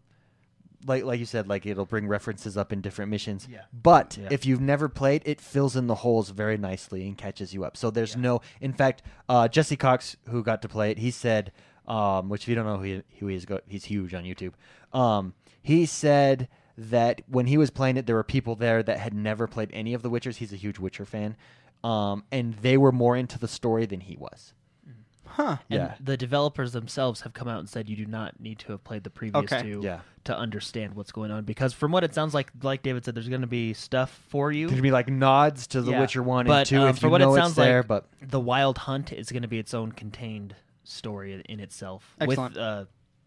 Speaker 1: like like you said, like it'll bring references up in different missions.
Speaker 3: Yeah.
Speaker 1: But
Speaker 3: Yeah.
Speaker 1: if you've never played, it fills in the holes very nicely and catches you up. So there's no. In fact, uh, Jesse Cox, who got to play it, he said, um, which if you don't know who he, who he is, go, he's huge on YouTube. Um, he said that when he was playing it, there were people there that had never played any of the Witchers. He's a huge Witcher fan, um, and they were more into the story than he was.
Speaker 3: Hmm.
Speaker 2: Huh.
Speaker 3: And
Speaker 1: Yeah.
Speaker 3: the developers themselves have come out and said you do not need to have played the previous
Speaker 2: Okay.
Speaker 3: two
Speaker 1: Yeah.
Speaker 3: to understand what's going on because from what it sounds like, like David said, there's going to be stuff for you.
Speaker 1: There'd be like nods to the
Speaker 3: Yeah.
Speaker 1: Witcher one
Speaker 3: But,
Speaker 1: and two
Speaker 3: um,
Speaker 1: if
Speaker 3: for
Speaker 1: you
Speaker 3: what it
Speaker 1: know it's
Speaker 3: sounds
Speaker 1: there,
Speaker 3: like,
Speaker 1: but
Speaker 3: the Wild Hunt is going to be its own contained story in itself.
Speaker 2: Excellent.
Speaker 3: With, uh,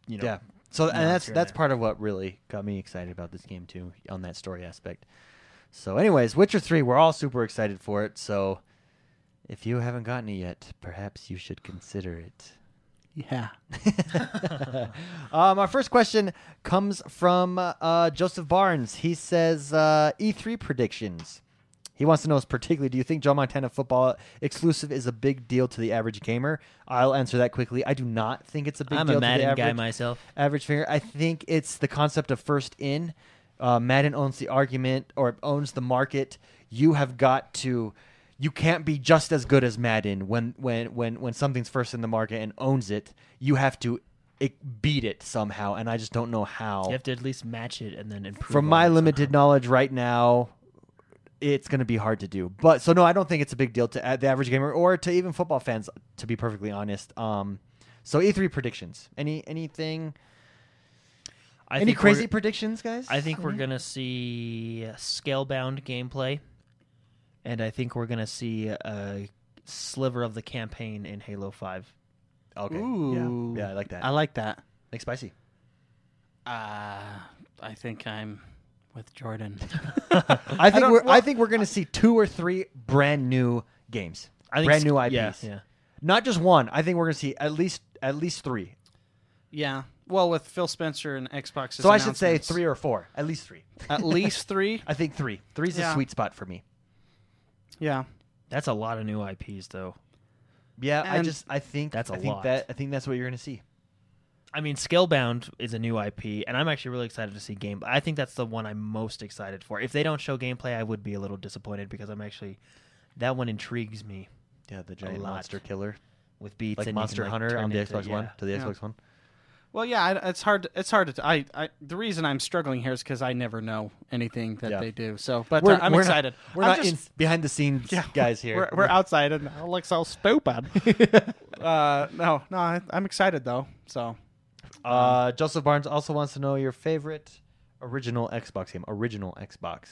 Speaker 3: you know,
Speaker 1: yeah. So and
Speaker 3: nuance
Speaker 1: that's
Speaker 3: here and
Speaker 1: that's
Speaker 3: there.
Speaker 1: part of what really got me excited about this game too on that story aspect. So, anyways, Witcher three, we're all super excited for it. So, if you haven't gotten it yet, perhaps you should consider it.
Speaker 2: Yeah.
Speaker 1: Um, our first question comes from uh, Joseph Barnes. He says uh, E3 predictions. He wants to know particularly, do you think John Montana football exclusive is a big deal to the average gamer? I'll answer that quickly. I do not think it's a big
Speaker 3: I'm
Speaker 1: deal
Speaker 3: a
Speaker 1: to the
Speaker 3: Madden
Speaker 1: average
Speaker 3: guy myself.
Speaker 1: average finger. I think it's the concept of first in. uh, Madden owns the argument or owns the market. You have got to. You can't be just as good as Madden when when when when something's first in the market and owns it. You have to it, beat it somehow, and I just don't know how.
Speaker 3: You have to at least match it and then improve.
Speaker 1: Oh. From
Speaker 3: on
Speaker 1: my
Speaker 3: it
Speaker 1: limited knowledge right now, it's going to be hard to do. But so no, I don't think it's a big deal to a- the average gamer or to even football fans. To be perfectly honest, um, so E three predictions. Any anything?
Speaker 3: somehow. I
Speaker 1: any
Speaker 3: think we're-
Speaker 1: crazy predictions, guys?
Speaker 3: I think we're gonna see scale bound gameplay, and I think we're gonna see a sliver of the campaign in Halo Five.
Speaker 1: Okay.
Speaker 2: Ooh.
Speaker 1: Yeah. yeah, I like that.
Speaker 2: I like that.
Speaker 1: like spicy.
Speaker 2: Uh, I think I'm with Jordan.
Speaker 1: I think
Speaker 2: don't-
Speaker 1: we're I
Speaker 2: well-
Speaker 1: think we're gonna see two or three brand new games.
Speaker 3: I think
Speaker 1: brand
Speaker 3: sc-
Speaker 1: new IPs.
Speaker 3: yeah, yeah.
Speaker 1: Not just one. I think we're gonna see at least at least three.
Speaker 2: yeah. Well, with Phil Spencer and Xbox.
Speaker 1: So I should say three or four. At least three.
Speaker 2: at least three.
Speaker 1: I think three. Three's a
Speaker 2: Yeah.
Speaker 1: sweet spot for me.
Speaker 2: Yeah.
Speaker 3: That's a lot of new IPs, though.
Speaker 1: Yeah, I
Speaker 2: And-
Speaker 1: just I think
Speaker 3: That's
Speaker 1: I
Speaker 3: a
Speaker 1: think
Speaker 3: lot.
Speaker 1: That, I think that's what you're gonna see.
Speaker 3: I mean, Scalebound is a new IP, and I'm actually really excited to see game. I think that's the one I'm most excited for. If they don't show gameplay, I would be a little disappointed because I'm actually that one intrigues me
Speaker 1: Yeah, the giant
Speaker 3: lot.
Speaker 1: monster killer,
Speaker 3: with beats
Speaker 1: like
Speaker 3: and you
Speaker 1: Monster
Speaker 3: can, like,
Speaker 1: Hunter
Speaker 3: turn
Speaker 1: on the
Speaker 3: into-
Speaker 1: Xbox One
Speaker 3: yeah.
Speaker 1: to the
Speaker 2: Yeah.
Speaker 1: Xbox One.
Speaker 2: Well, yeah. I, it's hard. It's hard to. I, I. The reason I'm struggling here is because I never know anything that
Speaker 1: Yeah.
Speaker 2: they do. So, but
Speaker 1: We're-
Speaker 2: uh, I'm
Speaker 1: we're not-
Speaker 2: excited.
Speaker 1: we're not
Speaker 2: I'm just-
Speaker 1: in behind the scenes
Speaker 2: Yeah,
Speaker 1: guys here.
Speaker 2: We're, we're outside and it looks so stupid. uh, no, no, I, I'm excited though. So
Speaker 1: Uh, Joseph Barnes also wants to know your favorite original Xbox game. Original Xbox.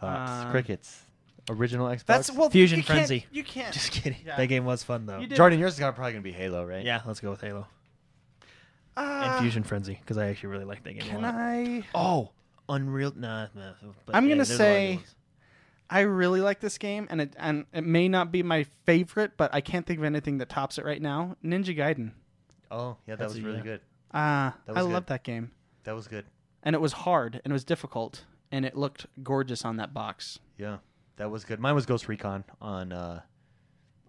Speaker 1: Thoughts? Uh,
Speaker 2: Um,
Speaker 1: Crickets. Original Xbox.
Speaker 3: Fusion you can't- Frenzy.
Speaker 2: you can't.
Speaker 3: Just kidding.
Speaker 2: Yeah.
Speaker 3: That game was fun though.
Speaker 2: You did-
Speaker 1: Jordan, yours is gonna- probably gonna be Halo, right?
Speaker 3: Yeah, let's go with Halo and
Speaker 2: uh,
Speaker 3: Fusion Frenzy because I actually really like that game.
Speaker 2: Can
Speaker 3: a lot.
Speaker 2: I?
Speaker 3: Oh, Unreal. Nah, nah but
Speaker 2: I'm
Speaker 3: yeah,
Speaker 2: gonna
Speaker 3: there's a lot of
Speaker 2: say-
Speaker 3: good ones.
Speaker 2: I really like this game, and it and it may not be my favorite, but I can't think of anything that tops it right now. Ninja Gaiden.
Speaker 1: Oh, yeah, that
Speaker 3: That's
Speaker 1: was
Speaker 3: a-
Speaker 1: really
Speaker 3: yeah.
Speaker 1: good.
Speaker 2: Ah,
Speaker 1: That
Speaker 2: I
Speaker 1: was good.
Speaker 2: love that game,
Speaker 1: That was good.
Speaker 2: and it was hard, and it was difficult, and it looked gorgeous on that box.
Speaker 1: Yeah, that was good. Mine was Ghost Recon on uh,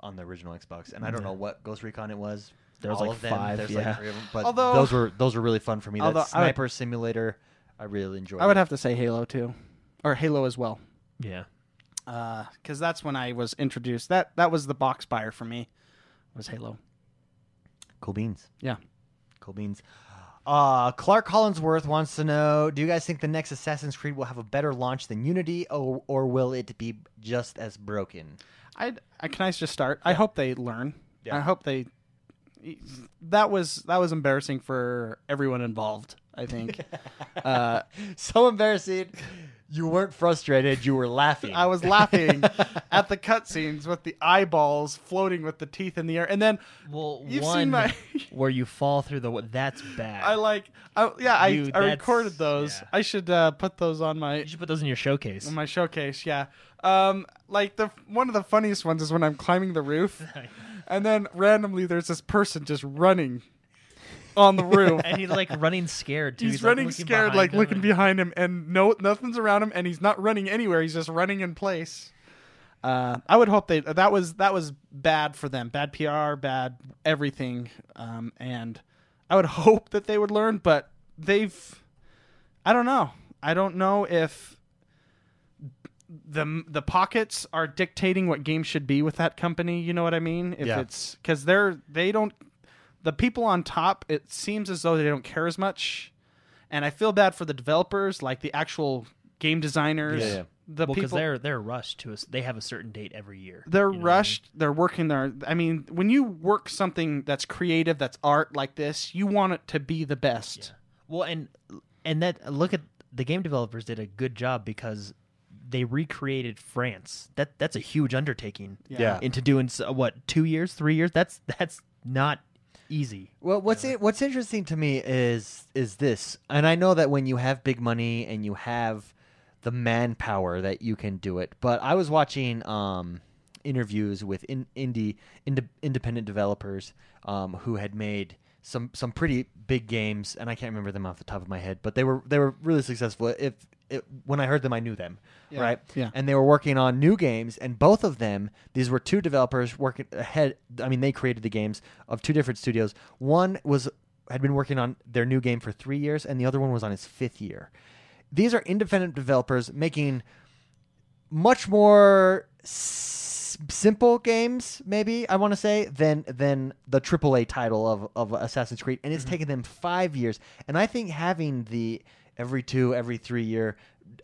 Speaker 1: on the original Xbox, and I don't know what Ghost Recon it was.
Speaker 3: There was
Speaker 1: All
Speaker 3: like
Speaker 1: of them.
Speaker 3: five,
Speaker 1: There's
Speaker 3: yeah.
Speaker 1: like three of them, but
Speaker 2: Although-
Speaker 1: those were those were really fun for me.
Speaker 2: Although
Speaker 1: That
Speaker 2: I would-
Speaker 1: sniper simulator, I really enjoyed.
Speaker 2: I would
Speaker 1: it.
Speaker 2: have to say Halo too, or Halo as well.
Speaker 3: Yeah.
Speaker 2: because that's when I was introduced. That that was the box buyer for me, was Halo.
Speaker 1: cool beans.
Speaker 2: Yeah.
Speaker 1: Cool beans. Uh, Clark Hollinsworth wants to know: Do you guys think the next Assassin's Creed will have a better launch than Unity, or, or will it be just as broken?
Speaker 2: I, I can I just start? I hope they learn.
Speaker 1: Yeah.
Speaker 2: I hope they. That was that was embarrassing for everyone involved. I think uh,
Speaker 1: So embarrassing! You weren't frustrated; you were laughing.
Speaker 2: I was laughing at the cutscenes with the eyeballs floating with the teeth in the air, and then
Speaker 3: Well,
Speaker 2: You've seen
Speaker 3: one
Speaker 2: my-
Speaker 3: where you fall through the. wa- That's bad.
Speaker 2: I like, I, yeah, I,
Speaker 3: Dude,
Speaker 2: I
Speaker 3: that's-
Speaker 2: recorded those.
Speaker 3: yeah.
Speaker 2: I should uh, put those on my
Speaker 3: You should put those in your showcase.
Speaker 2: On Oh my showcase, yeah. Um, like the one of the funniest ones is when I'm climbing the roof, and then randomly there's this person just running on the roof.
Speaker 3: and he's like running scared too.
Speaker 2: he's,
Speaker 3: like,
Speaker 2: running
Speaker 3: looking
Speaker 2: scared,
Speaker 3: behind
Speaker 2: like
Speaker 3: him,
Speaker 2: looking behind him, and no, nothing's around him, and he's not running anywhere. He's just running in place. Uh, I would hope they that was that was bad for them, bad PR, bad everything, um, and I would hope that they would learn, but they've. I don't know. I don't know if the the pockets are dictating what games should be with that company. You know what I mean? If
Speaker 1: Yeah.
Speaker 2: it's because they're they don't the people on top. It seems as though they don't care as much, and I feel bad for the developers, like the actual game designers.
Speaker 1: Yeah, yeah.
Speaker 2: The
Speaker 3: Well, because
Speaker 2: people
Speaker 3: they're they're rushed to us. They have a certain date every year.
Speaker 2: they're
Speaker 3: you know what I mean?
Speaker 2: rushed they're working their i mean when you work something that's creative that's art like this you want it to be the best
Speaker 3: Well, and and that look at the game developers did a good job because they recreated France. That that's a huge undertaking.
Speaker 1: Yeah.
Speaker 3: Into doing so, what two years, three years? That's that's not easy.
Speaker 1: Well, what's it, what's interesting to me is is this, and I know that when you have big money and you have the manpower that you can do it. But I was watching um, interviews with in, indie ind- independent developers um, who had made some some pretty big games, and I can't remember them off the top of my head, but they were they were really successful. If it, when I heard them, I knew them, right?
Speaker 2: yeah.
Speaker 1: and they were working on new games and both of them these were two developers working ahead i mean they created the games of two different studios one was had been working on their new game for three years, and the other one was on his fifth year. These are independent developers making much more s- simple games, maybe I want to say, than than the AAA title of of Assassin's Creed, and it's taken them five years. And I think having the every two, every three year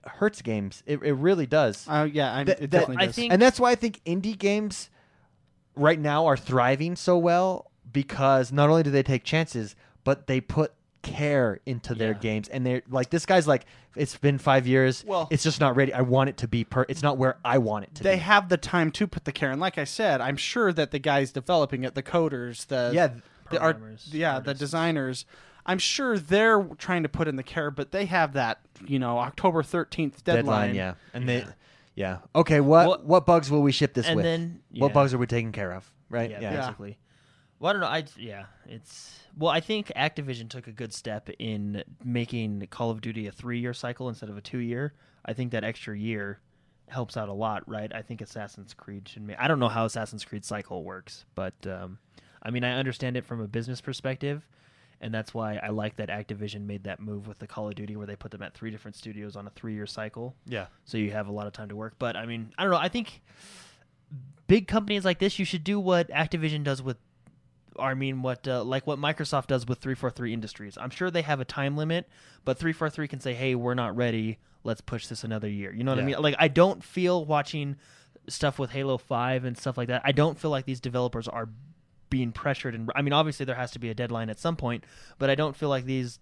Speaker 1: hurts games. It, it really does.
Speaker 2: Oh yeah, I'm,
Speaker 1: That-
Speaker 2: it
Speaker 1: that-
Speaker 2: definitely
Speaker 3: I
Speaker 2: does.
Speaker 3: think-
Speaker 1: And that's why I think indie games right now are thriving so well because not only do they take chances, but they put care into their games. And they're like, this guy's like, it's been five years.
Speaker 2: Well-
Speaker 1: it's just not ready. I want it to be per. It's not where I want it to
Speaker 2: they
Speaker 1: be.
Speaker 2: have the time to put the care in. Like I said, I'm sure that the guys developing it, the coders, the
Speaker 1: Yeah,
Speaker 2: the art,
Speaker 3: programmers,
Speaker 2: yeah, the
Speaker 3: artists.
Speaker 2: designers. I'm sure they're trying to put in the care, but they have that you know October 13th deadline.
Speaker 1: yeah. And they, yeah. Okay, what
Speaker 3: Well-
Speaker 1: what bugs will we ship this
Speaker 3: And
Speaker 1: with?
Speaker 3: then- yeah.
Speaker 1: What bugs are we taking care of? Right?
Speaker 3: yeah,
Speaker 2: Yeah.
Speaker 3: basically. Well, I don't know. I yeah, it's well. I think Activision took a good step in making Call of Duty a three-year cycle instead of a two-year. I think that extra year helps out a lot, right? I think Assassin's Creed should. Make, I don't know how Assassin's Creed cycle works, but um, I mean, I understand it from a business perspective, and that's why I like that Activision made that move with the Call of Duty, where they put them at three different studios on a three-year cycle
Speaker 1: Yeah.
Speaker 3: so you have a lot of time to work. But I mean, I don't know. I think big companies like this, you should do what Activision does with, I mean, what uh, like what Microsoft does with three four three Industries. I'm sure they have a time limit, but three four three can say, "Hey, we're not ready. Let's push this another year." You know what I
Speaker 1: Yeah.
Speaker 3: mean? Like I don't feel watching stuff with Halo Five and stuff like that. I don't feel like these developers are being pressured and I mean obviously there has to be a deadline at some point, but I don't feel like these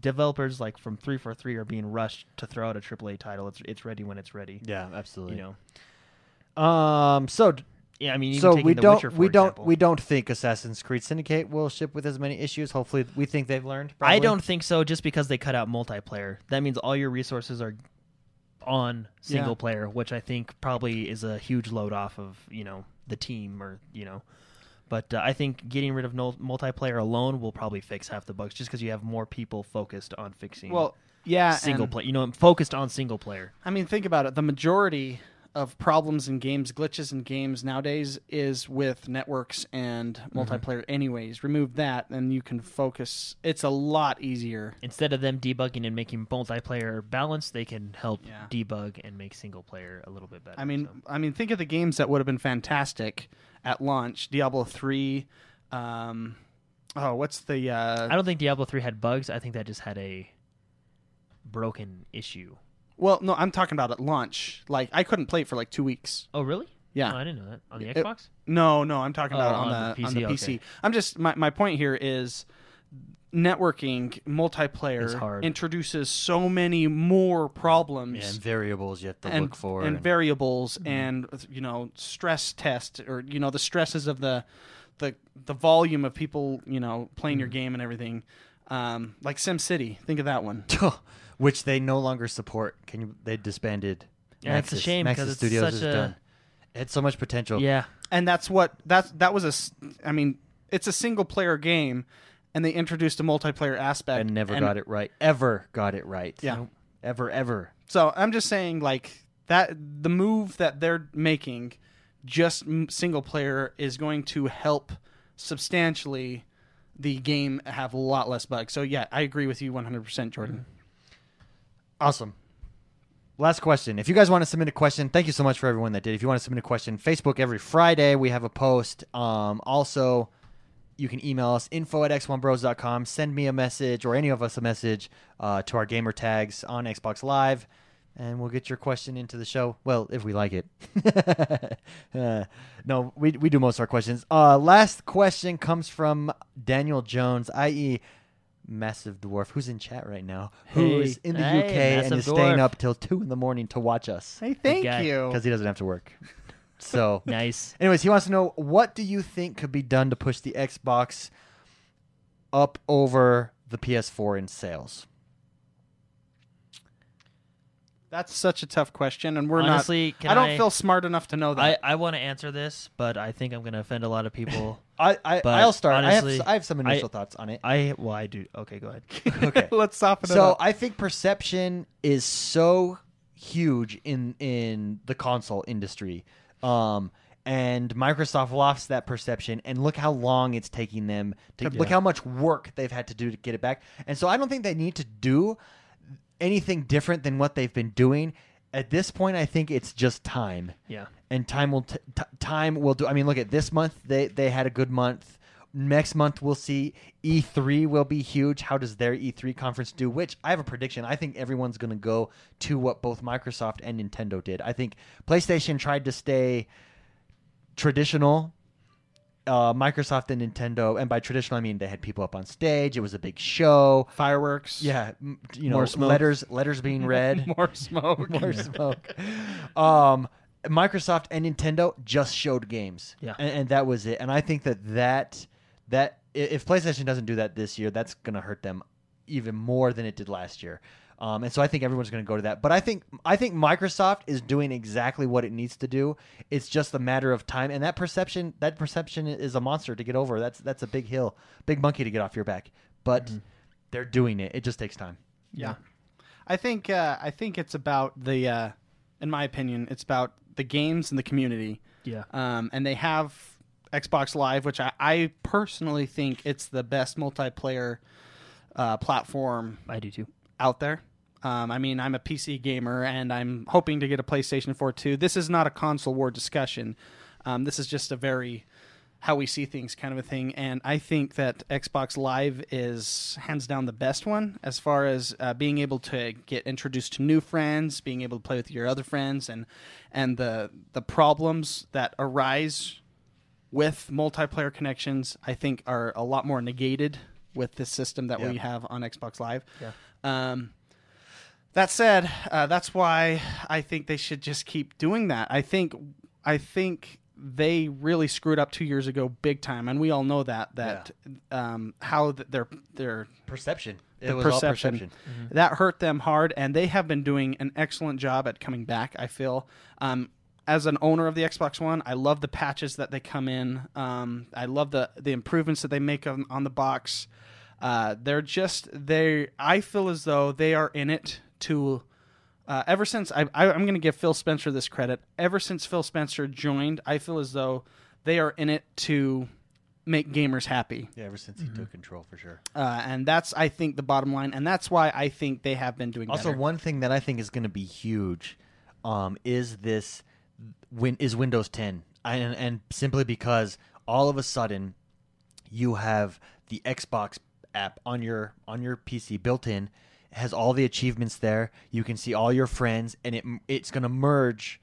Speaker 3: developers like from 343 are being rushed to throw out a AAA title. It's it's ready when it's ready.
Speaker 1: Yeah,
Speaker 3: You
Speaker 1: absolutely.
Speaker 3: know.
Speaker 1: Um. So
Speaker 3: Yeah, I mean, even
Speaker 1: so
Speaker 3: taking
Speaker 1: we
Speaker 3: The
Speaker 1: don't
Speaker 3: Witcher, for
Speaker 1: we don't
Speaker 3: example.
Speaker 1: we don't think Assassin's Creed Syndicate will ship with as many issues. Hopefully, we think they've learned. Probably.
Speaker 3: I don't think so just because they cut out multiplayer. That means all your resources are on single
Speaker 2: Yeah.
Speaker 3: player, which I think probably is a huge load off of, you know, the team or, you know. But uh, I think getting rid of no- multiplayer alone will probably fix half the bugs just because you have more people focused on fixing
Speaker 2: Well, yeah,
Speaker 3: single
Speaker 2: and-
Speaker 3: player. You know, focused on single player.
Speaker 2: I mean, think about it. The majority of problems in games, glitches in games nowadays, is with networks and multiplayer. Anyways, remove that, and you can focus. It's a lot easier.
Speaker 3: Instead of them debugging and making multiplayer balanced, they can help
Speaker 2: Yeah.
Speaker 3: debug and make single player a little bit better.
Speaker 2: I mean,
Speaker 3: so.
Speaker 2: I mean, think of the games that would have been fantastic at launch: Diablo three. Um, oh, what's the?
Speaker 3: I
Speaker 2: Uh,
Speaker 3: don't think Diablo 3 had bugs. I think that just had a broken issue.
Speaker 2: well, no, I'm talking about at launch. Like, I couldn't play it for like two weeks.
Speaker 3: Oh, really?
Speaker 2: Yeah.
Speaker 3: Oh, I didn't know that. On the
Speaker 2: It-
Speaker 3: Xbox?
Speaker 2: No, no, I'm talking about
Speaker 3: Oh,
Speaker 2: on,
Speaker 3: on
Speaker 2: the,
Speaker 3: the
Speaker 2: on the
Speaker 3: PC,
Speaker 2: PC.
Speaker 3: okay.
Speaker 2: I'm just my, my point here is networking
Speaker 3: It's
Speaker 2: multiplayer
Speaker 3: hard.
Speaker 2: introduces so many more problems
Speaker 1: And variables you have to
Speaker 2: and,
Speaker 1: look for.
Speaker 2: and
Speaker 1: and-
Speaker 2: variables and you know stress test or you know the stresses of the the the volume of people you know playing your game and everything um, like SimCity think of that one
Speaker 1: which they no longer support. Can you? They disbanded.
Speaker 3: Yeah, it's a
Speaker 1: Maxis.
Speaker 3: shame,
Speaker 1: Maxis
Speaker 3: 'cause it's
Speaker 1: Studios
Speaker 3: such
Speaker 1: is
Speaker 3: a-
Speaker 1: done. It had so much
Speaker 2: Oh.
Speaker 1: potential.
Speaker 3: Yeah.
Speaker 2: and that's what that's that was a s- I mean it's a single player game and they introduced a multiplayer aspect
Speaker 1: and never got it right. Ever got it right.
Speaker 2: Yeah.
Speaker 1: Nope. Ever ever.
Speaker 2: So I'm just saying, like that, the move that they're making, just m- single player, is going to help substantially the game have a lot less bugs. So yeah, I agree with you 100%, Jordan.
Speaker 1: Awesome. Last question. If you guys want to submit a question, thank you so much for everyone that did. If you want to submit a question, Facebook every Friday, we have a post. Um, also, you can email us info at x1bros.com. Send me a message or any of us a message uh, to our gamer tags on Xbox Live, and we'll get your question into the show. Well, if we like it. Uh, no, we, we do most of our questions. Uh, last question comes from Daniel Jones, i.e., Massive Dwarf, who's in chat right now, who
Speaker 3: Hey.
Speaker 1: is in the
Speaker 3: Hey,
Speaker 1: UK and
Speaker 3: Massive
Speaker 1: is staying
Speaker 3: Dwarf.
Speaker 1: up till 2 in the morning to watch us
Speaker 2: Hey,
Speaker 3: thank guy. you.
Speaker 1: because he doesn't have to work. So,
Speaker 3: Nice.
Speaker 1: anyways, he wants to know what do you think could be done to push the Xbox up over the PS4 in sales?
Speaker 2: That's such a tough question, and we're
Speaker 3: Honestly,
Speaker 2: not.
Speaker 3: can
Speaker 2: I don't
Speaker 3: I-
Speaker 2: feel smart enough to know
Speaker 3: I,
Speaker 2: that.
Speaker 3: I want to answer this, but I think I'm going to offend a lot of people.
Speaker 1: I, I
Speaker 3: But
Speaker 1: I'll start. I
Speaker 3: honestly,
Speaker 1: have I have some
Speaker 3: I-
Speaker 1: initial thoughts on it.
Speaker 3: I, well, I do. Okay, go ahead.
Speaker 1: okay.
Speaker 2: Let's soften it
Speaker 1: so
Speaker 2: up.
Speaker 1: I think perception is so huge in in the console industry. Um, and Microsoft lost that perception. And look how long it's taking them to look how much work they've had to do to get it back. And so I don't think they need to do anything different than what they've been doing. At this point, I think it's just time.
Speaker 3: Yeah.
Speaker 1: And time will t- t- time will do. I mean, look at this month. They they had a good month. Next month we'll see E3 will be huge. How does their E3 conference do? Which I have a prediction. I think everyone's going to go to what both Microsoft and Nintendo did. I think PlayStation tried to stay traditional uh, Microsoft and Nintendo, and by traditional I mean they had people up on stage. It was a big show.
Speaker 2: Fireworks.
Speaker 1: Yeah, m- you know,
Speaker 2: More smoke.
Speaker 1: letters letters being read,
Speaker 2: More smoke.
Speaker 1: more smoke. Um, Microsoft and Nintendo just showed games,
Speaker 3: Yeah.
Speaker 1: and, and that was it. And I think that that that i- if PlayStation doesn't do that this year, that's gonna hurt them even more than it did last year. Um, and so I think everyone's going to go to that, but I think I think Microsoft is doing exactly what it needs to do. It's just a matter of time, and that perception that perception is a monster to get over. That's that's a big hill, big monkey to get off your back. But
Speaker 2: Mm-hmm.
Speaker 1: they're doing it. It just takes time.
Speaker 2: Yeah, I think uh, I think it's about the, uh, in my opinion, it's about the games and the community.
Speaker 3: Yeah.
Speaker 2: um, and they have Xbox Live, which I, I personally think it's the best multiplayer uh, platform
Speaker 3: I do too.
Speaker 2: out there. Um, I mean, I'm a PC gamer, and I'm hoping to get a PlayStation 4 too. This is not a console war discussion. Um, this is just a very how we see things kind of a thing. And I think that Xbox Live is hands down the best one as far as uh, being able to get introduced to new friends, being able to play with your other friends, and and the the problems that arise with multiplayer connections, I think are a lot more negated with this system that we have on Xbox Live. Yeah. Um, that said, uh, that's why I think they should just keep doing that. I think I think they really screwed up two years ago, big time, and we all know that that um, how th- their their
Speaker 1: Perception. It
Speaker 2: the
Speaker 1: was all
Speaker 2: perception.
Speaker 1: perception.
Speaker 2: That hurt them hard, and they have been doing an excellent job at coming back. I feel. Um, as an owner of the Xbox One, I love the patches that they come in. Um, I love the the improvements that they make on, on the box. Uh, they're just they. I feel as though they are in it to uh, ever since I, I I'm going to give Phil Spencer this credit. Ever since Phil Spencer joined, I feel as though they are in it to make gamers happy
Speaker 1: Yeah, ever since he took control, for sure.
Speaker 2: uh, and that's I think the bottom line, and that's why I think they have been doing
Speaker 1: Also,
Speaker 2: better.
Speaker 1: one thing that I think is going to be huge um, is this win is Windows 10, I, and, and simply because all of a sudden you have the Xbox app on your on your PC built in, It has all the achievements there. You can see all your friends, and it it's going to merge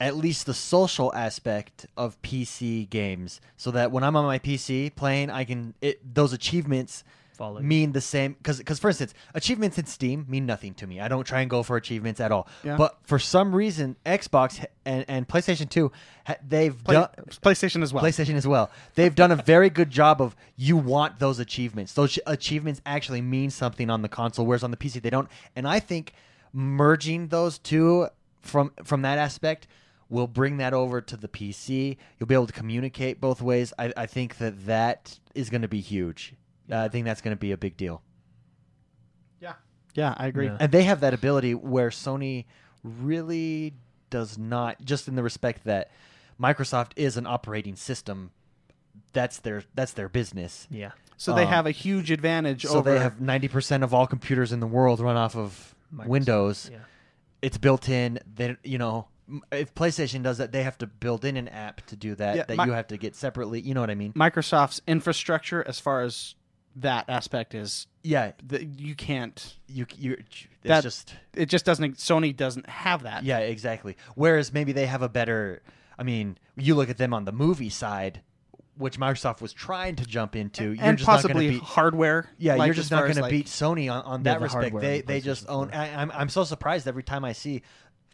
Speaker 1: at least the social aspect of PC games, so that when I'm on my PC playing, I can it, those achievements
Speaker 3: Follow.
Speaker 1: mean the same because because for instance, achievements in Steam mean nothing to me. I don't try and go for achievements at all.
Speaker 2: Yeah.
Speaker 1: But for some reason, Xbox ha- and, and PlayStation Two, ha- they've
Speaker 2: Play-
Speaker 1: done
Speaker 2: PlayStation as well.
Speaker 1: PlayStation as well. They've done a very good job of you want those achievements. Those achievements actually mean something on the console, whereas on the PC they don't. And I think merging those two from from that aspect will bring that over to the PC. You'll be able to communicate both ways. I, I think that that is going to be huge. Uh, I think that's going to be a big deal.
Speaker 2: yeah, yeah, I agree.
Speaker 3: Yeah.
Speaker 1: And they have that ability where Sony really does not, just in the respect that Microsoft is an operating system. That's their that's their business.
Speaker 3: Yeah.
Speaker 2: So they
Speaker 1: Um,
Speaker 2: have a huge advantage
Speaker 1: So
Speaker 2: over.
Speaker 1: they have ninety percent of all computers in the world run off of
Speaker 3: Microsoft,
Speaker 1: Windows.
Speaker 3: yeah.
Speaker 1: It's built in. They you know m- if PlayStation does that, they have to build in an app to do that
Speaker 2: Yeah,
Speaker 1: that
Speaker 2: my-
Speaker 1: you have to get separately. You know what I mean?
Speaker 2: Microsoft's infrastructure as far as that aspect is.
Speaker 1: Yeah.
Speaker 2: The, you can't.
Speaker 1: You you. It's
Speaker 2: That-
Speaker 1: just
Speaker 2: It just doesn't. Sony doesn't have that.
Speaker 1: Yeah, exactly. Whereas maybe they have a better. I mean, you look at them on the movie side, which Microsoft was trying to jump into. you're
Speaker 2: and
Speaker 1: just
Speaker 2: possibly
Speaker 1: not gonna beat,
Speaker 2: hardware.
Speaker 1: yeah,
Speaker 2: like,
Speaker 1: you're
Speaker 2: as
Speaker 1: just
Speaker 2: far
Speaker 1: not going
Speaker 2: as,
Speaker 1: to
Speaker 2: like-
Speaker 1: beat Sony on, on
Speaker 3: Yeah,
Speaker 1: that
Speaker 3: the
Speaker 1: respect.
Speaker 3: hardware
Speaker 1: They
Speaker 3: on
Speaker 1: they
Speaker 3: PlayStation
Speaker 1: just own.
Speaker 3: four.
Speaker 1: I, I'm I'm so surprised every time I see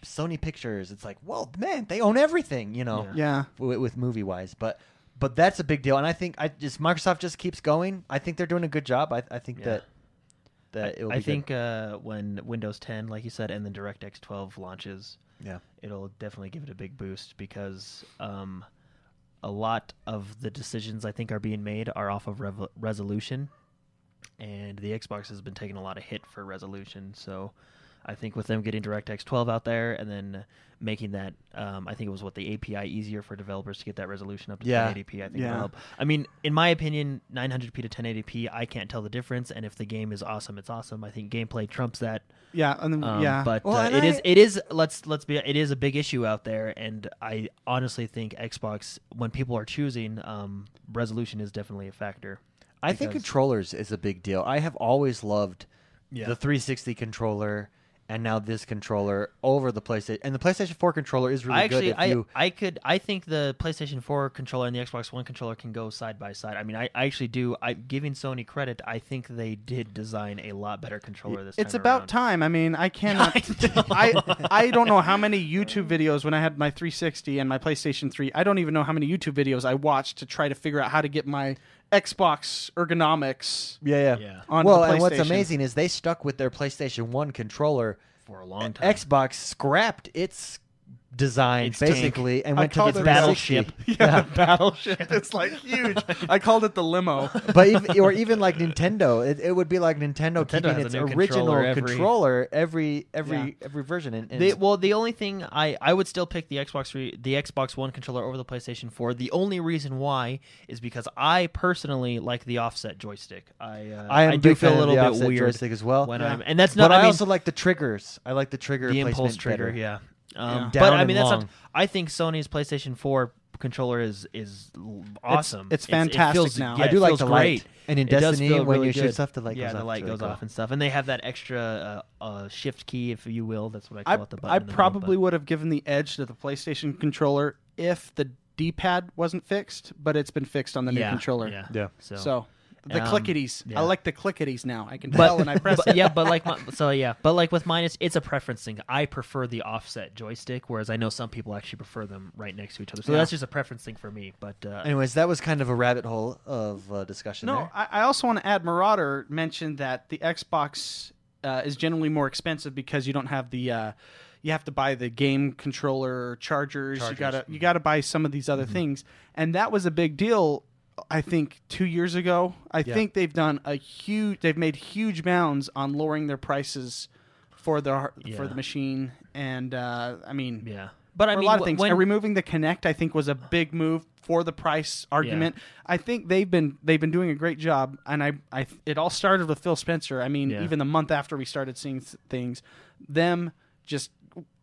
Speaker 1: Sony Pictures. It's like, well, man, they own everything. You know
Speaker 2: Yeah.
Speaker 1: with, with movie wise, but but that's a big deal, and I think I just Microsoft just keeps going. I think they're doing a good job. I, I think
Speaker 3: Yeah.
Speaker 1: that that it'll
Speaker 3: I
Speaker 1: be good.
Speaker 3: think uh, when Windows 10, like you said, and then DirectX 12 launches,
Speaker 1: yeah
Speaker 3: it'll definitely give it a big boost because um, a lot of the decisions I think are being made are off of rev- resolution, and the Xbox has been taking a lot of hit for resolution. So I think with them getting DirectX 12 out there and then making that, um, I think it was what the API easier for developers to get that resolution up to
Speaker 1: Yeah.
Speaker 3: 1080p. I think
Speaker 2: Yeah.
Speaker 3: will help. I mean, in my opinion, 900p to 1080p, I can't tell the difference. And if the game is awesome, it's awesome. I think gameplay trumps that.
Speaker 2: Yeah, and then,
Speaker 3: Um,
Speaker 2: yeah,
Speaker 3: but
Speaker 2: Well,
Speaker 3: uh,
Speaker 2: and
Speaker 3: it
Speaker 2: I-
Speaker 3: is it is let's let's be it is a big issue out there, and I honestly think Xbox when people are choosing, um, resolution is definitely a factor.
Speaker 1: I think
Speaker 3: Because-
Speaker 1: controllers is a big deal. I have always loved
Speaker 3: Yeah.
Speaker 1: the 360 controller and now this controller over the PlayStation. And the PlayStation 4 controller is really
Speaker 3: I actually
Speaker 1: good. If
Speaker 3: I,
Speaker 1: you,
Speaker 3: I could I think the PlayStation 4 controller and the Xbox One controller can go side by side. I mean I, I actually do I giving Sony credit, I think they did design a lot better controller this time.
Speaker 2: it's about
Speaker 3: around.
Speaker 2: time. I mean, I cannot. I, I don't know how many YouTube videos when I had my 360 and my PlayStation 3. I don't even know how many YouTube videos I watched to try to figure out how to get my Xbox ergonomics.
Speaker 1: yeah, yeah.
Speaker 3: Yeah.
Speaker 2: On
Speaker 1: well,
Speaker 2: the
Speaker 1: and what's
Speaker 2: PlayStation.
Speaker 1: amazing is they stuck with their PlayStation 1 controller.
Speaker 3: for a long time.
Speaker 1: Xbox scrapped its design
Speaker 3: Its tank.
Speaker 1: basically and
Speaker 2: I
Speaker 1: went to
Speaker 2: called
Speaker 1: the
Speaker 2: it
Speaker 1: 360.
Speaker 3: Battleship.
Speaker 1: Yeah.
Speaker 2: Battleship. It's like huge. I called it the limo.
Speaker 1: but even, or even like Nintendo, it, it would be like Nintendo, keeping
Speaker 3: has a
Speaker 1: its
Speaker 3: new
Speaker 1: original
Speaker 3: controller every-
Speaker 1: controller every every
Speaker 2: Yeah.
Speaker 1: every version. And, and
Speaker 3: They, well, the only thing I, I would still pick the Xbox three, the Xbox One controller over the PlayStation Four. The only reason why is because I personally like the offset joystick. I uh,
Speaker 1: I am a
Speaker 3: do
Speaker 1: big fan
Speaker 3: feel a
Speaker 1: of
Speaker 3: little
Speaker 1: the
Speaker 3: bit
Speaker 1: offset
Speaker 3: weird
Speaker 1: joystick as well.
Speaker 3: when
Speaker 1: Yeah.
Speaker 3: I'm, and that's not.
Speaker 1: but I,
Speaker 3: I, mean,
Speaker 1: also like the triggers. I like the trigger.
Speaker 3: the
Speaker 1: placement
Speaker 3: impulse trigger.
Speaker 1: better.
Speaker 3: Yeah. Um,
Speaker 1: Yeah.
Speaker 3: But
Speaker 1: Down
Speaker 3: I
Speaker 1: and
Speaker 3: mean, that's not,
Speaker 1: long.
Speaker 3: I think Sony's PlayStation Four controller is is l- awesome.
Speaker 2: it's
Speaker 3: it
Speaker 2: fantastic
Speaker 3: feels-
Speaker 2: now.
Speaker 3: yeah,
Speaker 1: I
Speaker 3: it
Speaker 1: do like
Speaker 3: feels
Speaker 1: the
Speaker 3: great.
Speaker 1: light. And in
Speaker 3: It does
Speaker 1: Destiny,
Speaker 3: feel
Speaker 1: when
Speaker 3: really
Speaker 1: you shoot
Speaker 3: good.
Speaker 1: stuff, the light
Speaker 3: yeah,
Speaker 1: goes
Speaker 3: the
Speaker 1: off.
Speaker 3: light
Speaker 1: It's really
Speaker 3: goes
Speaker 1: cool.
Speaker 3: off and stuff, and they have that extra uh, uh, shift key, if you will. That's what I
Speaker 2: I,
Speaker 3: call it. The button.
Speaker 2: I
Speaker 3: in the middle,
Speaker 2: probably
Speaker 3: but-
Speaker 2: would have given the edge to the PlayStation controller if the D-pad wasn't fixed, but it's been fixed on the new
Speaker 3: Yeah,
Speaker 2: controller.
Speaker 3: Yeah.
Speaker 1: Yeah.
Speaker 3: So.
Speaker 2: So the
Speaker 3: Um,
Speaker 2: clickities.
Speaker 3: yeah.
Speaker 2: I like the clickities now. I can
Speaker 3: But-
Speaker 2: tell when I press
Speaker 3: but,
Speaker 2: it.
Speaker 3: yeah, but like, my, so yeah, but like with mine, it's, it's a preference thing. I prefer the offset joystick, whereas I know some people actually prefer them right next to each other. So
Speaker 2: Yeah.
Speaker 3: that's just a preference thing for me. But uh,
Speaker 1: Anyways, that was kind of a rabbit hole of uh, discussion.
Speaker 2: No,
Speaker 1: there.
Speaker 2: I, I also want to add. Marauder mentioned that the Xbox uh, is generally more expensive because you don't have the. Uh, you have to buy the game controller chargers. You gotta you gotta buy some of these other things, and that was a big deal. I think two years ago. I think they've done a huge. They've made huge bounds on lowering their prices for the har-
Speaker 3: Yeah.
Speaker 2: for the machine, and uh, I mean,
Speaker 3: yeah, but I
Speaker 2: for
Speaker 3: mean,
Speaker 2: a lot of
Speaker 3: wh-
Speaker 2: things.
Speaker 3: when-
Speaker 2: and removing the connect, I think, was a big move for the price argument. I think they've been they've been doing a great job, and I, I it all started with Phil Spencer. I mean,
Speaker 3: Yeah.
Speaker 2: even the month after we started seeing s- things, them just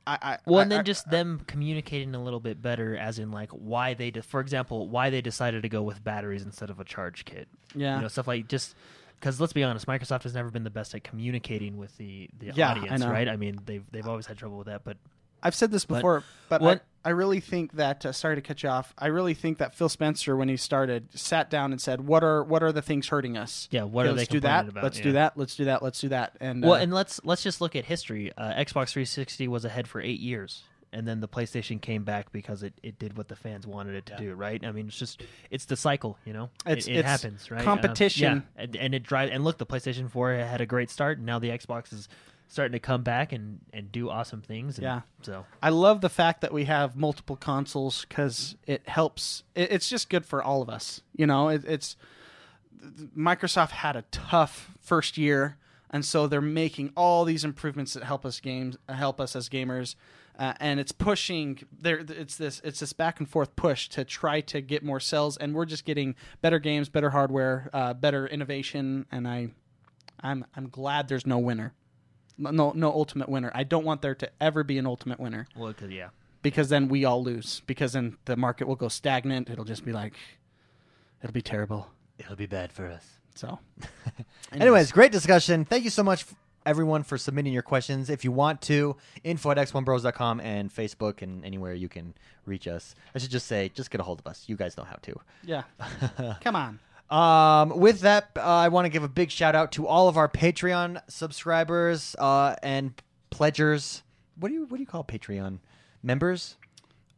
Speaker 2: I, I
Speaker 3: Well,
Speaker 2: I-
Speaker 3: and
Speaker 2: I-
Speaker 3: then just them communicating a little bit better, as in like why they, de- for example, why they decided to go with batteries instead of a charge kit.
Speaker 2: Yeah.
Speaker 3: you know, stuff like just because let's be honest, Microsoft has never been the best at communicating with the the
Speaker 2: Yeah, I
Speaker 3: audience,
Speaker 2: know.
Speaker 3: right? I mean, they've they've always had trouble with that, but
Speaker 2: I've said this before, but,
Speaker 3: what-
Speaker 2: I, I really think that uh, sorry to cut you off. I really think that Phil Spencer, when he started, sat down and said, "What are what are the things hurting us?
Speaker 3: Yeah, what
Speaker 2: Okay,
Speaker 3: are they
Speaker 2: let's do that.
Speaker 3: complaining about?
Speaker 2: Let's
Speaker 3: Yeah.
Speaker 2: do that. Let's do that. Let's do that." And
Speaker 3: Well,
Speaker 2: uh,
Speaker 3: and let's let's just look at history. Uh, Xbox 360 was ahead for eight years, and then the PlayStation came back because it, it did what the fans wanted it to do, right? I mean, it's just it's the cycle, you know. It-
Speaker 2: It's-
Speaker 3: it,
Speaker 2: it's
Speaker 3: happens, right? Uh,
Speaker 2: competition.
Speaker 3: yeah, and, and it drives. And look, the PlayStation 4 had a great start, and now the Xbox is starting to come back and and do awesome things. and
Speaker 2: Yeah.
Speaker 3: So
Speaker 2: I love the fact that we have multiple consoles because it helps. It, it's just good for all of us. You know, it, it's Microsoft had a tough first year, and so they're making all these improvements that help us games, help us as gamers, uh, and it's pushing. There, it's this, it's this back and forth push to try to get more sales, and we're just getting better games, better hardware, uh, better innovation, and I, I'm, I'm glad there's no winner. No, no ultimate winner. I don't want there to ever be an ultimate winner
Speaker 3: well, 'cause- yeah.
Speaker 2: because then we all lose because then the market will go stagnant it'll just be like it'll be terrible
Speaker 1: It'll be bad for us.
Speaker 2: so
Speaker 1: Anyways, great discussion. Thank you so much, f- everyone, for submitting your questions. If you want to, info at x1bros.com and Facebook and anywhere you can reach us. I should just say, just get a hold of us. You guys know how to.
Speaker 2: yeah come on
Speaker 1: Um, with that, uh, I want to give a big shout out to all of our Patreon subscribers uh, and pledgers. What do you what do you call Patreon members?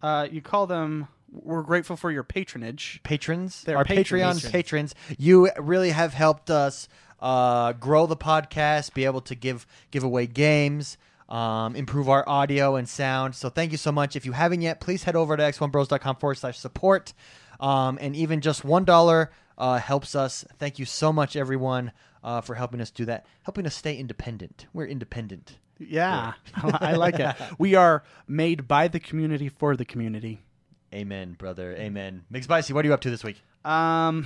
Speaker 2: uh, you call them we're grateful for your patronage
Speaker 1: patrons,
Speaker 2: They're
Speaker 1: our
Speaker 2: patrons.
Speaker 1: Patreon patrons. You really have helped us uh, grow the podcast, be able to give give away games, um, improve our audio and sound. So thank you so much. If you haven't yet, please head over to x1bros.com forward slash support. Um, and even just one dollar uh, helps us. Thank you so much, everyone, uh, for helping us do that, helping us stay independent. We're independent.
Speaker 2: Yeah, I like it. We are made by the community for the community.
Speaker 1: Amen, brother. Amen. McSpicy, what are you up to this week?
Speaker 2: Um,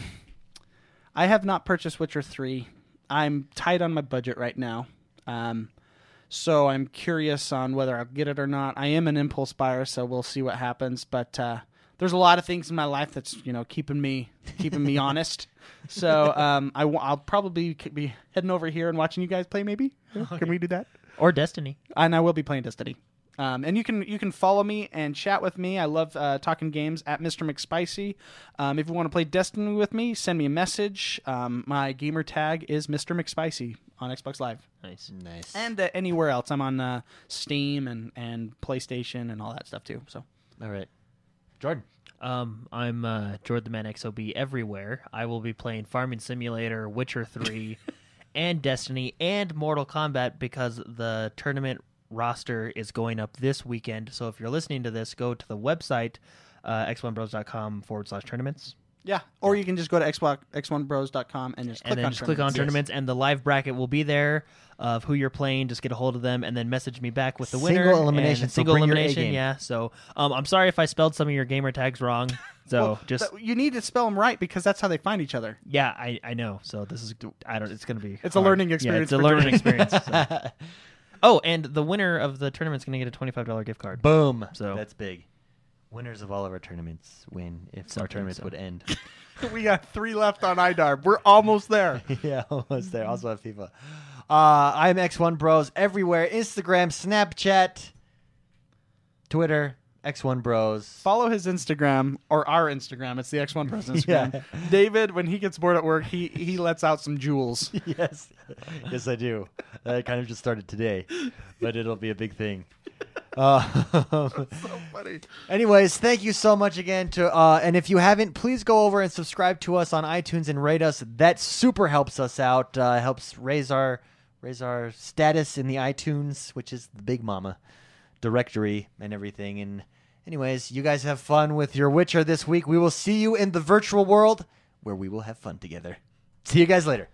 Speaker 2: I have not purchased Witcher three. I'm tight on my budget right now. Um, so I'm curious on whether I'll get it or not. I am an impulse buyer, so we'll see what happens. But uh, there's a lot of things in my life that's you know keeping me keeping me honest. So um, I w- I'll probably c- be heading over here and watching you guys play. Maybe can we do that?
Speaker 3: or Destiny.
Speaker 2: and I will be playing Destiny. Um, and you can you can follow me and chat with me. I love uh, talking games at Mr. McSpicy. Um, if you want to play Destiny with me, send me a message. Um, my gamer tag is Mr. McSpicy on Xbox Live
Speaker 3: Nice.
Speaker 1: Nice.
Speaker 2: and uh, anywhere else. I'm on uh, Steam and and PlayStation and all that stuff too. So
Speaker 1: All right. Jordan.
Speaker 3: Um, I'm uh, Jordan the Man XOB everywhere. I will be playing Farming Simulator, Witcher 3, and Destiny, and Mortal Kombat because the tournament roster is going up this weekend. So if you're listening to this, go to the website, uh, x1bros.com forward slash tournaments.
Speaker 2: yeah, or you can just go to xbox x1bros.com and just click
Speaker 3: and then
Speaker 2: on
Speaker 3: just click on tournaments, and the live bracket will be there of who you're playing. Just get a hold of them, and then message me back with the
Speaker 1: Single
Speaker 3: winner.
Speaker 1: elimination,
Speaker 3: and
Speaker 1: so
Speaker 3: single
Speaker 1: bring your A
Speaker 3: elimination.
Speaker 1: game.
Speaker 3: Yeah. So um, I'm sorry if I spelled some of your gamer tags wrong. So
Speaker 2: Well,
Speaker 3: just
Speaker 2: th- you need to spell them right because that's how they find each other.
Speaker 3: yeah, I, I know. So this is I don't. It's gonna be.
Speaker 2: It's a
Speaker 3: hard.
Speaker 2: learning
Speaker 3: Yeah,
Speaker 2: experience
Speaker 3: it's a
Speaker 2: for
Speaker 3: learning
Speaker 2: Jordan.
Speaker 3: experience. so. Oh, and the winner of the tournament's gonna get a twenty five dollar gift card.
Speaker 1: Boom.
Speaker 3: So-
Speaker 1: that's big. Winners of all of our tournaments win if our
Speaker 3: Something
Speaker 1: tournaments
Speaker 3: so.
Speaker 1: would end.
Speaker 2: we got three left on IDARB. We're almost there.
Speaker 1: yeah, almost there. Also have FIFA. Uh, I'm X1 Bros everywhere Instagram, Snapchat, Twitter, X1 Bros.
Speaker 2: follow his Instagram or our Instagram. It's the X1 Bros Instagram. David, when he gets bored at work, he he lets out some jewels.
Speaker 1: yes. Yes, I do. That kind of just started today, but it'll be a big thing. Uh, Anyways, thank you so much again to uh, and if you haven't, please go over and subscribe to us on iTunes and rate us. That super helps us out. Uh, helps raise our raise our status in the iTunes, which is the big mama directory and everything. And anyways, you guys have fun with your Witcher this week. We will see you in the virtual world where we will have fun together. See you guys later.